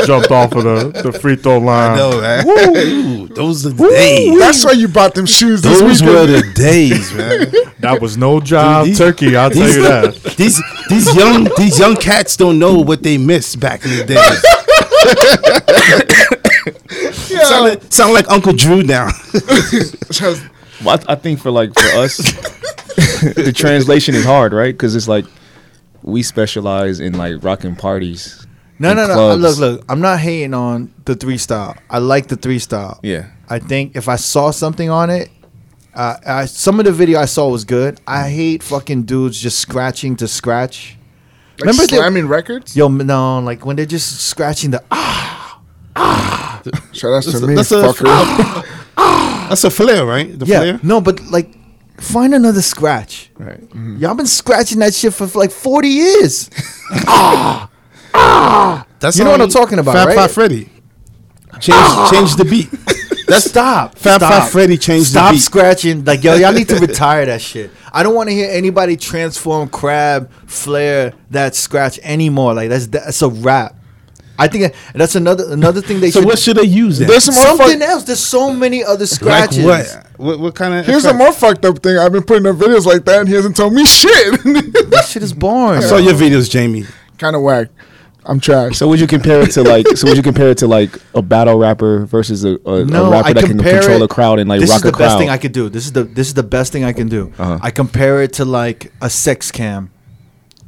Speaker 8: he jumped off of the, the free throw line.
Speaker 4: I know, man. Ooh, [laughs] those are the days.
Speaker 2: That's why you bought them shoes this
Speaker 4: Those
Speaker 2: weekend.
Speaker 4: were the days, man.
Speaker 8: That was no job
Speaker 4: Dude, these-
Speaker 8: turkey. I'll tell you that.
Speaker 4: these these young these young cats don't know what they missed back in the days. sound, like, sound like Uncle Drew now.
Speaker 5: Well, I, th- I think for like for [laughs] us, the translation is hard, right? Because it's like we specialize in like rocking parties.
Speaker 3: no,
Speaker 5: and
Speaker 3: no, no.
Speaker 5: clubs.
Speaker 3: Look, look. I'm not hating on the three style. I like the three style.
Speaker 5: Yeah.
Speaker 3: I think if I saw something on it, uh, I, some of the video I saw was good. I hate fucking dudes just scratching to scratch.
Speaker 2: Like
Speaker 3: they-
Speaker 2: slamming records?
Speaker 3: Yo, no, like when they're just scratching the ah,
Speaker 2: Shout out to me,
Speaker 4: That's a
Speaker 2: fucker.
Speaker 4: that's a flair, right? The
Speaker 3: yeah,
Speaker 4: flair.
Speaker 3: no, but like find another scratch.
Speaker 5: Right.
Speaker 4: mm-hmm.
Speaker 3: Y'all been scratching that shit for like forty years.
Speaker 4: [laughs] That's
Speaker 3: You know what
Speaker 4: on
Speaker 3: I'm talking about,
Speaker 4: Ah! Fab
Speaker 3: right?
Speaker 4: Five Freddy. Change
Speaker 2: [laughs]
Speaker 4: change the beat.
Speaker 3: That's stop.
Speaker 4: Fab
Speaker 3: stop.
Speaker 4: Five Freddy changed the
Speaker 3: Stop
Speaker 4: beat.
Speaker 3: scratching. Like yo, y'all need
Speaker 4: [laughs]
Speaker 3: to retire that shit. I don't want to hear anybody transform Crab Flair that scratch anymore. Like that's that's a wrap. I think that- that's another another thing they
Speaker 4: So
Speaker 3: should.
Speaker 4: what should they use then?
Speaker 2: There's some more fuck-
Speaker 3: something else. There's so many other
Speaker 4: like
Speaker 3: scratches.
Speaker 4: what? What, what kind of?
Speaker 2: Here's a more fucked up thing. I've been putting up videos like that, and he hasn't told me [laughs] shit.
Speaker 3: That shit is boring.
Speaker 4: I saw your videos, Jamie.
Speaker 2: kind of whack. I'm trash.
Speaker 5: So would you compare it to like? so would you compare it to like a battle rapper versus a, a, a rapper that can
Speaker 3: it-
Speaker 5: control a crowd and like
Speaker 3: this
Speaker 5: rock
Speaker 3: is the
Speaker 5: a crowd?
Speaker 3: best thing I could do. This is the this is the best thing I can do.
Speaker 5: Uh-huh.
Speaker 3: I compare it to like a sex cam,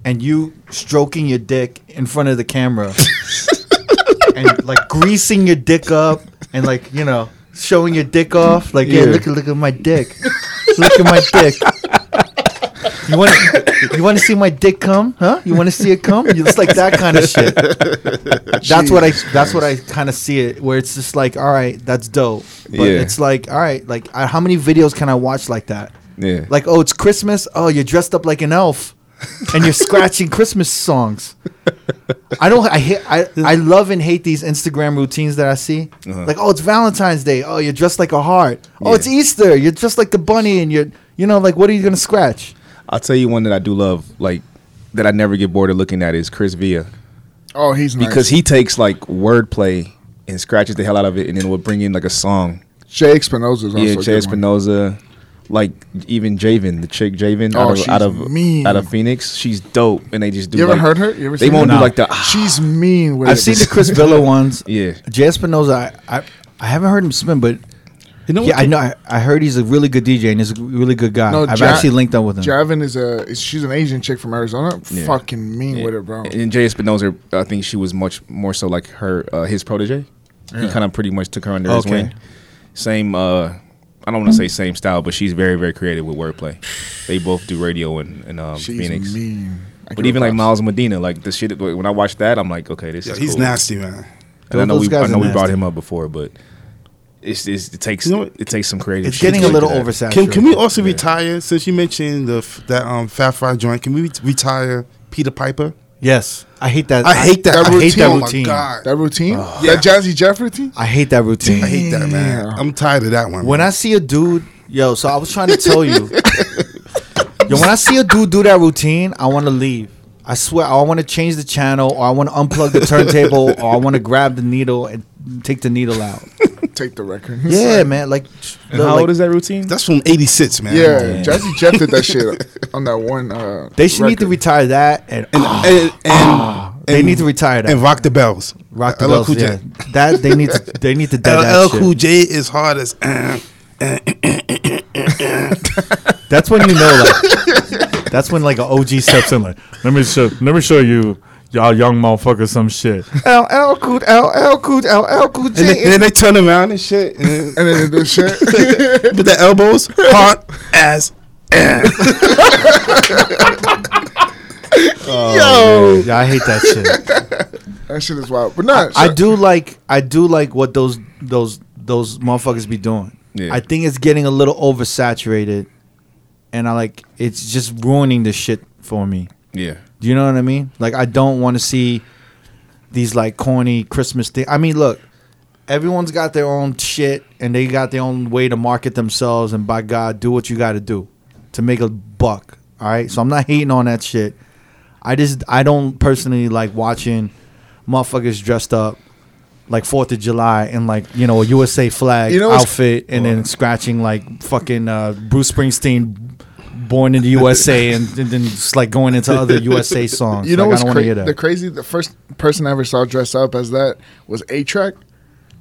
Speaker 3: and you stroking your dick in front of the
Speaker 5: [laughs]
Speaker 3: camera, and like greasing your dick up, and like you know showing your dick off. Like yeah,
Speaker 5: Yeah.
Speaker 3: look at look at my dick, look at my dick. You want you want to see my dick come, huh? You want to see it come? It's like that kind
Speaker 5: [laughs]
Speaker 3: of shit. That's what I that's what I kind of see it where it's just like, all right, that's dope. But
Speaker 5: Yeah.
Speaker 3: it's like, all right, like I, how many videos can I watch like that?
Speaker 5: yeah.
Speaker 3: Like, oh, it's Christmas. Oh, you're dressed up like an elf, and you're scratching Christmas songs. I don't. I hate. I, I love and hate these Instagram routines that I see. Like, oh, it's Valentine's Day. Oh, you're dressed like a heart. Oh,
Speaker 5: Uh-huh. Yeah.
Speaker 3: it's Easter. You're dressed like the bunny, and you're you know like what are you gonna scratch?
Speaker 5: I'll tell you one that I do love, like that I never get bored of looking at is Chris Villa
Speaker 2: Oh, he's nice.
Speaker 5: because he takes like wordplay and scratches the hell out of it, and then will bring in like a song.
Speaker 2: Jay Espinoza's also
Speaker 5: yeah,
Speaker 2: a
Speaker 5: Jay
Speaker 2: good one.
Speaker 5: Espinoza, like even Javen, the chick Javen
Speaker 2: Oh,
Speaker 5: out of
Speaker 2: she's
Speaker 5: out of,
Speaker 2: mean.
Speaker 5: out of Phoenix, she's dope, and they just do.
Speaker 2: You ever
Speaker 5: like-
Speaker 2: heard her? You ever
Speaker 5: they
Speaker 2: seen
Speaker 5: won't
Speaker 2: her?
Speaker 5: do like the. ah.
Speaker 2: She's mean with
Speaker 3: I've
Speaker 2: it.
Speaker 3: seen the Chris Villa ones.
Speaker 5: Yeah.
Speaker 3: Jay Espinoza. I, I I haven't heard him spin, but
Speaker 4: You know
Speaker 3: yeah, I know. I, I heard he's a really good DJ and he's a really good guy.
Speaker 2: No,
Speaker 3: I've
Speaker 2: Ja-
Speaker 3: actually linked up with him.
Speaker 2: Javin is a is- she's an Asian chick from Arizona.
Speaker 5: Yeah.
Speaker 2: Fucking mean with it, bro.
Speaker 5: ah, And Jay Espinoza, I think she was much more so like her uh, his protege. He kind of pretty much took her under his
Speaker 3: Okay.
Speaker 5: wing. Same, uh, I don't want to say same style, but she's very very creative with wordplay. They both do radio in, in um,
Speaker 2: she's
Speaker 5: Phoenix.
Speaker 2: mean. I
Speaker 5: But
Speaker 2: give
Speaker 5: even
Speaker 2: her
Speaker 5: like
Speaker 2: props.
Speaker 5: Miles Medina, like the shit. When I watch that, I'm like, okay, this is
Speaker 4: He's
Speaker 5: cool.
Speaker 4: nasty, man.
Speaker 5: And I know
Speaker 3: Those
Speaker 5: we
Speaker 3: guys
Speaker 5: I
Speaker 3: are
Speaker 5: know we brought
Speaker 3: nasty.
Speaker 5: him up before, but it's, it's it takes
Speaker 4: You know what?
Speaker 5: it takes some creative.
Speaker 3: It's
Speaker 5: shit
Speaker 3: getting
Speaker 5: to
Speaker 3: a
Speaker 5: do
Speaker 3: little
Speaker 5: that.
Speaker 3: oversaturated.
Speaker 4: Can can we also retire? Since you mentioned the f- that um Fat Fry joint, can we retire Peter Piper?
Speaker 3: Yes, I hate that.
Speaker 4: I hate that.
Speaker 2: That
Speaker 4: I hate that
Speaker 2: routine.
Speaker 4: routine. Oh my God.
Speaker 2: that routine, that Jazzy Jeff routine.
Speaker 3: I hate that routine.
Speaker 4: I hate that man.
Speaker 2: Damn.
Speaker 4: I'm tired of that one.
Speaker 3: When I see a dude, yo. So I was trying to tell
Speaker 4: [laughs]
Speaker 3: you, yo. When I see a dude do that routine, I want to leave. I swear, I want to change the channel, or I want to unplug the turntable, or I want to grab the needle and take the needle out.
Speaker 2: Take the record.
Speaker 3: Yeah, man. Like,
Speaker 5: And how old is that routine?
Speaker 4: That's from '86, man.
Speaker 2: yeah. Jazzy Jeff did
Speaker 3: [laughs]
Speaker 2: that shit on that one. Uh,
Speaker 3: They should need to
Speaker 2: record.
Speaker 3: retire that, and,
Speaker 4: And, and, and,
Speaker 3: they
Speaker 4: and-
Speaker 3: need to retire that.
Speaker 4: and rock the bells.
Speaker 3: Ah. Rock the
Speaker 4: LL
Speaker 3: bells,
Speaker 4: Cool J.
Speaker 3: yeah. That they need to they need to dead that
Speaker 4: LL
Speaker 3: shit.
Speaker 4: Cool J is hard as. eh.
Speaker 3: That's when you know, like, that's when like an OG steps in, like,
Speaker 8: Let me show. Let me show you, y'all young motherfuckers, some shit.
Speaker 3: LL Cool, LL Cool, LL Cool
Speaker 4: And then, and
Speaker 3: J.
Speaker 4: then they turn around and shit, and
Speaker 3: [laughs]
Speaker 4: then,
Speaker 2: And then this shit. [laughs]
Speaker 4: with the elbows hot as
Speaker 3: Yo, yeah, I hate that shit.
Speaker 2: that shit is wild. But not.
Speaker 3: I do like I do like what those those those motherfuckers be doing.
Speaker 5: Yeah.
Speaker 3: I think it's getting a little oversaturated, and I like it's just ruining the shit for me.
Speaker 5: Yeah.
Speaker 3: Do you know what I mean? Like I don't want to see these like corny Christmas thing. I mean, look, everyone's got their own shit and they got their own way to market themselves. And by God, do what you got to do to make a buck. All right. So I'm not hating on that shit. I just I don't personally like watching motherfuckers dressed up like Fourth of July in like you know a USA flag
Speaker 2: You know what's-
Speaker 3: outfit and then scratching like fucking uh, Bruce Springsteen. Born in the USA and, and then just like going
Speaker 2: [laughs]
Speaker 3: into other USA songs.
Speaker 2: You know
Speaker 3: like,
Speaker 2: what's
Speaker 3: I don't want to
Speaker 2: crazy?
Speaker 3: hear
Speaker 2: The
Speaker 3: that.
Speaker 2: crazy. The first person I ever saw dressed up as that was A Track.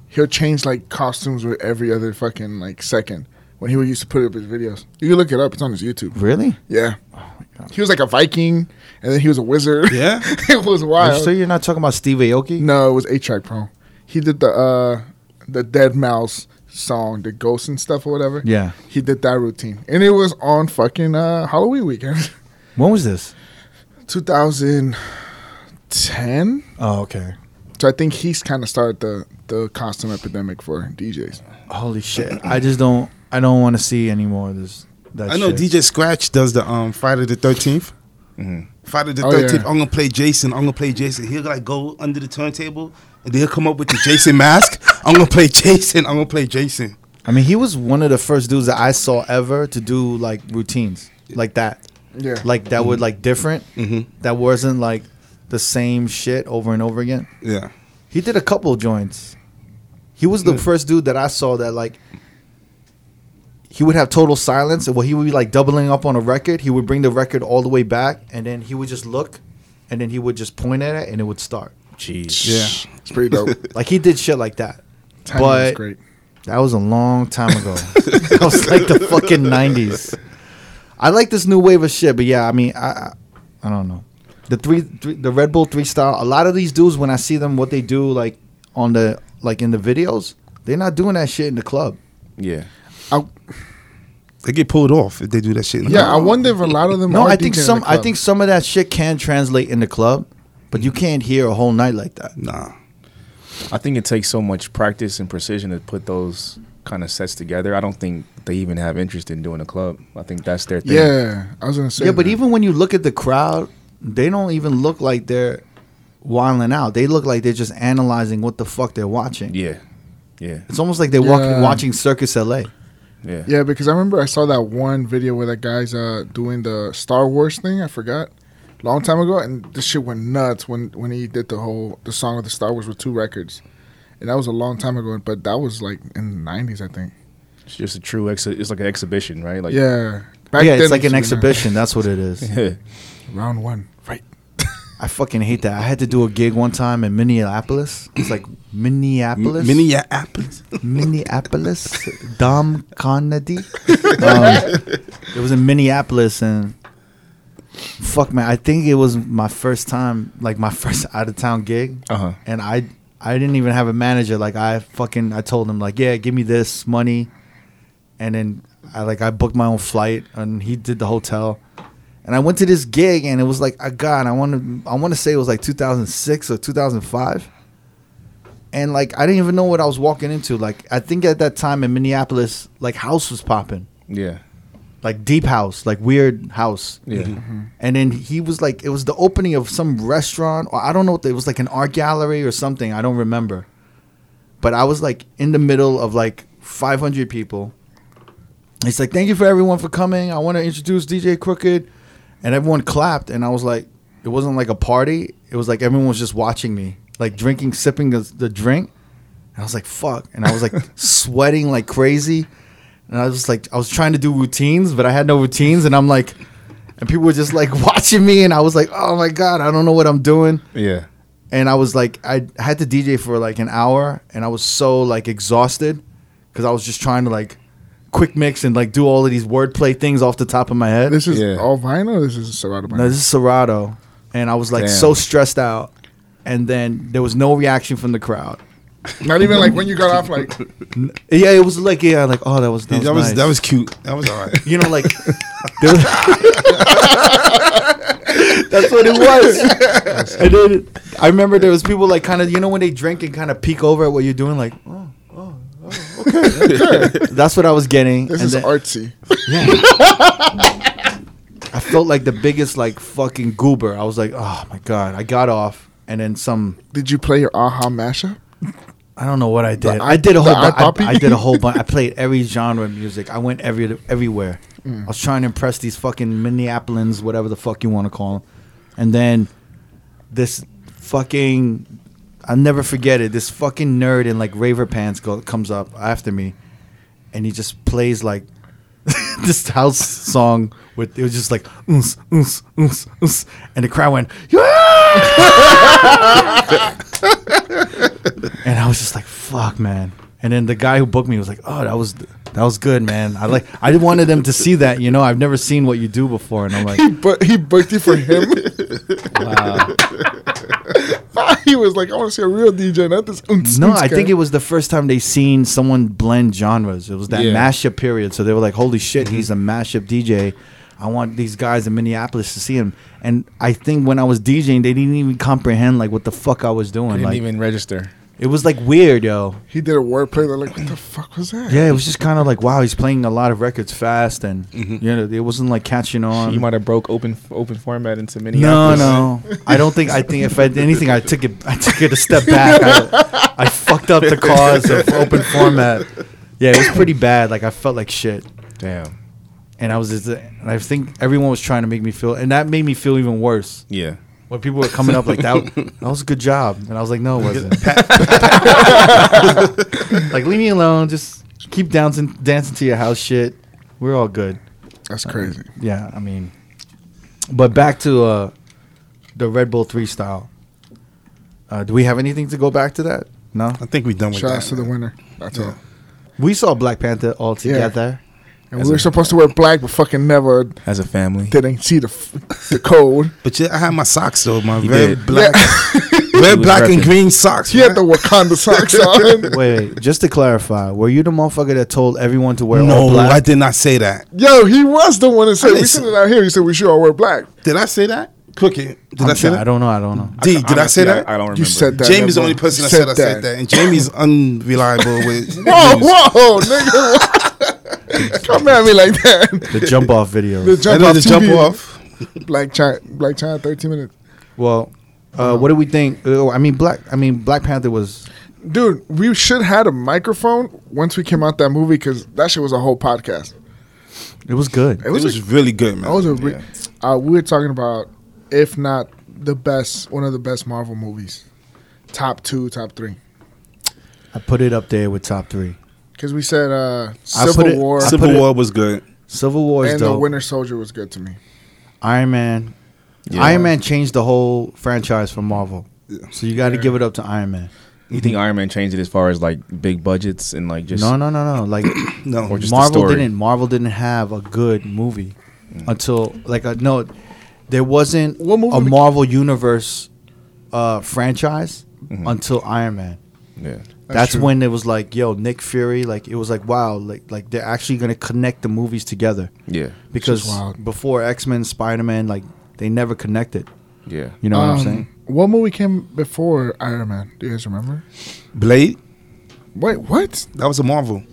Speaker 2: He'll change like costumes with every other fucking like second when he would used to put up his videos. You can look it up. It's on his YouTube.
Speaker 3: really?
Speaker 2: Yeah.
Speaker 3: Oh
Speaker 2: He was like a Viking, and then he was a wizard.
Speaker 4: Yeah?
Speaker 2: [laughs] it was
Speaker 3: Are you
Speaker 2: wild.
Speaker 3: sure you're not talking about Steve Aoki?
Speaker 2: No, it was A Track Pro. He did the uh the Dead Mouse song, the ghosts and stuff or whatever.
Speaker 3: Yeah.
Speaker 2: He did that routine. And it was on fucking uh Halloween weekend. [laughs]
Speaker 3: When was this?
Speaker 2: 2010.
Speaker 3: Oh, okay.
Speaker 2: So I think he's kind of started the the costume epidemic for DJs.
Speaker 3: Holy shit! I just don't. I don't want to see anymore of this. That
Speaker 4: I know
Speaker 3: shit.
Speaker 4: DJ Scratch does the um Friday the 13th Friday the
Speaker 2: Oh,
Speaker 4: Thirteenth.
Speaker 2: yeah.
Speaker 4: I'm gonna play Jason. I'm gonna play Jason. He'll like go under the turntable and then he'll come up with the Jason mask. I'm gonna play Jason. I'm gonna play Jason.
Speaker 3: I mean, he was one of the first dudes that I saw ever to do like routines like that.
Speaker 2: Yeah. Mm-hmm.
Speaker 3: Like that were like different. That wasn't like the same shit over and over again.
Speaker 4: Yeah,
Speaker 3: He did a couple joints. He was the first dude that I saw that like he would have total silence and well he would be like doubling up on a record. He would bring the record all the way back and then he would just look and then he would just point at it and it would start.
Speaker 5: Jeez.
Speaker 4: yeah.
Speaker 2: It's pretty dope.
Speaker 3: Like he did shit like that.
Speaker 2: Timing was
Speaker 3: But-
Speaker 2: great.
Speaker 3: That was a long time ago. [laughs] that was like the fucking nineties. I like this new wave of shit, but yeah, I mean, I, I, I don't know. The three, three, the Red Bull three style. A lot of these dudes, when I see them, what they do, like on the, like in the videos, they're not doing that shit in the club.
Speaker 5: Yeah.
Speaker 2: I,
Speaker 4: They get pulled off if they do that shit. in the
Speaker 2: yeah, I
Speaker 4: club.
Speaker 2: wonder if a lot of them.
Speaker 3: No,
Speaker 2: are
Speaker 3: I think
Speaker 2: DJing in
Speaker 3: some,
Speaker 2: the
Speaker 3: I
Speaker 2: club.
Speaker 3: think some of that shit can translate in the club, but you can't hear a whole night like that.
Speaker 4: Nah,
Speaker 5: I think it takes so much practice and precision to put those kind of sets together. I don't think they even have interest in doing a club. I think that's their thing.
Speaker 2: Yeah, I was gonna say.
Speaker 3: Yeah, but
Speaker 2: that.
Speaker 3: even when you look at the crowd, they don't even look like they're wilding out. They look like they're just analyzing what the fuck they're watching.
Speaker 5: Yeah. Yeah.
Speaker 3: It's almost like they're walking,
Speaker 2: Yeah.
Speaker 3: watching Circus LA.
Speaker 5: Yeah.
Speaker 2: Yeah, because I remember I saw that one video where that guy's uh, doing the Star Wars thing. I forgot, long time ago, and this shit went nuts when when he did the whole the song of the Star Wars with two records, and that was a long time ago. But that was like in the nineties, I think.
Speaker 5: It's just a true ex it's like an exhibition, right? Like
Speaker 2: yeah, Back
Speaker 3: yeah,
Speaker 2: then
Speaker 3: it's like
Speaker 2: it
Speaker 3: an
Speaker 2: used to be
Speaker 3: exhibition. That's what
Speaker 2: [laughs]
Speaker 3: it is.
Speaker 5: Yeah.
Speaker 2: nice. Round one, right?
Speaker 3: I fucking hate that. I had to do a gig one time in Minneapolis. It's like Minneapolis,
Speaker 4: Minneapolis.
Speaker 3: Minneapolis. Dom Kennedy. Um, it was in Minneapolis, and fuck man, I think it was my first time, like my [laughs] first out of town gig,
Speaker 5: [laughs] Uh-huh.
Speaker 3: and I I didn't even have a manager. Like I fucking I told him like, yeah, give me this money, and then I like I booked my own flight, and he did the hotel. And I went to this gig, and it was like, I God, I want to, I want to say it was like 2006 or 2005 and like I didn't even know what I was walking into. Like I think at that time in Minneapolis, like house was popping,
Speaker 5: Yeah.
Speaker 3: like deep house, like weird house.
Speaker 5: Yeah.
Speaker 3: And then he was like, it was the opening of some restaurant, or I don't know, what the- it was like an art gallery or something. I don't remember. But I was like in the middle of like 500 people. He's like, thank you for everyone for coming. I want to introduce DJ Crooked. And everyone clapped. And I was like, it wasn't like a party. It was like everyone was just watching me, like drinking, sipping the, the drink. And I was like, fuck. And I was like [laughs] sweating like crazy. And I was just like, I was trying to do routines, but I had no routines. And I'm like, and people were just like [laughs] watching me. And I was like, oh my God, I don't know what I'm doing
Speaker 5: Yeah.
Speaker 3: and I was like, I had to DJ for like an hour, and I was so like exhausted because I was just trying to like quick mix and like do all of these wordplay things off the top of my head.
Speaker 2: This is
Speaker 5: Yeah.
Speaker 2: all vinyl. This is Serato
Speaker 3: No,
Speaker 2: vinyl.
Speaker 3: this is Serato. And I was like
Speaker 5: Damn.
Speaker 3: so stressed out. And then there was no reaction from the crowd.
Speaker 2: Not even
Speaker 3: [laughs]
Speaker 2: like when you got off. Like
Speaker 3: Yeah, it was like, yeah, like, oh, that was, that
Speaker 4: That,
Speaker 3: was,
Speaker 4: was
Speaker 3: nice.
Speaker 4: that was cute. That was all right.
Speaker 3: you know, [laughs] like, there was- that's what it was. And then I remember there was people like kind of, you know, when they drink and kind of peek over at what you're doing, like, oh, oh, oh okay. [laughs] that's what I was getting.
Speaker 2: this
Speaker 3: and
Speaker 2: is
Speaker 3: then [laughs]
Speaker 2: artsy.
Speaker 3: I felt like the biggest like fucking goober. I was like, oh my god, I got off, and then some.
Speaker 2: Did you play your aha mashup?
Speaker 3: I don't know what I did. I did a
Speaker 2: the
Speaker 3: whole.
Speaker 2: eye
Speaker 3: Bu-
Speaker 2: poppy?
Speaker 3: I, I did a [laughs] whole bunch. I played every genre of music. I went every everywhere. I was trying to impress these fucking Minneapolis, whatever the fuck you want to call them. And then this fucking, I'll never forget it. This fucking nerd in like raver pants go, comes up after me, and he just plays like [laughs] this house song with it was just like oons, oons, oons, oons, and the crowd went "Yeah!" and I was just like fuck man and then the guy who booked me was like oh that was that was good man I like I wanted them to see that you know I've never seen what you do before and I'm like
Speaker 2: But he booked you for him. [laughs] he was like, I want to see a real DJ, not this. oonce,
Speaker 3: no
Speaker 2: oonce
Speaker 3: I think
Speaker 2: guy.
Speaker 3: it was the first time they seen someone blend genres it was that mashup period so they were like holy shit he's a mashup DJ I want these guys in Minneapolis to see him and I think when I was DJing they didn't even comprehend like what the fuck I was doing
Speaker 5: Didn't
Speaker 3: like
Speaker 5: even register.
Speaker 3: it was like weird yo
Speaker 2: he did a wordplay. They're like, what the fuck was that?
Speaker 3: yeah it was just kind of like wow he's playing a lot of records fast and you know it wasn't like catching on
Speaker 5: You might have broke open open format into
Speaker 3: No,
Speaker 5: Minneapolis.
Speaker 3: no. [laughs] I don't think. I think if I did anything, I took it. I took it a [laughs] step back. I, I fucked up the cause of open format. Yeah, it was pretty bad. Like I felt like shit,
Speaker 5: Damn.
Speaker 3: and I was. Just, and I think everyone was trying to make me feel, and that made me feel even worse.
Speaker 5: Yeah.
Speaker 3: When people were coming up like that, that was a good job, and I was like, no, it [laughs] wasn't. like leave me alone. Just keep dancing, dancing to your house shit. We're all good
Speaker 2: That's crazy.
Speaker 3: yeah, I mean, but back to uh, the Red Bull Three style. Uh, do we have anything to go back to that? No,
Speaker 4: I think we done with
Speaker 2: Shout out
Speaker 4: that.
Speaker 2: to the winner. That's all.
Speaker 3: we saw Black Panther all together.
Speaker 2: And
Speaker 5: As
Speaker 2: we were
Speaker 5: a-
Speaker 2: supposed to wear black, but fucking never
Speaker 5: As a family.
Speaker 2: didn't see the f- the code.
Speaker 4: But yeah, I had my socks though, my
Speaker 5: You
Speaker 4: red,
Speaker 5: did.
Speaker 4: black, red,
Speaker 5: was
Speaker 4: black, and
Speaker 5: repping.
Speaker 4: green socks.
Speaker 2: He had the Wakanda socks on.
Speaker 3: [laughs] Wait, wait, just to clarify, were you the motherfucker that told everyone to wear all
Speaker 4: no,
Speaker 3: black?
Speaker 4: I did not say that.
Speaker 2: Yo, he was the one that said we
Speaker 4: Listen.
Speaker 2: sitting out here. He said we should all wear black.
Speaker 4: Did I say that? Crooked. Did
Speaker 3: I'm
Speaker 4: i say
Speaker 3: sure- I
Speaker 4: that?
Speaker 3: don't know. I don't know.
Speaker 4: D, did I say
Speaker 5: Honestly,
Speaker 4: that?
Speaker 5: I, don't remember.
Speaker 2: You said that.
Speaker 4: Jamie's the
Speaker 2: never.
Speaker 4: only person that
Speaker 2: Said
Speaker 4: said I said that,
Speaker 2: [laughs]
Speaker 4: and Jamie's unreliable with.
Speaker 2: Whoa,
Speaker 4: news.
Speaker 2: whoa, nigga! what? Come at me like that.
Speaker 3: The jump off video.
Speaker 2: The
Speaker 4: I
Speaker 2: jump
Speaker 4: know
Speaker 2: off.
Speaker 4: the jump
Speaker 2: TV.
Speaker 4: off.
Speaker 2: Black China. Black China. Thirteen minutes.
Speaker 3: well, uh, what do we think? Oh, I mean, Black. I mean, Black Panther was.
Speaker 2: Dude, we should had a microphone once we came out that movie because that shit was a whole podcast.
Speaker 3: It was good.
Speaker 2: It
Speaker 4: It was,
Speaker 2: was, a,
Speaker 4: really good, man.
Speaker 2: that was a re- uh, we were talking about if not the best, one of the best Marvel movies, top two, top three.
Speaker 3: I put it up there with top three.
Speaker 2: Because we said uh,
Speaker 3: I put
Speaker 2: Civil
Speaker 3: it-
Speaker 2: War
Speaker 3: I put
Speaker 4: Civil
Speaker 3: it-
Speaker 4: War was good.
Speaker 3: Civil War is
Speaker 2: and the
Speaker 3: dope.
Speaker 2: Winter Soldier was good to me.
Speaker 3: Iron Man. Iron Man changed the whole franchise for Marvel. So you got to give it up to Iron Man.
Speaker 5: You think Iron Man changed it as far as like big budgets and like just
Speaker 3: no, no, no, no. Like
Speaker 4: No,
Speaker 5: [coughs] Or just the
Speaker 3: Marvel
Speaker 5: story. Mm.
Speaker 3: didn't. Marvel didn't have a good movie until like a, no, there wasn't
Speaker 2: What movie
Speaker 3: a
Speaker 2: we-
Speaker 3: Marvel universe uh, franchise
Speaker 5: Mm-hmm.
Speaker 3: until Iron Man.
Speaker 5: Yeah.
Speaker 3: That's,
Speaker 2: true.
Speaker 3: when it was like, yo, Nick Fury. Like it was like, wow, like like they're actually gonna connect the movies together
Speaker 5: Yeah.
Speaker 3: because
Speaker 2: wild.
Speaker 3: before X Men, Spider Man, like they never connected.
Speaker 5: Yeah.
Speaker 3: You know what I'm
Speaker 2: Um,
Speaker 3: saying?
Speaker 2: What movie came before Iron Man? Do you guys remember?
Speaker 4: Blade.
Speaker 2: Wait, what?
Speaker 4: That was a Marvel.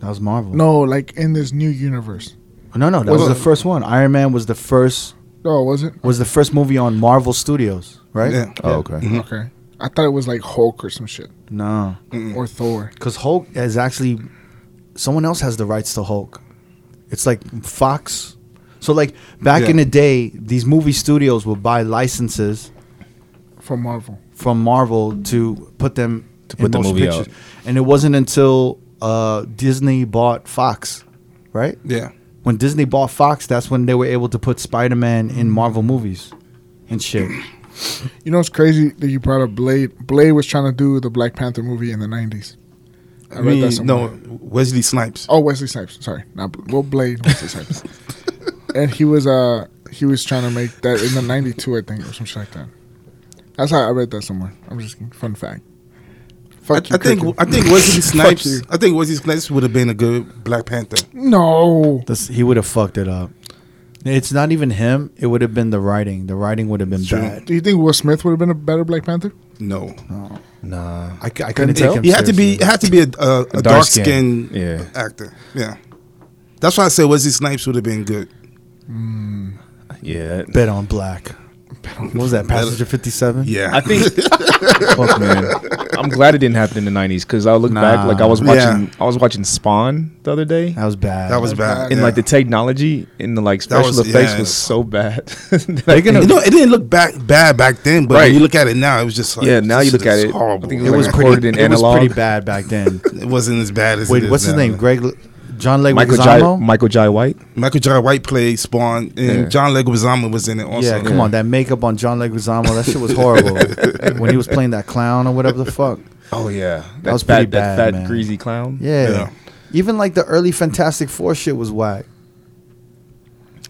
Speaker 3: That was Marvel.
Speaker 2: No, like in this new universe.
Speaker 3: No, no, that was
Speaker 4: Was
Speaker 3: the
Speaker 4: it-
Speaker 3: first one. Iron Man was the first
Speaker 2: No, was it?
Speaker 3: was the first movie on Marvel Studios, right?
Speaker 4: Yeah.
Speaker 5: Oh, okay.
Speaker 3: Mm-hmm. Mm.
Speaker 2: Okay. I thought it was like Hulk or some shit.
Speaker 3: No,
Speaker 2: Or Thor.
Speaker 3: because Hulk is actually someone else has the rights to Hulk. It's like Fox. So like back
Speaker 4: Yeah.
Speaker 3: in the day, these movie studios would buy licenses
Speaker 2: From Marvel.
Speaker 3: from Marvel to put them to
Speaker 5: put the movie out.
Speaker 3: and it wasn't until uh, Disney bought Fox, right?
Speaker 4: Yeah.
Speaker 3: When Disney bought Fox, that's when they were able to put Spider Man in Marvel movies and shit.
Speaker 2: You know what's crazy that you brought up Blade? Blade was trying to do the Black Panther movie in the 90s. I
Speaker 4: I
Speaker 2: read
Speaker 4: mean,
Speaker 2: that somewhere.
Speaker 4: no, Wesley Snipes.
Speaker 2: Oh, Wesley Snipes. Sorry, not Bl- well, Blade Wesley
Speaker 4: [laughs]
Speaker 2: Snipes. and he was uh he was trying to make that in the '92, I think, or something like that. That's how I read that somewhere. I'm just kidding. fun fact.
Speaker 4: I,
Speaker 2: Fuck you,
Speaker 4: I think
Speaker 2: Cricket.
Speaker 4: I think
Speaker 2: [laughs]
Speaker 4: Wesley Snipes.
Speaker 2: you.
Speaker 4: I think Wesley Snipes would have been a good Black Panther.
Speaker 2: no.
Speaker 3: This, he would have fucked it up. It's not even him. It would have been the writing. The writing would have been
Speaker 4: True.
Speaker 3: bad.
Speaker 2: Do you think Will Smith would have been a better Black Panther?
Speaker 4: No,
Speaker 2: Oh,
Speaker 5: Nah.
Speaker 4: I, c- I
Speaker 3: Couldn't
Speaker 4: couldn't
Speaker 3: take
Speaker 4: tell.
Speaker 3: him
Speaker 4: He had to be. [laughs] It had to be a, a, a dark
Speaker 5: dark-skinned,
Speaker 4: skinned
Speaker 5: yeah.
Speaker 4: actor. Yeah, that's why I said Wesley Snipes would have been good.
Speaker 5: Yeah.
Speaker 3: Bet on black. What was that? Passenger fifty seven.
Speaker 4: Yeah,
Speaker 5: I think fuck
Speaker 4: [laughs]
Speaker 5: man. I'm glad it didn't happen in the 90s cuz I look
Speaker 3: Nah.
Speaker 5: back like I was
Speaker 4: Yeah.
Speaker 5: watching I was watching Spawn the other day.
Speaker 3: That was bad.
Speaker 4: that was bad.
Speaker 5: and
Speaker 4: yeah.
Speaker 5: like the technology and the like
Speaker 4: That
Speaker 5: special
Speaker 4: was-
Speaker 5: effects
Speaker 4: yeah.
Speaker 5: was so bad. [laughs]
Speaker 3: They're gonna-
Speaker 4: You know, it didn't look back bad back then, but
Speaker 5: Right.
Speaker 4: when you look at it now, it was just like
Speaker 5: Yeah, now
Speaker 4: this
Speaker 5: you look
Speaker 4: shit
Speaker 5: at
Speaker 4: is
Speaker 5: it, I
Speaker 4: Horrible.
Speaker 5: think
Speaker 3: It
Speaker 5: Like
Speaker 3: was
Speaker 5: recorded
Speaker 3: pretty.
Speaker 5: in
Speaker 3: it was
Speaker 5: analog.
Speaker 3: pretty bad back
Speaker 4: [laughs]
Speaker 3: then.
Speaker 4: It wasn't as bad as. it
Speaker 3: Wait,
Speaker 4: is
Speaker 3: what's his
Speaker 4: now.
Speaker 3: name? Greg, Le- John
Speaker 5: Michael Jai
Speaker 3: Leguizamo.
Speaker 5: Michael Jai White.
Speaker 4: Michael J. White played Spawn, and
Speaker 5: Yeah.
Speaker 4: John Leguizamo was in it also.
Speaker 3: Yeah, come on, that makeup on John Leguizamo, that shit was horrible.
Speaker 4: [laughs]
Speaker 3: when he was playing that clown or whatever the fuck.
Speaker 5: Oh yeah. That,
Speaker 3: was
Speaker 5: fat,
Speaker 3: pretty bad,
Speaker 5: that fat
Speaker 3: man.
Speaker 5: greasy clown.
Speaker 3: Yeah.
Speaker 4: Yeah.
Speaker 3: Even like the early Fantastic Four shit was whack.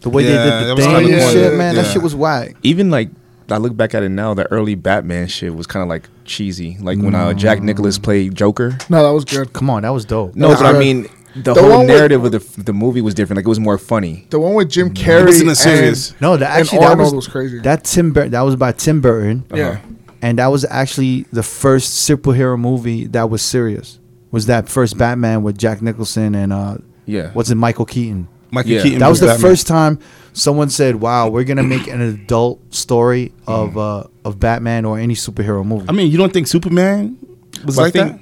Speaker 3: The way
Speaker 4: Yeah,
Speaker 3: they
Speaker 4: that
Speaker 3: did the
Speaker 4: was
Speaker 3: thing
Speaker 2: kinda
Speaker 3: and
Speaker 2: corny.
Speaker 3: shit, man, that
Speaker 4: Yeah.
Speaker 3: shit was whack.
Speaker 5: even like I look back at it now, the early Batman shit was kind of like cheesy. Like when uh,
Speaker 3: Mm.
Speaker 5: Jack Nicholas played Joker.
Speaker 2: No, that was good.
Speaker 3: Come on, that was dope.
Speaker 5: No, but I
Speaker 2: Uh,
Speaker 5: mean the,
Speaker 2: the
Speaker 5: whole
Speaker 2: one with-
Speaker 5: narrative of the the movie was different. Like it was more funny.
Speaker 2: The one with Jim
Speaker 4: it
Speaker 2: Carrey.
Speaker 4: wasn't as
Speaker 2: and-
Speaker 4: serious.
Speaker 3: No, that
Speaker 2: And
Speaker 3: actually that
Speaker 2: Arnold
Speaker 3: was,
Speaker 2: was crazy.
Speaker 3: That Tim Bur- that was by Tim Burton, Uh-huh.
Speaker 2: yeah.
Speaker 3: and that was actually the first superhero movie that was serious. Was that first Batman with Jack Nicholson and uh,
Speaker 5: Yeah.
Speaker 3: what's it, Michael Keaton?
Speaker 4: Michael
Speaker 5: Yeah.
Speaker 4: Keaton
Speaker 3: That was the
Speaker 4: Batman.
Speaker 3: first time someone said, "Wow, we're gonna make an adult story of uh, of Batman or any superhero movie."
Speaker 4: I mean, you don't think Superman was
Speaker 5: Well, I
Speaker 4: like
Speaker 5: think-
Speaker 4: that?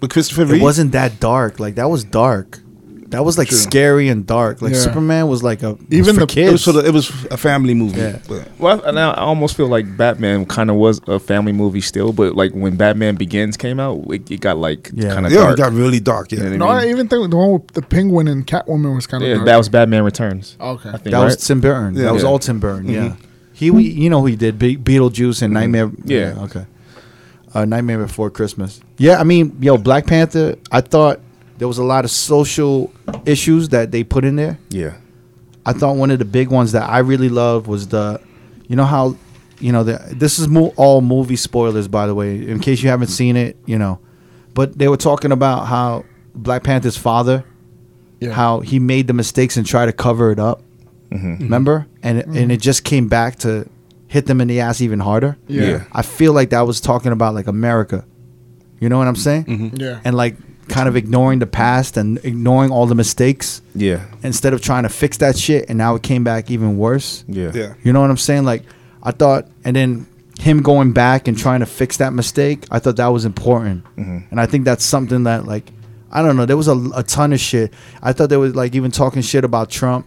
Speaker 4: But Christopher
Speaker 3: it
Speaker 4: Reeve
Speaker 3: wasn't that dark. Like that was dark. That was like scary and dark. Like
Speaker 2: Yeah.
Speaker 3: Superman was like a was
Speaker 2: Even
Speaker 3: for
Speaker 2: the-
Speaker 4: It was
Speaker 3: kids.
Speaker 4: for the, it was a family movie.
Speaker 3: Yeah.
Speaker 4: but-
Speaker 5: Well, I- now I almost feel like Batman kind of was a family movie still, but like when Batman Begins came out, it, it got like
Speaker 3: Yeah.
Speaker 5: kind of
Speaker 4: yeah, it
Speaker 5: dark.
Speaker 4: got really dark. Yeah,
Speaker 5: You know
Speaker 2: No,
Speaker 5: what I
Speaker 2: I
Speaker 5: mean?
Speaker 2: even think the one with the penguin and Catwoman was kind of.
Speaker 5: yeah, that was Batman Returns.
Speaker 2: Okay.
Speaker 5: I think,
Speaker 3: that was
Speaker 5: right?
Speaker 3: Tim Burton.
Speaker 4: Yeah. Mm-hmm.
Speaker 3: That was
Speaker 5: Yeah.
Speaker 3: all Tim Burton. Yeah. He, we, you know, who he did Be- Beetlejuice and Nightmare.
Speaker 5: Yeah.
Speaker 3: Okay. Uh, Nightmare Before Christmas. Yeah, I mean, yo, Black Panther. I thought there was a lot of social issues that they put in there.
Speaker 5: yeah.
Speaker 3: I thought one of the big ones that I really loved was the, you know how, you know the this is mo- all movie spoilers by the way. In case you haven't seen it, you know, but they were talking about how Black Panther's father,
Speaker 2: Yeah. Mm-hmm.
Speaker 3: how he made the mistakes and tried to cover it up. Remember, and it and it just came back to hit them in the ass even harder.
Speaker 2: Yeah.
Speaker 5: Yeah.
Speaker 3: I feel like that was talking about like America. You know what I'm saying?
Speaker 2: Yeah.
Speaker 3: And like kind of ignoring the past and ignoring all the mistakes
Speaker 5: Yeah.
Speaker 3: instead of trying to fix that shit and now it came back even worse.
Speaker 5: Yeah.
Speaker 4: yeah.
Speaker 3: You know what I'm saying? Like I thought and then him going back and trying to fix that mistake, I thought that was important. And I think that's something that like I don't know, there was a, a ton of shit. I thought they was like even talking shit about Trump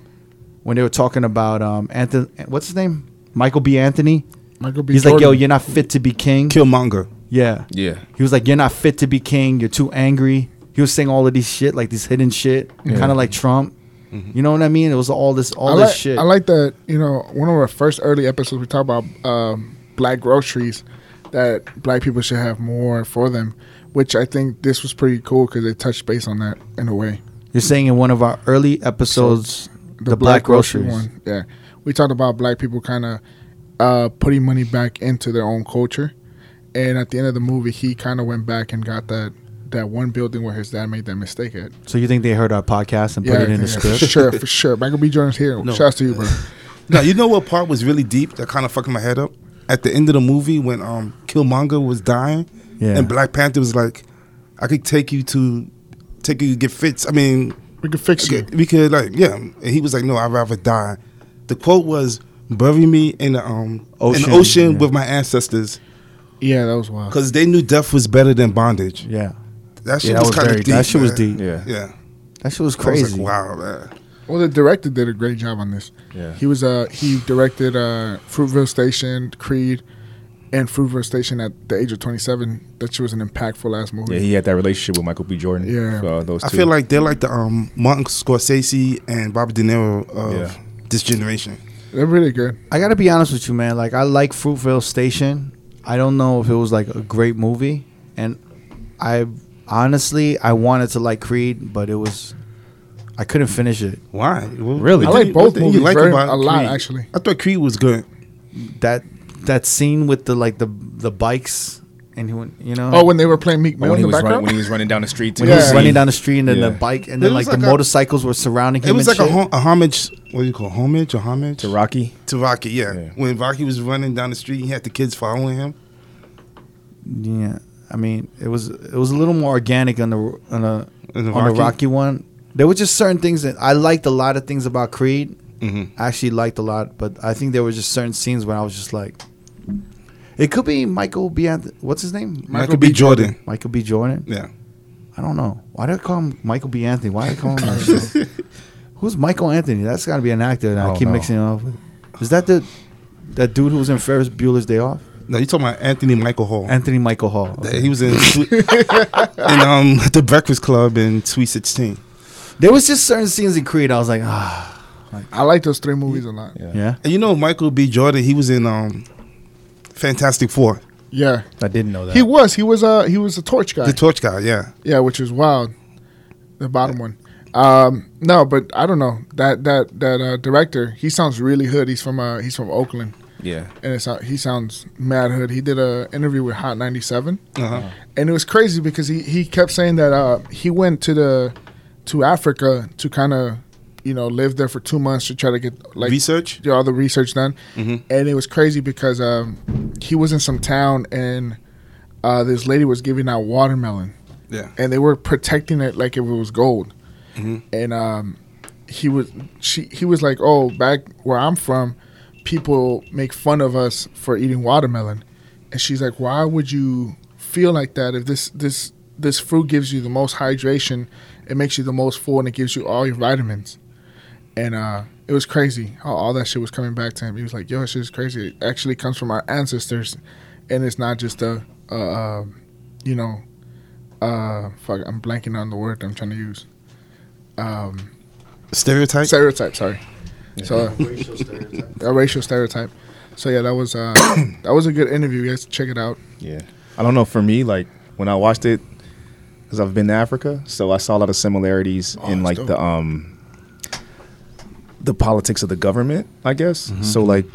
Speaker 3: when they were talking about um Anthony what's his name? Michael B. Anthony.
Speaker 2: Michael B.
Speaker 3: He's like, yo,
Speaker 2: Jordan.
Speaker 3: you're not fit to be king.
Speaker 4: Killmonger.
Speaker 3: Yeah.
Speaker 5: Yeah.
Speaker 3: He was like, You're not fit to be king. You're too angry. He was saying all of these shit, like these hidden shit, kind of like Trump. You know what I mean? It was all this, all
Speaker 2: I
Speaker 3: this
Speaker 2: like,
Speaker 3: shit.
Speaker 2: I like that. You know, one of our first early episodes, we talked about um, black groceries that black people should have more for them, which I think this was pretty cool because they touched base on that in a way.
Speaker 3: You're saying in one of our early episodes, the, black, groceries.
Speaker 2: one, yeah. We talked about black people kind of uh, putting money back into their own culture, and at the end of the movie, he kind of went back and got that that one building where his dad made that mistake at.
Speaker 3: So you think they heard our podcast and put it in the
Speaker 2: for [laughs]
Speaker 3: script?
Speaker 2: sure, for sure. Michael B. Jordan's here.
Speaker 4: No.
Speaker 2: Shouts to you, bro.
Speaker 4: Now you know what part was really deep that kind of fucking my head up at the end of the movie when um Killmonger was dying,
Speaker 3: Yeah.
Speaker 4: and Black Panther was like, "I could take you to, take you to get fits." I mean,
Speaker 2: We can fix
Speaker 4: Okay,
Speaker 2: you.
Speaker 4: we could like yeah. And he was like, no, I'd rather die. The quote was, "Bury me in the um ocean,
Speaker 3: Ocean,
Speaker 4: an ocean
Speaker 3: yeah.
Speaker 4: with my ancestors,
Speaker 2: Yeah, that was wild.
Speaker 4: because they knew death was better than bondage."
Speaker 3: Yeah.
Speaker 4: That shit
Speaker 3: Yeah, that
Speaker 4: was,
Speaker 3: was
Speaker 4: kind of
Speaker 3: very-
Speaker 4: deep.
Speaker 3: that shit was
Speaker 4: man.
Speaker 3: deep.
Speaker 5: Yeah.
Speaker 4: Yeah,
Speaker 3: That shit was
Speaker 4: crazy.
Speaker 3: crazy.
Speaker 4: wow, man.
Speaker 2: Well, the director did a great job on this.
Speaker 5: Yeah.
Speaker 2: He was uh he directed uh Fruitville Station, Creed, and Fruitville Station at the age of 27. That shit was an impactful ass movie.
Speaker 5: Yeah, he had that relationship with Michael B. Jordan.
Speaker 2: Yeah.
Speaker 5: uh, those two.
Speaker 4: I feel like they're like the um Martin Scorsese and Robert De Niro of
Speaker 5: Yeah.
Speaker 4: this generation.
Speaker 2: They're really good.
Speaker 3: I gotta be honest with you, man. Like I like Fruitvale Station. I don't know if it was like a great movie, and I honestly, I wanted to like Creed, but it was I couldn't finish it.
Speaker 4: Why?
Speaker 5: Really? I
Speaker 4: did
Speaker 2: like
Speaker 4: you-
Speaker 2: both
Speaker 4: what did
Speaker 2: movies very- a lot, actually.
Speaker 4: I thought Creed was good.
Speaker 3: That that scene with the like the the bikes and he went, you know
Speaker 2: Oh, when they were playing Meek Mill
Speaker 5: when
Speaker 2: in
Speaker 5: he
Speaker 2: the
Speaker 5: was running,
Speaker 2: background.
Speaker 5: when he was running down the street, to
Speaker 3: when
Speaker 5: the
Speaker 3: he was
Speaker 5: scene.
Speaker 3: running down the street and then
Speaker 5: Yeah.
Speaker 3: the bike and
Speaker 4: It
Speaker 3: then
Speaker 4: was
Speaker 3: like the
Speaker 4: like a-
Speaker 3: motorcycles were surrounding him.
Speaker 4: It was
Speaker 3: and
Speaker 4: like a,
Speaker 3: shit.
Speaker 4: hom- a homage. What do you call it? homage? A homage
Speaker 5: to Rocky.
Speaker 4: to Rocky? Yeah.
Speaker 5: Yeah.
Speaker 4: When Rocky was running down the street, he had the kids following him.
Speaker 3: Yeah, I mean, it was it was a little more organic on the on the
Speaker 4: On the
Speaker 3: on the
Speaker 4: Rocky?
Speaker 3: Rocky one. There were just certain things that I liked a lot of things about Creed.
Speaker 4: Mm-hmm.
Speaker 3: I actually liked a lot, but I think there were just certain scenes when I was just like, it could be Michael B. Anth- What's his name?
Speaker 4: Michael, B. Jordan.
Speaker 3: Michael B. Jordan. I don't know. Why did I call him Michael B. Anthony? Why did I call him?
Speaker 5: [laughs]
Speaker 3: that? Who's Michael Anthony? That's got to be an actor. That I
Speaker 5: Oh,
Speaker 3: keep
Speaker 5: no.
Speaker 3: mixing him up. with. Is that the that dude who was in Ferris Bueller's Day Off?
Speaker 4: Yeah. No, you talking about Anthony Michael Hall?
Speaker 3: Anthony Michael Hall.
Speaker 4: That He was in, in um, the Breakfast Club in Sweet Sixteen.
Speaker 3: There was just certain scenes in Creed I was like, ah,
Speaker 2: I like those three movies a lot.
Speaker 5: Yeah.
Speaker 3: yeah.
Speaker 4: And you know Michael B. Jordan? He was in um, Fantastic Four,
Speaker 2: Yeah,
Speaker 5: I didn't know that.
Speaker 2: he was. He was a he was a torch guy.
Speaker 4: the Torch guy. Yeah.
Speaker 2: yeah, which is wild. The bottom one. Um, no, but I don't know that that that uh, director. He sounds really hood. He's from uh, he's from Oakland,
Speaker 5: yeah,
Speaker 2: and it's, uh, he sounds mad hood. He did a interview with Hot ninety seven,
Speaker 4: Uh-huh.
Speaker 2: and it was crazy because he, he kept saying that uh, he went to the to Africa to kind of you know live there for two months to try to get like
Speaker 4: Research.
Speaker 2: did all the research done, and it was crazy because um, he was in some town and uh, this lady was giving out watermelon,
Speaker 4: Yeah.
Speaker 2: and they were protecting it like if it was gold, and um, he was she he was like, oh, back where I'm from, people make fun of us for eating watermelon, and she's like, why would you feel like that if this this this fruit gives you the most hydration, it makes you the most full, and it gives you all your vitamins and uh, it was crazy how all that shit was coming back to him. He was like, "Yo, this shit is crazy. It actually comes from our ancestors, and it's not just a, uh, uh, you know, uh, fuck. I'm blanking on the word I'm trying to use.
Speaker 4: Stereotype.
Speaker 2: Stereotype. Sorry. So
Speaker 5: [laughs]
Speaker 2: uh, a racial stereotype. So yeah, that was uh, [coughs] that was a good interview. You guys check it out.
Speaker 5: yeah. I don't know. For me, like when I watched it, because I've been to Africa, so I saw a lot of similarities in
Speaker 2: Oh, that's
Speaker 5: like
Speaker 2: dope.
Speaker 5: the um the politics of the government, I guess.
Speaker 2: Mm-hmm.
Speaker 5: So like,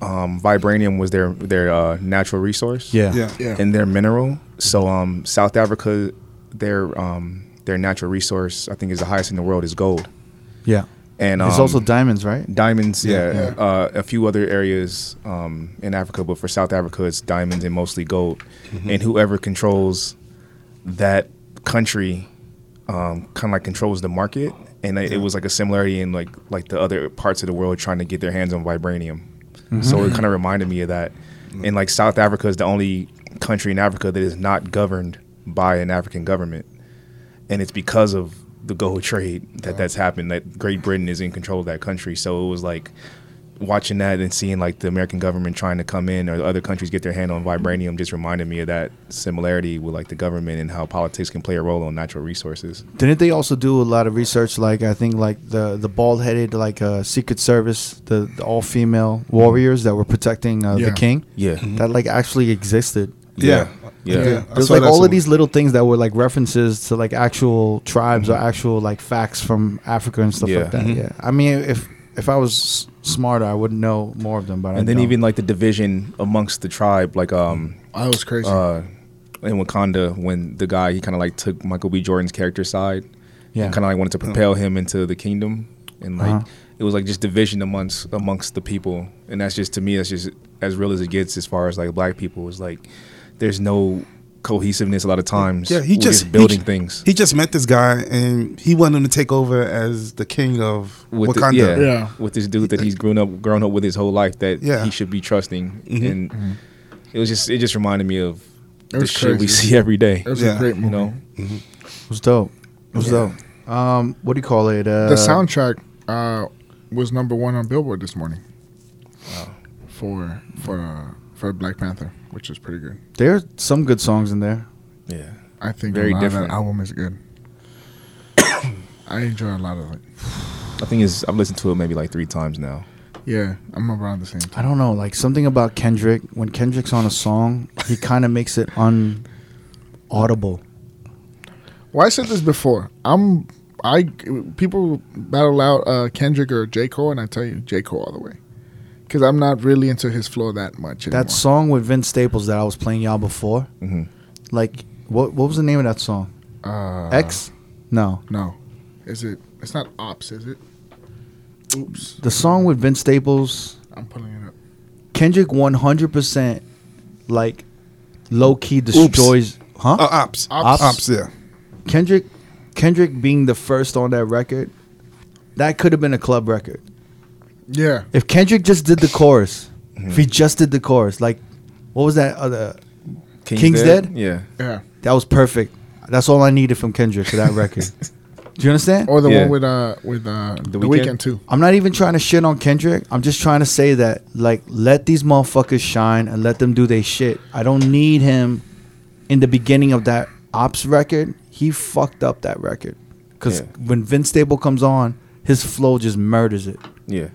Speaker 5: um, vibranium was their their uh, natural resource.
Speaker 4: Yeah.
Speaker 2: Yeah.
Speaker 5: and their mineral. So um, South Africa, their um, their natural resource, I think, is the highest in the world is gold.
Speaker 3: Yeah.
Speaker 5: And um,
Speaker 3: There's also diamonds, right?
Speaker 5: diamonds. Yeah,
Speaker 2: Yeah.
Speaker 5: Uh, a few other areas um, in Africa, but for South Africa, it's diamonds and mostly gold. And whoever controls that country, um, kind of like controls the market. And it, it was like a similarity in like like the other parts of the world trying to get their hands on vibranium. So it kind of reminded me of that. And like South Africa is the only country in Africa that is not governed by an African government and it's because of the gold trade that that's happened that great britain is in control of that country so it was like watching that and seeing like the american government trying to come in or the other countries get their hand on vibranium just reminded me of that similarity with like the government and how politics can play a role on natural resources
Speaker 3: Didn't they also do a lot of research? Like I think like the the bald headed like uh, Secret Service, the, the all female warriors that were protecting uh,
Speaker 2: Yeah.
Speaker 3: the king.
Speaker 5: Yeah. Mhm.
Speaker 3: That like actually existed.
Speaker 4: Yeah.
Speaker 5: yeah,
Speaker 4: Yeah. I
Speaker 3: There's
Speaker 4: saw
Speaker 3: like
Speaker 4: that
Speaker 3: all
Speaker 4: somewhere.
Speaker 3: of these little things that were like references to like actual tribes or actual like facts from Africa and stuff
Speaker 5: Yeah.
Speaker 3: like that. Yeah. I mean, if if I was s- smarter, I would know more of them. But I
Speaker 5: and then
Speaker 3: don't.
Speaker 5: even like the division amongst the tribe like um
Speaker 2: Oh, That was crazy.
Speaker 5: uh in wakanda when the guy he kind of like took michael b jordan's character side
Speaker 3: yeah,
Speaker 5: kind of like wanted
Speaker 4: Mm.
Speaker 5: to propel him into the kingdom and like
Speaker 3: Uh-huh.
Speaker 5: it was like just division amongst amongst the people and that's just to me that's just as real as it gets as far as like black people is like there's no cohesiveness a lot of times
Speaker 4: Yeah, he
Speaker 5: We're
Speaker 4: just
Speaker 5: building
Speaker 4: he,
Speaker 5: things
Speaker 4: He just met this guy and he wanted him to take over as the king of
Speaker 5: with
Speaker 4: Wakanda.
Speaker 5: the, yeah,
Speaker 2: Yeah.
Speaker 5: with this dude that he's grown up grown up with his whole life that
Speaker 4: Yeah. Mm-hmm.
Speaker 5: he should be trusting and it was just it just reminded me of
Speaker 2: It
Speaker 5: the
Speaker 2: was
Speaker 5: shit we
Speaker 2: crazy.
Speaker 5: see every day
Speaker 2: it was a
Speaker 4: yeah,
Speaker 2: great
Speaker 5: you
Speaker 2: movie.
Speaker 5: know
Speaker 3: it was dope. It was dope. Um, what do you call it? Uh,
Speaker 2: the soundtrack uh, was number one on Billboard this morning. For for uh, for Black Panther, which is pretty good.
Speaker 3: There's some good songs in there.
Speaker 5: yeah
Speaker 2: I think
Speaker 5: Very
Speaker 2: a lot
Speaker 5: different.
Speaker 2: of that album is good. [coughs] I enjoy a lot of it.
Speaker 5: i think is i've listened to it maybe like three times now
Speaker 2: Yeah, I'm around the same time.
Speaker 3: I don't know, like something about Kendrick. When Kendrick's on a song, he kind of makes it un audible.
Speaker 2: Well, I said this before. I'm I people battle out uh, Kendrick or J Cole, and I tell you J Cole all the way because I'm not really into his flow that much. Anymore.
Speaker 3: That song with Vince Staples that I was playing y'all before.
Speaker 5: Mhm.
Speaker 3: Like, what what was the name of that song?
Speaker 2: uh,
Speaker 3: X? No,
Speaker 2: No, is it? It's not Ops, is it? Oops,
Speaker 3: the song with Vince Staples.
Speaker 2: I'm pulling it up.
Speaker 3: Kendrick one hundred percent, like, low key destroys. Huh?
Speaker 4: Uh, ops.
Speaker 3: Ops.
Speaker 4: ops, Yeah,
Speaker 3: Kendrick, Kendrick being the first on that record, that could have been a club record.
Speaker 2: Yeah,
Speaker 3: If Kendrick just did the chorus, if
Speaker 4: Mm-hmm.
Speaker 3: he just did the chorus, like, what was that other? King's Dead?
Speaker 5: Yeah.
Speaker 2: yeah.
Speaker 3: That was perfect. That's all I needed from Kendrick for that
Speaker 4: [laughs]
Speaker 3: record. Do you understand?
Speaker 2: Or the
Speaker 5: Yeah.
Speaker 2: one with uh with uh the,
Speaker 5: Weeknd?
Speaker 2: weekend too.
Speaker 3: I'm not even trying to shit on Kendrick. I'm just trying to say that, like, let these motherfuckers shine and let them do their shit. I don't need him in the beginning of that Ops record. He fucked up that record. Because
Speaker 5: Yeah.
Speaker 3: when Vince Stable comes on, his flow just murders it.
Speaker 5: Yeah.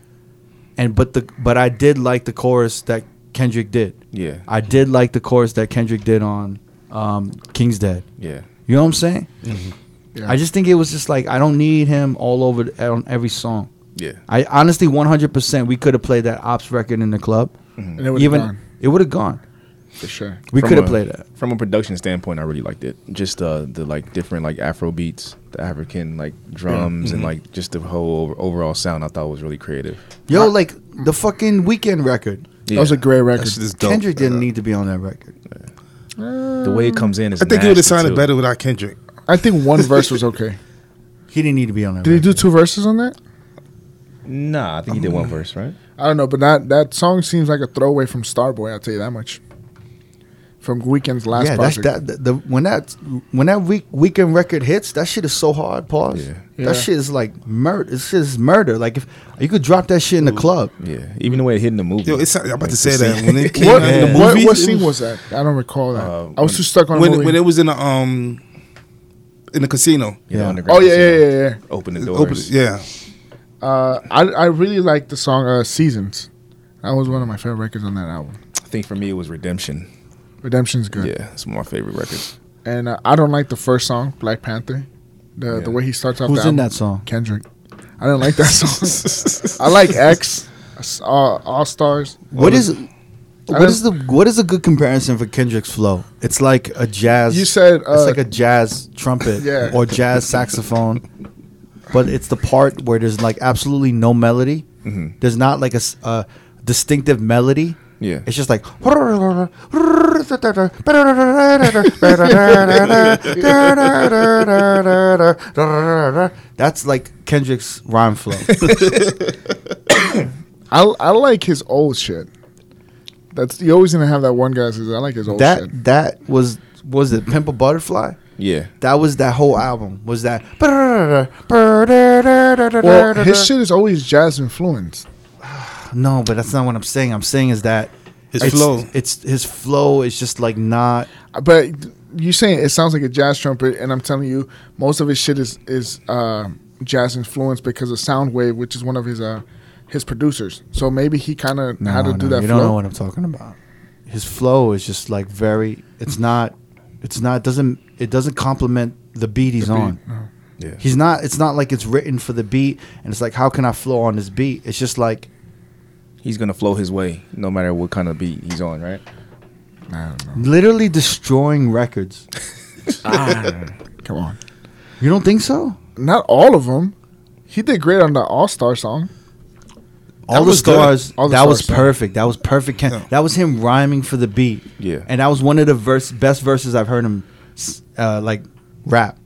Speaker 3: And but the but I did like the chorus that Kendrick did.
Speaker 5: Yeah.
Speaker 3: I did like the chorus that Kendrick did on um, King's Dead.
Speaker 5: Yeah.
Speaker 3: You know what I'm saying?
Speaker 5: Mm-hmm.
Speaker 2: Yeah.
Speaker 3: I just think it was just like I don't need him all over th- on every song.
Speaker 5: Yeah.
Speaker 3: I honestly 100% we could have played that ops record in the club.
Speaker 2: and it would
Speaker 3: Even
Speaker 2: gone,
Speaker 3: it would have gone.
Speaker 2: for sure.
Speaker 3: We
Speaker 5: From
Speaker 3: could have
Speaker 5: a-
Speaker 3: played that.
Speaker 5: From a production standpoint, I really liked it. Just uh, the like different like Afro beats, the African like drums,
Speaker 3: Mm-hmm.
Speaker 5: and like just the whole overall sound. I thought was really creative.
Speaker 3: Yo, like the fucking weekend record.
Speaker 5: Yeah.
Speaker 2: That was a great record.
Speaker 4: that's just dope.
Speaker 3: Kendrick didn't need to be on that record.
Speaker 5: the way it comes in is.
Speaker 4: I think it would have
Speaker 5: nasty,
Speaker 4: sounded
Speaker 5: too.
Speaker 4: better without Kendrick.
Speaker 2: I think one verse was okay.
Speaker 3: He didn't need to be on that.
Speaker 2: Did he
Speaker 3: record.
Speaker 2: do two verses on that?
Speaker 5: Nah, I think he did
Speaker 3: Mm.
Speaker 5: one verse, right?
Speaker 2: I don't know, but that that song seems like a throwaway from Starboy. I'll tell you that much. From Weekend's last
Speaker 3: yeah, that's
Speaker 2: project.
Speaker 3: that. The, the- when that when that week, weekend record hits, that shit is so hard. Pause.
Speaker 5: Yeah.
Speaker 2: Yeah.
Speaker 3: That shit is like murder. It's just murder. Like if you could drop that shit in the club,
Speaker 5: Yeah. Even the way it hit in the movie.
Speaker 4: Yo, it's, I'm about to say
Speaker 5: Like,
Speaker 4: that
Speaker 2: [laughs]
Speaker 4: when it came
Speaker 2: What,
Speaker 4: out in the
Speaker 2: what,
Speaker 4: movie,
Speaker 2: what scene was that? I don't recall that.
Speaker 5: Uh,
Speaker 2: I was too stuck on the
Speaker 4: when
Speaker 2: movie.
Speaker 4: when it was in the um in the casino.
Speaker 5: [laughs] you know,
Speaker 3: Yeah.
Speaker 5: underground
Speaker 2: oh yeah, yeah,
Speaker 5: casino.
Speaker 2: yeah, yeah.
Speaker 5: Open the
Speaker 4: It
Speaker 5: doors.
Speaker 4: opened- yeah,
Speaker 2: Uh, I I really liked the song uh, "Seasons." That was one of my favorite records on that album.
Speaker 5: I think for me it was Redemption.
Speaker 2: Redemption's good,
Speaker 5: Yeah, it's one of my favorite records.
Speaker 2: and uh, I don't like the first song, Black Panther. The the
Speaker 5: Yeah.
Speaker 2: way he starts off.
Speaker 3: who's
Speaker 2: the
Speaker 3: in
Speaker 2: album,
Speaker 3: that song?
Speaker 2: Kendrick. I didn't
Speaker 4: [laughs]
Speaker 2: like that song. I like X, uh, All Stars.
Speaker 3: What is
Speaker 2: don't-
Speaker 3: what is the what is a good comparison for Kendrick's flow? It's like a jazz.
Speaker 2: You said, uh,
Speaker 3: it's like a jazz trumpet
Speaker 2: [laughs] Yeah.
Speaker 3: or jazz saxophone, but it's the part where there's like absolutely no melody.
Speaker 2: Mm-hmm.
Speaker 3: There's not like a, s- a distinctive melody.
Speaker 5: Yeah.
Speaker 3: it's just like [laughs] that's like Kendrick's rhyme
Speaker 2: [laughs]
Speaker 3: flow.
Speaker 2: I I like his old shit. That's you always gonna have that one guy that says I like his old shit.
Speaker 3: that that was was it Pimp a Butterfly?
Speaker 5: Yeah.
Speaker 3: That was that whole album. Was that?
Speaker 2: Well, his shit is always jazz influenced.
Speaker 3: No, but that's not what I'm saying. I'm saying is that
Speaker 4: His
Speaker 3: it's-
Speaker 4: flow.
Speaker 3: It's his flow is just like not.
Speaker 2: But you saying it sounds like a jazz trumpet, and I'm telling you, most of his shit is is uh, jazz influenced because of Soundwave, which is one of his uh, his producers. So maybe he kind of
Speaker 3: No,
Speaker 2: had to
Speaker 3: no,
Speaker 2: do that.
Speaker 3: You
Speaker 2: flow.
Speaker 3: don't know what I'm talking about. His flow is just like very. It's not. It's not. Doesn't. It doesn't complement the beat he's on.
Speaker 5: Yeah.
Speaker 3: He's not. It's not like it's written for the beat, and it's like how can I flow on this beat? It's just like
Speaker 5: He's gonna flow his way no matter what kind of beat he's on, right?
Speaker 3: literally destroying records.
Speaker 2: Come on,
Speaker 3: You don't think so?
Speaker 2: not all of them. He did great on the All Star song.
Speaker 3: All the
Speaker 4: was good.
Speaker 3: stars.
Speaker 2: All the
Speaker 3: that was
Speaker 2: stars, yeah.
Speaker 3: perfect. That was perfect. Ken-
Speaker 4: Yeah.
Speaker 3: That was him rhyming for the beat.
Speaker 5: Yeah.
Speaker 3: And that was one of the verse best verses I've heard him s- uh, like rap.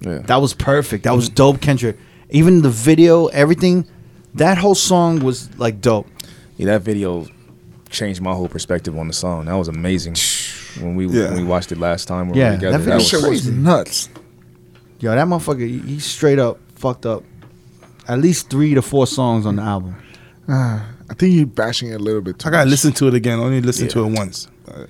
Speaker 5: Yeah.
Speaker 3: That was perfect. That was dope, Kendrick. Even the video, everything. That whole song was like dope.
Speaker 5: Yeah, that video changed my whole perspective on the song. That was [sighs] amazing. When we
Speaker 4: Yeah.
Speaker 5: when we watched it last time, when we
Speaker 3: Yeah,
Speaker 5: were together,
Speaker 3: that
Speaker 2: That
Speaker 3: video
Speaker 5: that, was
Speaker 2: shit was
Speaker 3: crazy.
Speaker 2: nuts. [sighs]
Speaker 3: Yo, that motherfucker, he- he straight up fucked up. At least three to four songs on the album.
Speaker 2: I think you bashing it a little bit. Too
Speaker 4: I gotta
Speaker 2: much.
Speaker 4: listen to it again. I only listened to it once, Uh,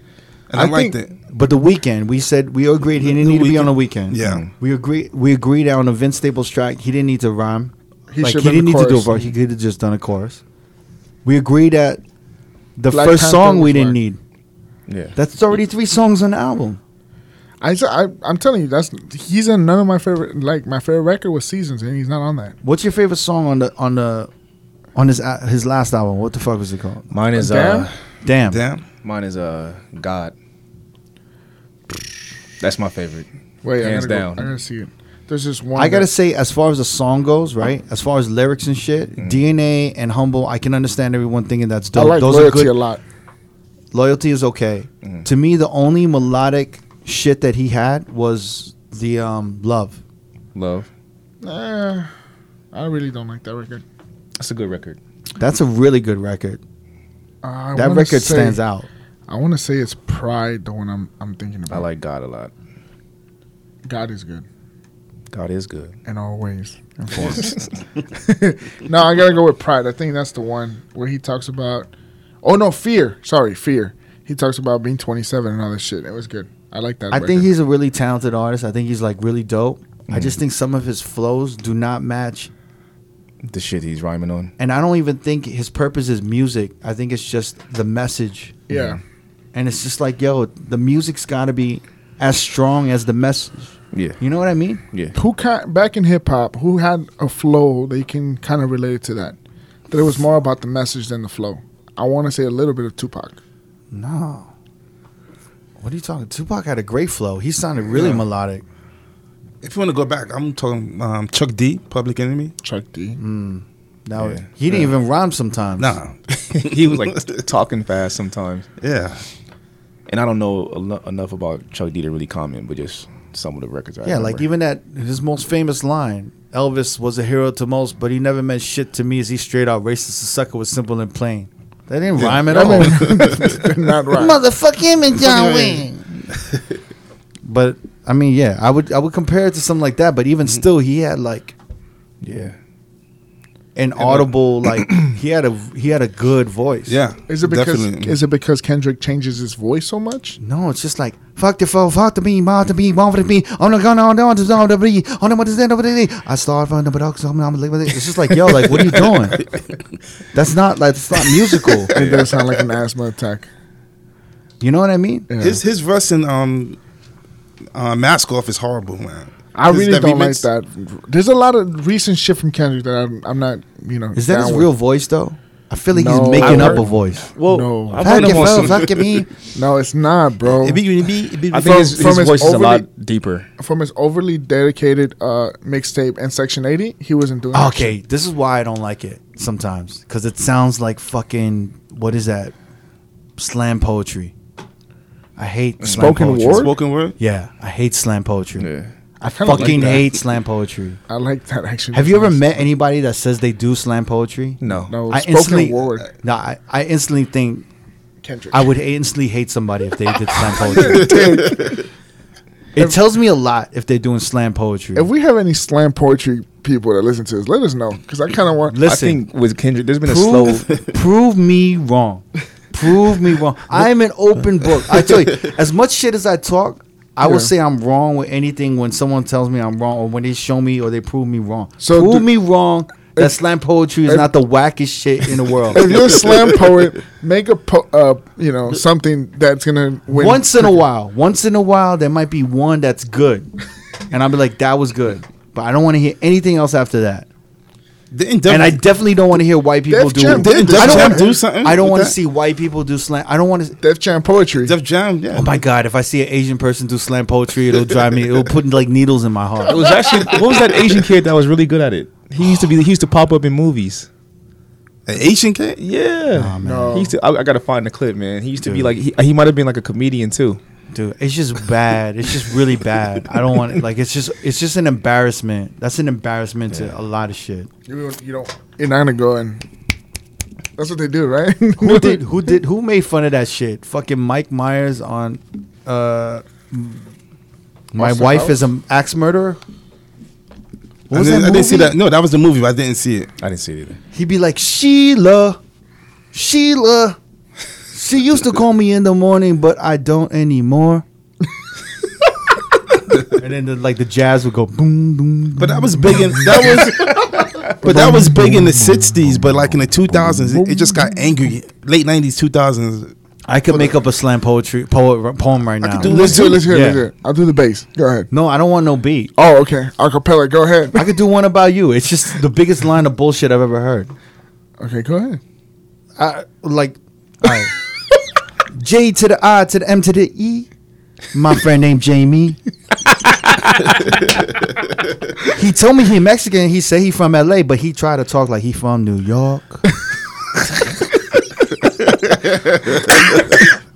Speaker 4: and I,
Speaker 2: I
Speaker 4: liked
Speaker 2: think-
Speaker 4: it.
Speaker 3: But the weekend, we said we agreed he didn't need to be on the weekend.
Speaker 4: Yeah.
Speaker 3: we agreed. We agreed on a Vince Staples track. He didn't need to rhyme.
Speaker 2: He
Speaker 3: like he
Speaker 2: should've done
Speaker 3: didn't
Speaker 2: the
Speaker 3: need to do a
Speaker 2: chorus.
Speaker 3: verse. He could have just done a chorus. We agreed that the
Speaker 2: Black
Speaker 3: first
Speaker 2: Panther
Speaker 3: song we
Speaker 2: was
Speaker 3: didn't
Speaker 2: whack.
Speaker 3: need.
Speaker 5: yeah.
Speaker 3: That's already three songs on the album.
Speaker 2: I, s- I am telling you, that's he's in none of my favorite. Like my favorite record was Seasons, and he's not on that.
Speaker 3: What's your favorite song on the on the on his a- his last album? What the fuck was it called?
Speaker 5: Mine is
Speaker 2: Damn.
Speaker 5: uh,
Speaker 3: Damn.
Speaker 4: Damn.
Speaker 5: mine is uh, God. That's my favorite.
Speaker 2: Wait,
Speaker 5: Hands
Speaker 2: I gotta
Speaker 5: down.
Speaker 2: Go, I gotta see it. There's just one.
Speaker 3: I gotta
Speaker 2: that-
Speaker 3: say, as far as the song goes, right? As far as lyrics and shit, DNA and Humble, I can understand everyone thinking that's
Speaker 2: Mm-hmm. I
Speaker 3: dope.
Speaker 2: like
Speaker 3: Those
Speaker 2: loyalty
Speaker 3: are good.
Speaker 2: a lot. Mm-hmm.
Speaker 3: Loyalty is okay. To me, the only melodic shit that he had was the um love.
Speaker 5: Love.
Speaker 2: Nah, I really don't like that record.
Speaker 5: That's a good record.
Speaker 3: That's a really good record.
Speaker 2: I
Speaker 3: that
Speaker 2: wanna
Speaker 3: record
Speaker 2: say-
Speaker 3: stands out.
Speaker 2: I want to say it's Pride, the one I'm I'm thinking about.
Speaker 5: I like God a lot.
Speaker 3: Oh.
Speaker 2: God is good
Speaker 5: God is [laughs] good.
Speaker 2: in all ways and forms. [laughs] no, I gotta go with Pride. I think that's the one where he talks about. Oh no, Fear. Sorry, Fear. He talks about being 27 and all this shit. It was good. I like that.
Speaker 3: I
Speaker 2: record.
Speaker 3: think he's a really talented artist. I think he's like really dope. I
Speaker 5: Mm.
Speaker 3: just think some of his flows do not match
Speaker 5: The shit he's rhyming on.
Speaker 3: and I don't even think his purpose is music. I think it's just the message. Mm.
Speaker 2: Yeah.
Speaker 3: And it's just like, yo, the music's got to be as strong as the message.
Speaker 5: Yeah.
Speaker 3: You know what I mean?
Speaker 5: Yeah.
Speaker 2: Who can back in hip hop? Who had a flow that you can kind of relate it to that? That it was more about the message than the flow. I want to say a little bit of Tupac.
Speaker 3: No. What are you talking? Tupac had a great flow. He sounded really melodic.
Speaker 4: If you want to go back, I'm talking um, Chuck D, Public Enemy.
Speaker 2: Chuck D.
Speaker 3: Now
Speaker 5: Yeah.
Speaker 3: he didn't even rhyme sometimes.
Speaker 4: Nah.
Speaker 5: [laughs] he was like [laughs] talking fast sometimes.
Speaker 4: Yeah.
Speaker 5: And I don't know eno- enough about Chuck D to really comment, but just some of the records. I
Speaker 3: Yeah, like
Speaker 5: remember.
Speaker 3: even that his most famous line. Elvis was a hero to most, but he never meant shit to me as he straight out racist. The sucker was simple and plain. That didn't rhyme at all. [laughs]
Speaker 5: [laughs]
Speaker 2: not right.
Speaker 3: Motherfuck him and John Wayne. [laughs] but I mean, yeah, I would I would compare it to something like that. But even still, he had like
Speaker 5: Mm-hmm. yeah. uh,
Speaker 3: an
Speaker 5: [clears throat]
Speaker 3: audible, like he had a he had a good voice.
Speaker 4: Yeah.
Speaker 2: Is it because
Speaker 4: definitely.
Speaker 2: is it because Kendrick changes his voice so much?
Speaker 3: No, it's just like fuck the foe, fuck the me, mouth the me, mouth the me. I'm not gonna on the on the me, on the mother's end of the day. I start from the box. I'm I'm like it's just like yo, like what are you doing? That's not like it's not musical.
Speaker 2: It does sound like an asthma attack.
Speaker 3: You know what I mean?
Speaker 2: Yeah.
Speaker 4: His his verse in um, uh, Mask Off is horrible, man.
Speaker 2: I
Speaker 4: His-
Speaker 2: really
Speaker 4: that
Speaker 2: don't
Speaker 4: remix-
Speaker 2: like that. There's a lot of recent shit from Kendrick that I'm, I'm not, you know.
Speaker 3: Is that
Speaker 2: down
Speaker 3: his
Speaker 2: with.
Speaker 3: real voice though? I feel like
Speaker 2: No.
Speaker 3: he's making
Speaker 5: I
Speaker 3: up a
Speaker 5: heard-
Speaker 3: voice.
Speaker 5: Well,
Speaker 2: No.
Speaker 5: I,
Speaker 3: Fuck
Speaker 5: went
Speaker 3: it,
Speaker 5: up on
Speaker 3: foe,
Speaker 5: some-
Speaker 3: fuck it, me.
Speaker 2: No, it's not, bro.
Speaker 5: I think his,
Speaker 2: from
Speaker 5: his
Speaker 2: his
Speaker 5: voice is a
Speaker 2: overly-
Speaker 5: lot deeper.
Speaker 2: From his overly dedicated uh, mixtape and Section 80, he wasn't doing. that
Speaker 3: Okay, this is why I don't like it sometimes because it sounds like fucking what is that? Slam poetry. I hate slam
Speaker 2: Spoken
Speaker 3: poetry.
Speaker 2: word?
Speaker 4: Spoken word?
Speaker 3: Yeah, I hate slam poetry.
Speaker 5: Yeah.
Speaker 3: I
Speaker 2: kinda like
Speaker 3: fucking
Speaker 2: that.
Speaker 3: hate slam
Speaker 2: [laughs]
Speaker 3: poetry.
Speaker 2: shit. I like that actually.
Speaker 3: Have you ever met anybody that says they do slam poetry?
Speaker 5: No.
Speaker 2: No,
Speaker 3: I
Speaker 2: spoken
Speaker 3: instantly, [laughs]
Speaker 2: word.
Speaker 3: no, I, I instantly think
Speaker 2: Kendrick.
Speaker 3: I would instantly hate somebody if they did
Speaker 5: [laughs]
Speaker 3: slam poetry. it tells me a lot if they're doing slam poetry.
Speaker 2: if we have any slam poetry people that listen to this, let us know because I kind of want.
Speaker 5: I
Speaker 3: Listen,
Speaker 5: think with Kendrick, there's been a slow.
Speaker 3: prove, [laughs] prove me wrong. Prove me wrong. [laughs] I am an open book. I tell you, as much shit as I talk, I
Speaker 2: Yeah.
Speaker 3: will say I'm wrong with anything when someone tells me I'm wrong or when they show me or they prove me wrong.
Speaker 2: So
Speaker 3: prove
Speaker 2: do-
Speaker 3: me wrong that slam poetry is
Speaker 2: if-
Speaker 3: not the wackest shit in the
Speaker 2: [laughs]
Speaker 3: world.
Speaker 2: if you're a
Speaker 3: [laughs]
Speaker 2: slam poet, make a po- uh, you know something that's gonna win.
Speaker 3: once in a while, once in a while, there might be one that's good, and I'll be like, "That was good," but I don't want to hear anything else after that.
Speaker 4: Didn't Def,
Speaker 3: And I definitely don't want to hear white people
Speaker 2: Def
Speaker 3: do.
Speaker 2: Jam did
Speaker 3: I
Speaker 4: Def
Speaker 3: don't
Speaker 4: Jam
Speaker 3: want
Speaker 4: do something
Speaker 3: I don't
Speaker 4: with
Speaker 3: want to
Speaker 4: that?
Speaker 3: see white people do slam. I don't want to.
Speaker 2: Def Jam poetry.
Speaker 4: Def Jam, yeah.
Speaker 3: Oh my god! If I see an Asian person do slam poetry, it'll drive me. It'll put like needles in my
Speaker 5: [laughs] It
Speaker 3: heart.
Speaker 5: was actually what was that Asian kid that was really good at it? He used to be. He used to pop up in movies.
Speaker 4: An Asian kid?
Speaker 5: Yeah.
Speaker 2: No.
Speaker 5: He used to, I, I gotta find the clip, man. He used to be like he, he might have been like a comedian too.
Speaker 3: Dude, it's just bad. It's just really bad. I don't want it. Like it's just it's just an embarrassment. That's an embarrassment to a lot of shit.
Speaker 2: You don't. You don't. You're not gonna go and. That's what they do, right? [laughs]
Speaker 3: Who did who did who made fun of that shit? Fucking Mike Myers on uh My
Speaker 2: Austin
Speaker 3: wife
Speaker 2: Powers?
Speaker 3: is an axe murderer.
Speaker 4: I,
Speaker 3: What was
Speaker 4: didn't,
Speaker 3: that
Speaker 4: I didn't see
Speaker 3: movie?
Speaker 4: that. No, that was the movie, but I didn't see it.
Speaker 5: I didn't see it either.
Speaker 3: He'd be like, Sheila, Sheila. She used to call me in the morning, but I don't anymore. and then the, like the jazz would go boom boom.
Speaker 4: But that was big in that
Speaker 2: [laughs]
Speaker 4: was But that was big in the sixties, but like in the two thousands, it, it just got angry. Late nineties, two thousands.
Speaker 3: I could make up a slam poetry poet, poem right now.
Speaker 2: I could do let's do it. Let's hear it.
Speaker 3: Yeah.
Speaker 2: Let's hear it. I'll do the bass. Go ahead.
Speaker 3: no, I don't want no beat.
Speaker 2: Oh, okay. Acapella. Go ahead.
Speaker 3: I could do one about you. It's just the biggest line of bullshit I've ever heard.
Speaker 2: Okay, go ahead.
Speaker 3: I like all right. J to the I to the M to the E. My friend named Jamie. he told me he Mexican. He said he from LA, but he tried to talk like he from New York.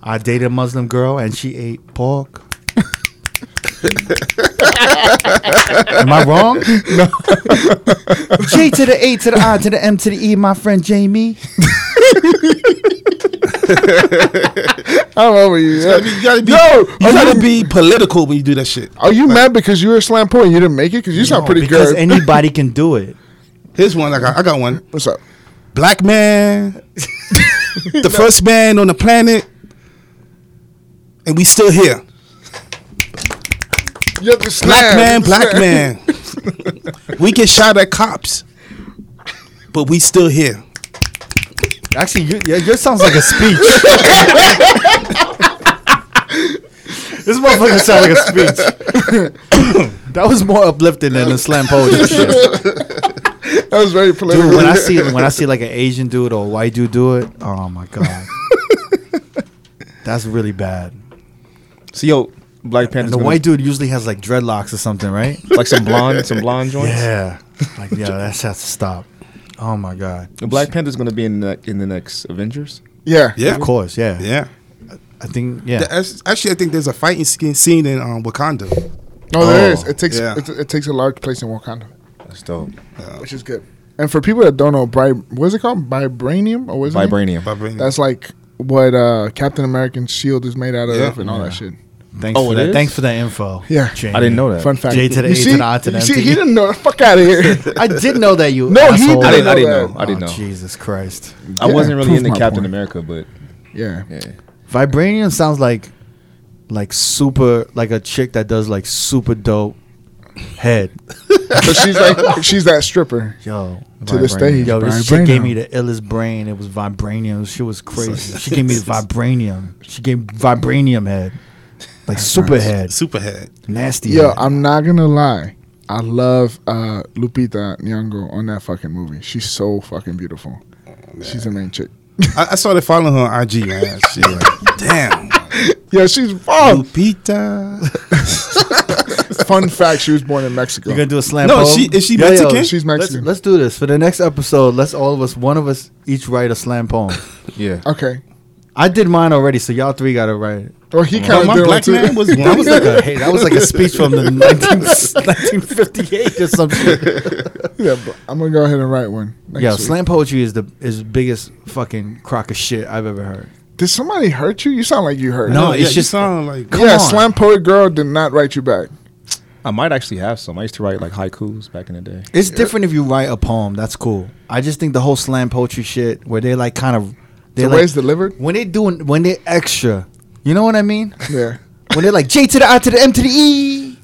Speaker 3: I dated a Muslim girl and she ate pork. Am I wrong? No. J to the A to the I to the M to the E, my friend Jamie.
Speaker 2: I'm over you.
Speaker 4: You gotta be,
Speaker 2: Yo,
Speaker 4: you
Speaker 2: are
Speaker 4: gotta
Speaker 2: you-
Speaker 4: be political when you do that shit.
Speaker 2: Are you mad because you were a slam poet and you didn't make it? Because you sound pretty
Speaker 3: because
Speaker 2: good.
Speaker 3: anybody can do it.
Speaker 4: Here's one I got. I
Speaker 2: [laughs]
Speaker 4: got one.
Speaker 2: What's up?
Speaker 4: Black
Speaker 5: Eh.
Speaker 4: man, the first man on the planet, and we still here.
Speaker 2: You have to slam.
Speaker 4: Black man, black man. [laughs] we get shot at cops, but we still here.
Speaker 3: [laughs] Actually, you, yeah, yours sounds like a [laughs] speech. this motherfucker sounds like a speech. [coughs] that was more uplifting than the slam poetry shit.
Speaker 2: [laughs] That was very political.
Speaker 3: Dude, when I see when I see like an Asian dude or a white dude do it, oh my god, that's really bad.
Speaker 5: So yo, Black
Speaker 3: And
Speaker 5: Panther's
Speaker 3: the
Speaker 5: gonna-
Speaker 3: white dude usually has like dreadlocks or something, right?
Speaker 5: like some blonde, some [laughs] blonde joints.
Speaker 3: Yeah, like yeah, that has to stop. Oh my god,
Speaker 5: And Black Panther's gonna be in the, in the next Avengers.
Speaker 2: yeah.
Speaker 4: Yeah,
Speaker 3: of course, yeah,
Speaker 4: yeah.
Speaker 3: I think yeah.
Speaker 4: The- as- Actually, I think there's a fighting skin scene in um, Wakanda.
Speaker 2: No, there
Speaker 3: Oh,
Speaker 2: is. It takes
Speaker 4: yeah.
Speaker 2: it, it takes a large place in Wakanda,
Speaker 5: That's dope.
Speaker 2: which is good. And for people that don't know, bri- what's it called? Vibranium or what's it?
Speaker 5: Vibranium.
Speaker 4: Vibranium.
Speaker 2: Mm. That's like what uh, Captain American's shield is made out of
Speaker 4: Yeah.
Speaker 2: and all that shit.
Speaker 3: Thanks
Speaker 5: Oh,
Speaker 3: for
Speaker 5: it
Speaker 3: that.
Speaker 5: is?
Speaker 3: Thanks for that info.
Speaker 2: Yeah.
Speaker 5: I didn't know that.
Speaker 2: Fun fact.
Speaker 3: J to the
Speaker 2: You
Speaker 3: A to
Speaker 2: see-
Speaker 3: the I to the
Speaker 2: you
Speaker 3: M E.
Speaker 2: see,
Speaker 3: to
Speaker 2: he
Speaker 3: the-
Speaker 2: didn't know. Fuck out of
Speaker 3: [laughs]
Speaker 2: here.
Speaker 3: I did know that [laughs] you.
Speaker 2: No, he
Speaker 3: asshole.
Speaker 2: didn't.
Speaker 5: I didn't. I didn't
Speaker 2: know
Speaker 5: know.
Speaker 2: that.
Speaker 5: I didn't know.
Speaker 3: Oh, Jesus Christ!
Speaker 5: I
Speaker 2: Yeah,
Speaker 5: wasn't really
Speaker 2: prove
Speaker 5: into
Speaker 2: my
Speaker 5: Captain
Speaker 2: point.
Speaker 5: America, but
Speaker 2: yeah.
Speaker 5: yeah.
Speaker 3: Vibranium sounds like, like super, like a chick that does like super dope head.
Speaker 2: So she's like she's that stripper.
Speaker 3: Yo,
Speaker 2: To this day,
Speaker 3: yo, this
Speaker 2: vibranium.
Speaker 3: chick gave me the illest brain. It was vibranium. She was crazy. She gave me [laughs] the vibranium. She gave me vibranium head, like super head,
Speaker 4: Superhead.
Speaker 3: nasty.
Speaker 2: Yo,
Speaker 3: head.
Speaker 2: I'm not gonna lie. I love uh, Lupita Nyong'o on that fucking movie. She's so fucking beautiful. She's the main chick.
Speaker 4: I, I started following her on IG, man. She like,
Speaker 3: [laughs]
Speaker 4: damn.
Speaker 2: Yeah, she's
Speaker 3: Oh.
Speaker 2: fun.
Speaker 4: Lupita.
Speaker 2: fun fact: she was born in Mexico.
Speaker 3: You gonna do a slam?
Speaker 4: No,
Speaker 3: poem?
Speaker 4: she- is she Mexican?
Speaker 2: She's Mexican.
Speaker 3: Let's, let's do this for the next episode. Let's all of us, one of us, each write a slam poem.
Speaker 5: Yeah.
Speaker 2: okay.
Speaker 3: I did mine already, so y'all three gotta write
Speaker 2: [laughs]
Speaker 3: it.
Speaker 2: Well, he
Speaker 4: Yo,
Speaker 2: kind
Speaker 4: my
Speaker 2: of did one
Speaker 4: black
Speaker 2: too.
Speaker 4: man was
Speaker 3: Oh, That
Speaker 4: that
Speaker 3: was like a hey, that was like a speech from
Speaker 4: [laughs]
Speaker 3: the 19, 1958 or something.
Speaker 2: yeah, but I'm gonna go ahead and write one. next
Speaker 3: Yeah,
Speaker 2: week.
Speaker 3: slam poetry is the is the biggest fucking crock of shit I've ever heard.
Speaker 2: Did somebody hurt you? You sound like you hurt.
Speaker 3: No,
Speaker 4: No,
Speaker 3: it's
Speaker 4: it's
Speaker 3: just-
Speaker 4: yeah, just sound like
Speaker 3: Come
Speaker 2: yeah,
Speaker 3: on.
Speaker 2: slam poet girl did not write you back.
Speaker 5: I might actually have some. I used to write like haikus back in the day.
Speaker 3: It's different if you write a poem. That's cool. I just think the whole slam poetry shit where they like kind of they
Speaker 2: The way
Speaker 3: like
Speaker 2: it's
Speaker 3: [laughs]
Speaker 2: delivered.
Speaker 3: when they doing when they extra. You know what I mean?
Speaker 2: Yeah.
Speaker 3: When they're like J to the I to the M to the
Speaker 2: [laughs]
Speaker 3: E.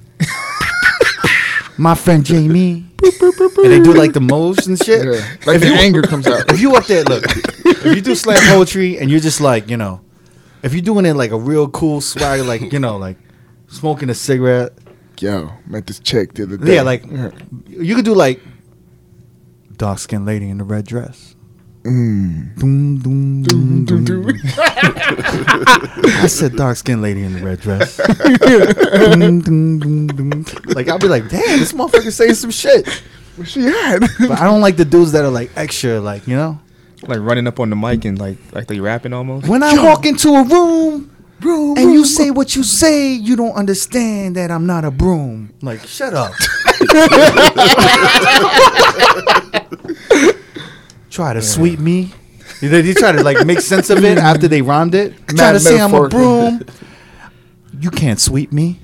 Speaker 3: My friend Jamie. and they do like the moves and shit.
Speaker 2: Yeah. Like
Speaker 3: [laughs]
Speaker 2: the anger comes out.
Speaker 3: if you up there, look, if you do slam poetry and you're just like, you know, if you're doing it like a real cool swag, like, you know, like smoking a cigarette,
Speaker 2: Yo, met this chick the other day.
Speaker 3: yeah, like you could do like dark skinned lady in the red dress.
Speaker 2: Mm,
Speaker 3: Doom, doom, doom, doom, doom. I said dark skinned lady in the red dress. Doom, doom, doom, doom. Like I'll be like, damn, this motherfucker saying some shit.
Speaker 2: [laughs] Where she at?
Speaker 3: [laughs] But I don't like the dudes that are like extra, like, you know?
Speaker 5: Like running up on the mic and like like they rapping almost.
Speaker 3: When I walk into a room, and you say what you say, you don't understand that I'm not a broom. Like, shut up. [laughs] try to sweep me. You know, you try to like make sense of it after they rhymed it. try to say I'm a
Speaker 2: metaphorically.
Speaker 3: broom. You can't sweep me.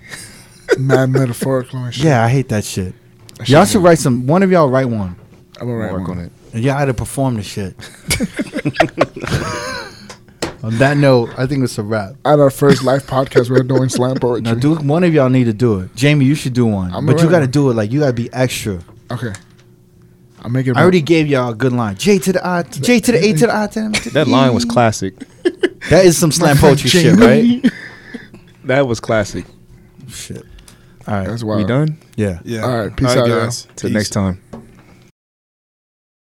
Speaker 2: Mad metaphorical and shit.
Speaker 3: Yeah, I hate that shit. Y'all should write some. One of y'all write one.
Speaker 2: I'm gonna write
Speaker 5: Work
Speaker 2: one.
Speaker 5: on it.
Speaker 3: And y'all had to perform the [laughs] shit. on that note, I think it's a wrap.
Speaker 2: At our first live podcast, we're doing slam poetry.
Speaker 3: [laughs] Now, do one of y'all need to do it. Jamie, you should do one,
Speaker 2: I'm
Speaker 3: but you
Speaker 2: alright.
Speaker 3: got to do it like you got to be extra.
Speaker 2: okay. I'll make it.
Speaker 3: I already gave y'all a good line. J to the I, J to the A to the I. To the M to the
Speaker 5: That
Speaker 3: E.
Speaker 5: line was classic.
Speaker 3: That is some slam [laughs] poetry shit, right?
Speaker 5: That was classic.
Speaker 3: Shit. All right.
Speaker 2: That's wild.
Speaker 5: We done?
Speaker 3: Yeah.
Speaker 4: Yeah.
Speaker 2: All right, peace out,
Speaker 4: guys.
Speaker 5: Till
Speaker 4: Peace.
Speaker 5: next time.